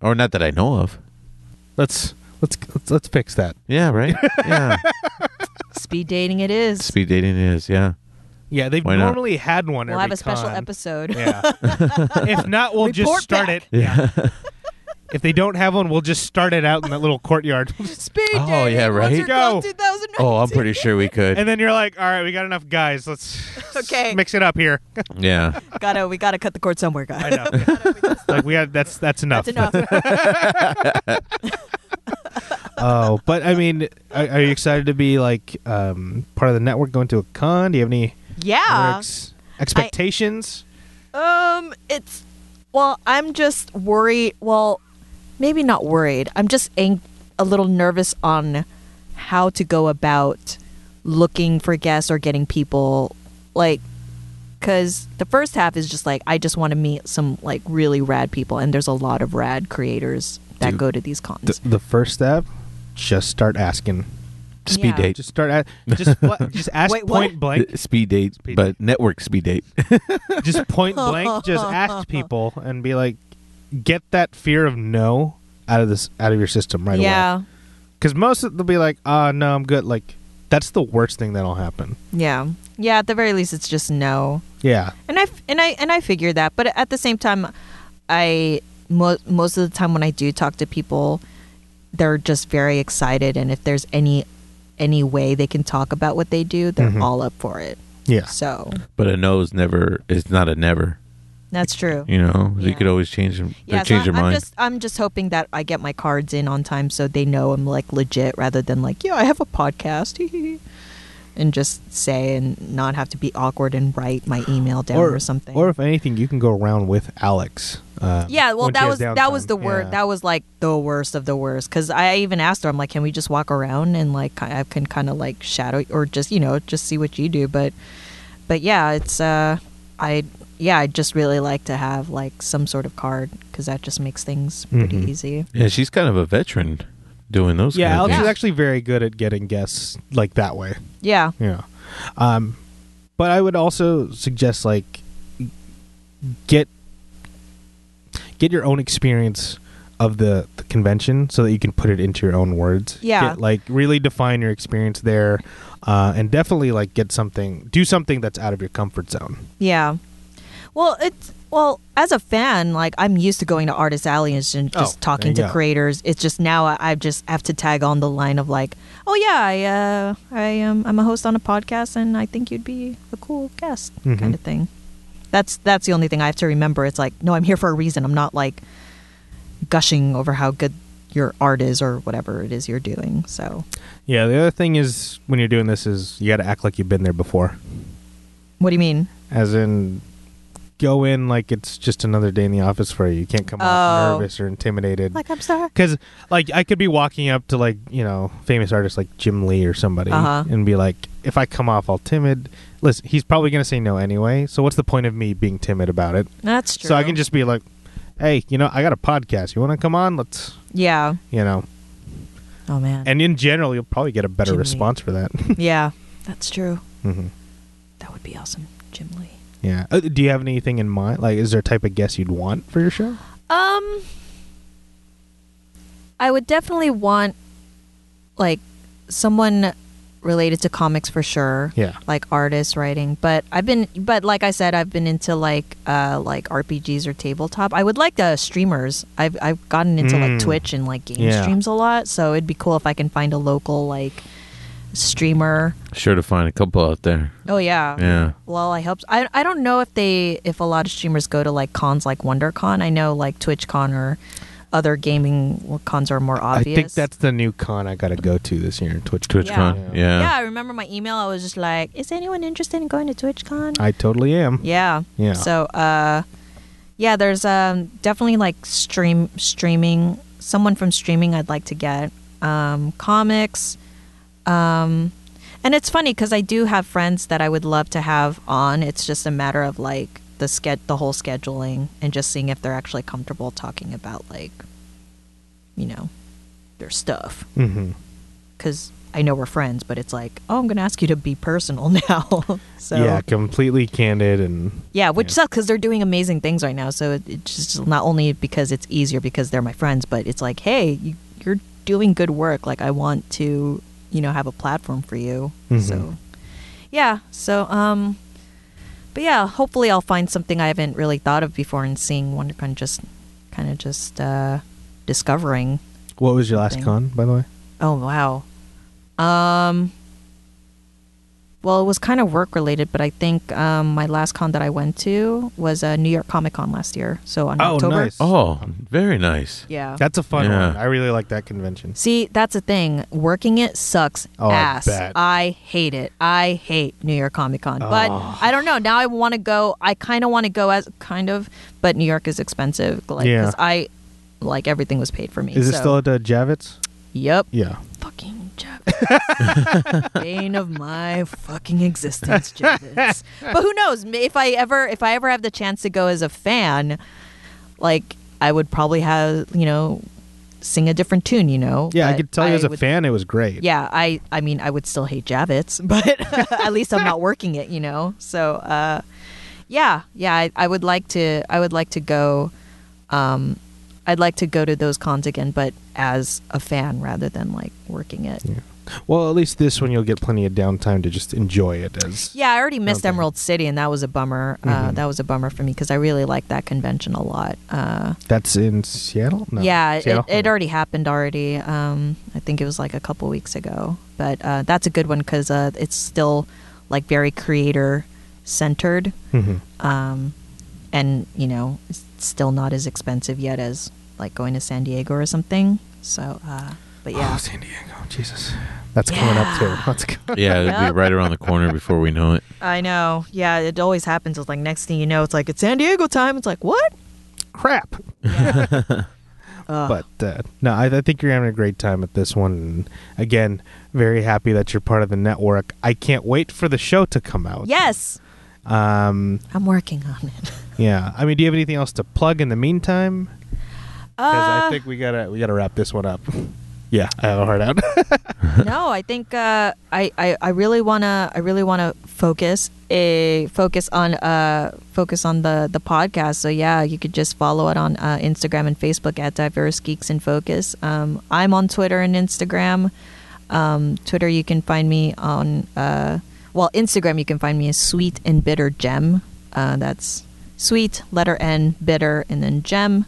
S2: or not that I know of.
S4: let's let's let's let's fix that.
S2: Yeah, right.
S4: *laughs*
S2: Yeah,
S3: Speed dating it is.
S2: speed dating is. Yeah,
S4: Yeah, they've
S2: Why not?
S4: normally had one.
S3: we'll have
S4: every
S3: a special
S4: con.
S3: episode. *laughs*
S4: Yeah. if not, we'll just
S3: Report
S4: start
S3: back.
S4: it. Yeah. if they don't have one, we'll just start it out in that little courtyard.
S3: Speed
S2: Oh,
S3: dating.
S2: yeah,
S3: What's
S2: right?
S3: your goal,
S4: Go.
S3: 2019?
S2: Oh, I'm pretty sure we could.
S4: and then you're like, all right, we got enough guys. Let's
S3: *laughs* Okay.
S4: mix it up here.
S2: yeah.
S3: *laughs* gotta we gotta cut the cord somewhere, guys.
S4: I know. *laughs* like we had that's that's enough.
S3: That's enough.
S2: *laughs*
S4: oh, but I mean, are, are you excited to be like um, part of the network, going to a con? Do you have any
S3: yeah.
S4: ex- expectations?
S3: Um, it's well, I'm just worried. Well, maybe not worried. I'm just ang- a little nervous on how to go about looking for guests or getting people like because the first half is just like I just want to meet some like really rad people, and there's a lot of rad creators that
S4: Dude,
S3: go to these cons.
S4: The, the first step, just start asking.
S2: Speed
S3: Yeah.
S2: date.
S4: Just start at just
S3: *laughs*
S4: what, just ask
S3: Wait, what?
S4: point blank.
S2: Uh, speed date,
S4: Speed
S2: but network speed date. *laughs*
S4: just
S3: *laughs*
S4: point blank just ask people and be like get that fear of no out of this out of your system right
S3: yeah,
S4: away because most of they'll be like ah no i'm good like that's the worst thing that'll happen
S3: yeah, yeah. At the very least, it's just no.
S4: yeah
S3: and I f- and I and I figure that, but at the same time, I mo- most of the time when I do talk to people, they're just very excited, and if there's any any way they can talk about what they do, they're
S2: Mm-hmm.
S4: Mhm.
S3: all up for it.
S4: yeah
S3: So
S2: but a no is never. It's not a never.
S3: that's true.
S2: You know, you
S3: Yeah.
S2: could always change them.
S3: Yeah, so
S2: change your
S3: I'm
S2: mind.
S3: just I'm just hoping that I get my cards in on time so they know I'm like legit rather than like yeah I have a podcast *laughs* and just say and not have to be awkward and write my email down or, something
S4: or if anything you can go around with alex uh,
S3: Yeah, well,
S4: when she
S3: that
S4: has
S3: was that
S4: downtime.
S3: was the word.
S4: Yeah.
S3: That was like the worst of the worst. Because I even asked her, I'm like, can we just walk around and like ki- I can kind of like shadow or just you know just see what you do. But but yeah, it's uh I yeah I just really like to have like some sort of card because that just makes things pretty
S4: Mhm.
S3: easy.
S2: yeah, she's kind of a veteran doing those.
S4: yeah,
S2: kind of
S4: Alex
S2: things.
S4: is actually very good at getting guests like that way.
S3: Yeah.
S4: Yeah. Um, but I would also suggest like get get your own experience of the, the convention so that you can put it into your own words.
S3: Yeah.
S4: Get, like really define your experience there, uh, and definitely like get something, do something that's out of your comfort zone.
S3: Yeah. Well, it's well as a fan, like I'm used to going to Artist Alley and just
S4: Oh,
S3: just
S4: there you
S3: talking to
S4: go.
S3: creators. It's just now I, I just have to tag on the line of like, oh yeah, I uh, I am I'm a host on a podcast and I think you'd be a cool guest
S4: Mhm.
S3: kind of thing. That's that's the only thing I have to remember. It's like no, I'm here for a reason. I'm not like gushing over how good your art is or whatever it is you're doing. So
S4: Yeah. The other thing is when you're doing this is you got to act like you've been there before,
S3: what do you mean?
S4: as in. Go in like it's just another day in the office for you. You can't come off
S3: Oh.
S4: nervous or intimidated.
S3: Like I'm sorry.
S4: Because like I could be walking up to like you know famous artists like Jim Lee or somebody
S3: Uh-huh.
S4: and be like, if I come off all timid, listen, he's probably gonna say no anyway. So what's the point of me being timid about it?
S3: That's true.
S4: So I can just be like, hey, you know, I got a podcast. You want to come on? Let's
S3: yeah.
S4: you know.
S3: Oh man.
S4: And in general, you'll probably get a better
S3: Jim Lee.
S4: response for that. *laughs*
S3: yeah, that's true.
S4: hmm
S3: That would be awesome, Jim Lee.
S4: Yeah. Uh, do you have anything in mind? Like, is there a type of guest you'd want for your show?
S3: Um, I would definitely want like someone related to comics for sure.
S4: Yeah.
S3: Like artists writing, but I've been, but like I said, I've been into like, uh, like RPGs or tabletop. I would like the streamers. I've I've gotten into
S4: Mm.
S3: like Twitch and like game
S4: Yeah.
S3: streams a lot, so it'd be cool if I can find a local like streamer.
S2: sure to find a couple out there.
S3: Oh yeah.
S2: Yeah.
S3: Well, I hope. So. I I don't know if they if a lot of streamers go to like cons like WonderCon. I know like TwitchCon or other gaming cons are more
S4: I
S3: obvious.
S4: think that's the new con I got to go to this year. Twitch.
S2: TwitchCon.
S4: Yeah.
S3: yeah.
S2: Yeah.
S3: I remember my email. I was just like, "Is anyone interested in going to TwitchCon?"
S4: I totally am.
S3: yeah.
S4: Yeah.
S3: So, uh, yeah, there's um definitely like stream streaming. Someone from streaming I'd like to get. Um, comics. Um, and it's funny because I do have friends that I would love to have on. It's just a matter of like the sched the whole scheduling, and just seeing if they're actually comfortable talking about like, you know, their stuff.
S4: hmm
S3: Because I know we're friends, but it's like, oh, I'm gonna ask you to be personal *laughs* now. so
S4: Yeah, completely candid and
S3: yeah, which
S4: Yeah.
S3: sucks because they're doing amazing things right now. So it, it's just not only because it's easier because they're my friends, but it's like, hey, you, you're doing good work. Like I want to, you know, have a platform for you.
S4: Mhm.
S3: So yeah, so um, but yeah, hopefully I'll find something I haven't really thought of before and seeing WonderCon just kind of just uh, discovering.
S4: What was your last
S3: thing.
S4: con, by the way?
S3: Oh wow. Um well, it was kind of work related, but I think um, my last con that I went to was uh, New York Comic Con last year. So on
S4: Oh,
S3: October.
S4: nice.
S2: Oh,
S3: *laughs*
S2: very nice.
S3: Yeah.
S4: That's a fun
S2: Yeah.
S4: one. I really like that convention.
S3: See, that's the thing. Working it sucks
S4: Oh, I
S3: ass.
S4: bet.
S3: I hate it. I hate New York Comic Con. But
S4: Oh.
S3: I don't know. Now I want to go. I kind of want to go as kind of, but New York is expensive. Like,
S4: Yeah.
S3: 'cause I like everything was paid for me.
S4: Is it
S3: so-
S4: still at uh, Javits?
S3: Yep.
S4: Yeah.
S3: fucking Javits.
S4: *laughs*
S3: Bane of my fucking existence, Javits. But who knows? May- If I ever, if I ever have the chance to go as a fan, like I would probably have, you know, sing a different tune. You know.
S4: Yeah, I
S3: But
S4: could tell you as a
S3: would-
S4: fan it was great.
S3: Yeah, I, I mean, I would still hate Javits, *laughs* but at least I'm not working it. You know. So, uh, yeah, yeah, I, I would like to, I would like to go. Um, I'd like to go to those cons again, but as a fan rather than like working it.
S4: Well, at least this one you'll get plenty of downtime to just enjoy it as
S3: Yeah, I already missed
S4: Okay.
S3: Emerald City, and that was a bummer. Uh,
S4: Mhm.
S3: that was a bummer for me because I really liked that convention a lot. Uh,
S4: that's in Seattle? No.
S3: yeah, it,
S4: Seattle?
S3: it already happened already. Um, I think it was like a couple weeks ago, but uh, that's a good one because uh, it's still like very creator centered,
S4: Mhm.
S3: um, and you know, it's still not as expensive yet as like going to San Diego or something. So, uh, but
S4: Oh, *sighs*
S3: yeah,
S4: San Diego. Jesus. That's coming up too.
S3: Yeah.
S4: That's *laughs* co-
S2: Yeah, it'll
S3: Yep.
S2: be right around the corner before we know it.
S3: I know. Yeah, it always happens. It's like next thing you know, it's like it's San Diego time. It's like what?
S4: crap.
S3: Ugh.
S4: *laughs* But uh, no, I, I think you're having a great time at this one. And again, very happy that you're part of the network. I can't wait for the show to come out.
S3: yes,
S4: Um,
S3: I'm working on it. *laughs*
S4: yeah. I mean, do you have anything else to plug in the meantime? Because I
S3: Uh,
S4: think we gotta we gotta wrap this one up. *laughs* Yeah, I have a hard out.
S3: no, I think uh, I, I I really wanna I really wanna focus a focus on uh focus on the the podcast. So yeah, you could just follow it on uh, Instagram and Facebook at Diverse Geeks in Focus. Um, I'm on Twitter and Instagram. Um, Twitter, you can find me on uh, well Instagram. You can find me as Sweet and Bitter Gem. Uh, that's sweet letter N bitter and then gem.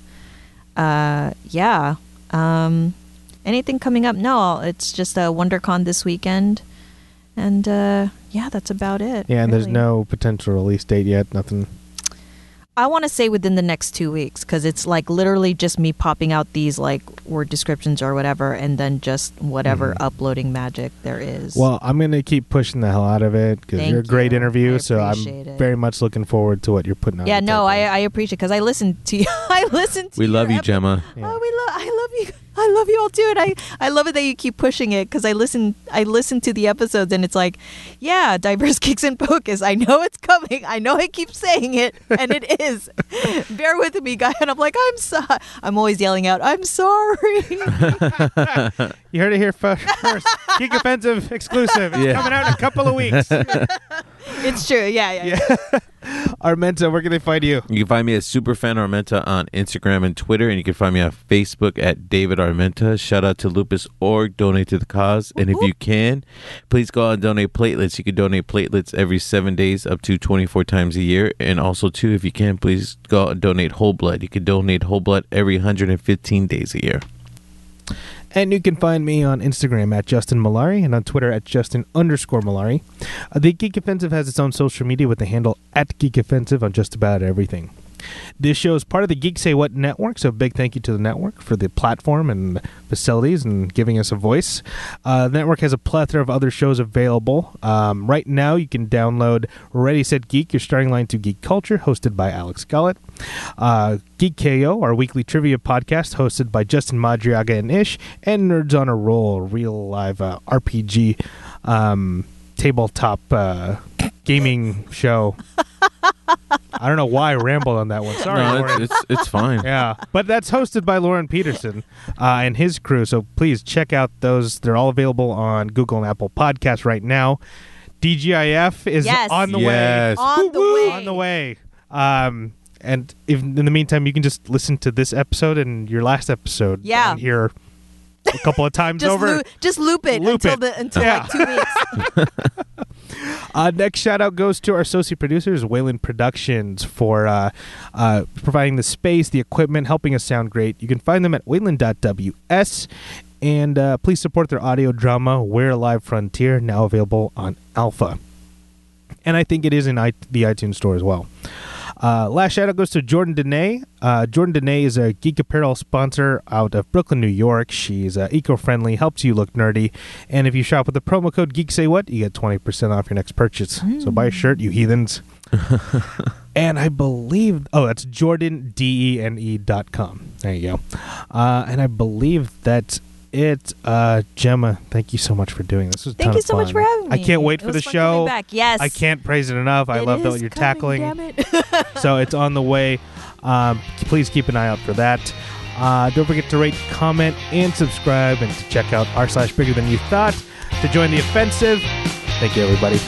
S3: Uh, yeah. Um, anything coming up? No, it's just a WonderCon this weekend, and uh, yeah, that's about it.
S4: *laughs* yeah, and there's
S3: really.
S4: no potential release date yet. Nothing.
S3: I want to say within the next two weeks because it's like literally just me popping out these like word descriptions or whatever, and then just whatever
S4: Mhm.
S3: uploading magic there is.
S4: Well, I'm gonna keep pushing the hell out of it because
S3: Thank
S4: you're a great
S3: you. I
S4: interview. So I'm
S3: appreciate it.
S4: very much looking forward to what you're putting on.
S3: yeah,
S4: the
S3: no, I,
S4: table.
S3: I appreciate because I listened to you. *laughs* I listened to
S2: We love
S3: your
S2: you,
S3: epi-
S2: Gemma.
S4: Yeah.
S3: Oh, we love. I love you. I love you all too, and I I love it that you keep pushing it because I listen. I listen to the episodes, and it's like, yeah, diverse *laughs* kicks and focus. I know it's coming. I know I keep saying it, and it is. *laughs* Bear with me, guy. And I'm like, I'm sorry. I'm always yelling out, I'm sorry.
S4: You heard it
S3: *laughs*
S4: here fir- first. Geek Offensive exclusive. It's
S2: Yeah.
S4: coming out in a couple
S3: *laughs*
S4: of weeks.
S3: it's true. Yeah, yeah. yeah.
S4: Armenta, where can they find you?
S2: You can find me at Superfan Armenta on Instagram and Twitter, and you can find me on Facebook at David Armenta. Shout out to Lupus.org, donate to the cause. And if you can, please go out and donate platelets. You can donate platelets every seven days up to 24 times a year. And also, too, if you can, please go out and donate whole blood. You can donate whole blood every 115 days a year.
S4: And you can find me on Instagram at Justin Malari and on Twitter at Justin underscore Malari. Uh, the Geek Offensive has its own social media with the handle at Geek Offensive on just about everything. This show is part of the Geek Say What network, so big thank you to the network for the platform and facilities and giving us a voice. Uh, the network has a plethora of other shows available. Um, right now, you can download Ready Set Geek, your starting line to geek culture, hosted by Alex Gullett. Uh, geek KO, our weekly trivia podcast, hosted by Justin Madriaga and Ish, and Nerds on a Roll, real live uh, RPG um, tabletop uh, gaming show. *laughs* I don't know why I rambled on that one. Sorry,
S2: no,
S4: Lauren
S2: it's, it's, it's
S4: *laughs*
S2: fine.
S4: yeah, but that's hosted by Lauren Peterson uh, and his crew. So please check out those. They're all available on Google and Apple Podcasts right now. DGIF is
S3: Yes.
S4: on the
S2: Yes.
S3: On the
S4: way.
S3: way.
S4: On the way. Um, and if, in the meantime, you can just listen to this episode and your last episode.
S3: Yeah.
S4: on here a couple of
S3: *laughs*
S4: times
S3: Just
S4: over.
S3: loo- just loop it
S4: Loop
S3: until
S4: it.
S3: the until
S4: Yeah.
S3: like two weeks.
S4: Uh, next shout out goes to our associate producers, Wayland Productions, for uh, uh, providing the space, the equipment, helping us sound great. You can find them at wayland.ws. And uh, please support their audio drama, We're Alive Frontier, now available on Alpha. And I think it is in I- the iTunes store as well. Uh, last shout out goes to Jordan Dene. Uh, Jordan Dene is a geek apparel sponsor out of Brooklyn, New York. She's uh, eco friendly, helps you look nerdy. And if you shop with the promo code Geek Say What, you get 20% off your next purchase. So buy a shirt, you heathens. and I believe, oh, that's Jordan, D E N E dot com. There you go. Uh, and I believe that's it. Uh, Gemma, thank you so much for doing this. This was a
S3: Thank
S4: ton
S3: you
S4: of
S3: so much
S4: fun.
S3: for having me.
S4: I can't wait
S3: It
S4: for
S3: was
S4: the
S3: fun coming
S4: show.
S3: Back. Yes,
S4: I can't praise it enough. I
S3: It
S4: love that
S3: is
S4: you're
S3: coming,
S4: tackling
S3: Damn it.
S4: *laughs*
S3: *laughs*
S4: so it's on the way. Um, please keep an eye out for that. Uh, don't forget to rate, comment, and subscribe, and to check out r slash bigger than you thought to join the offensive. Thank you, everybody.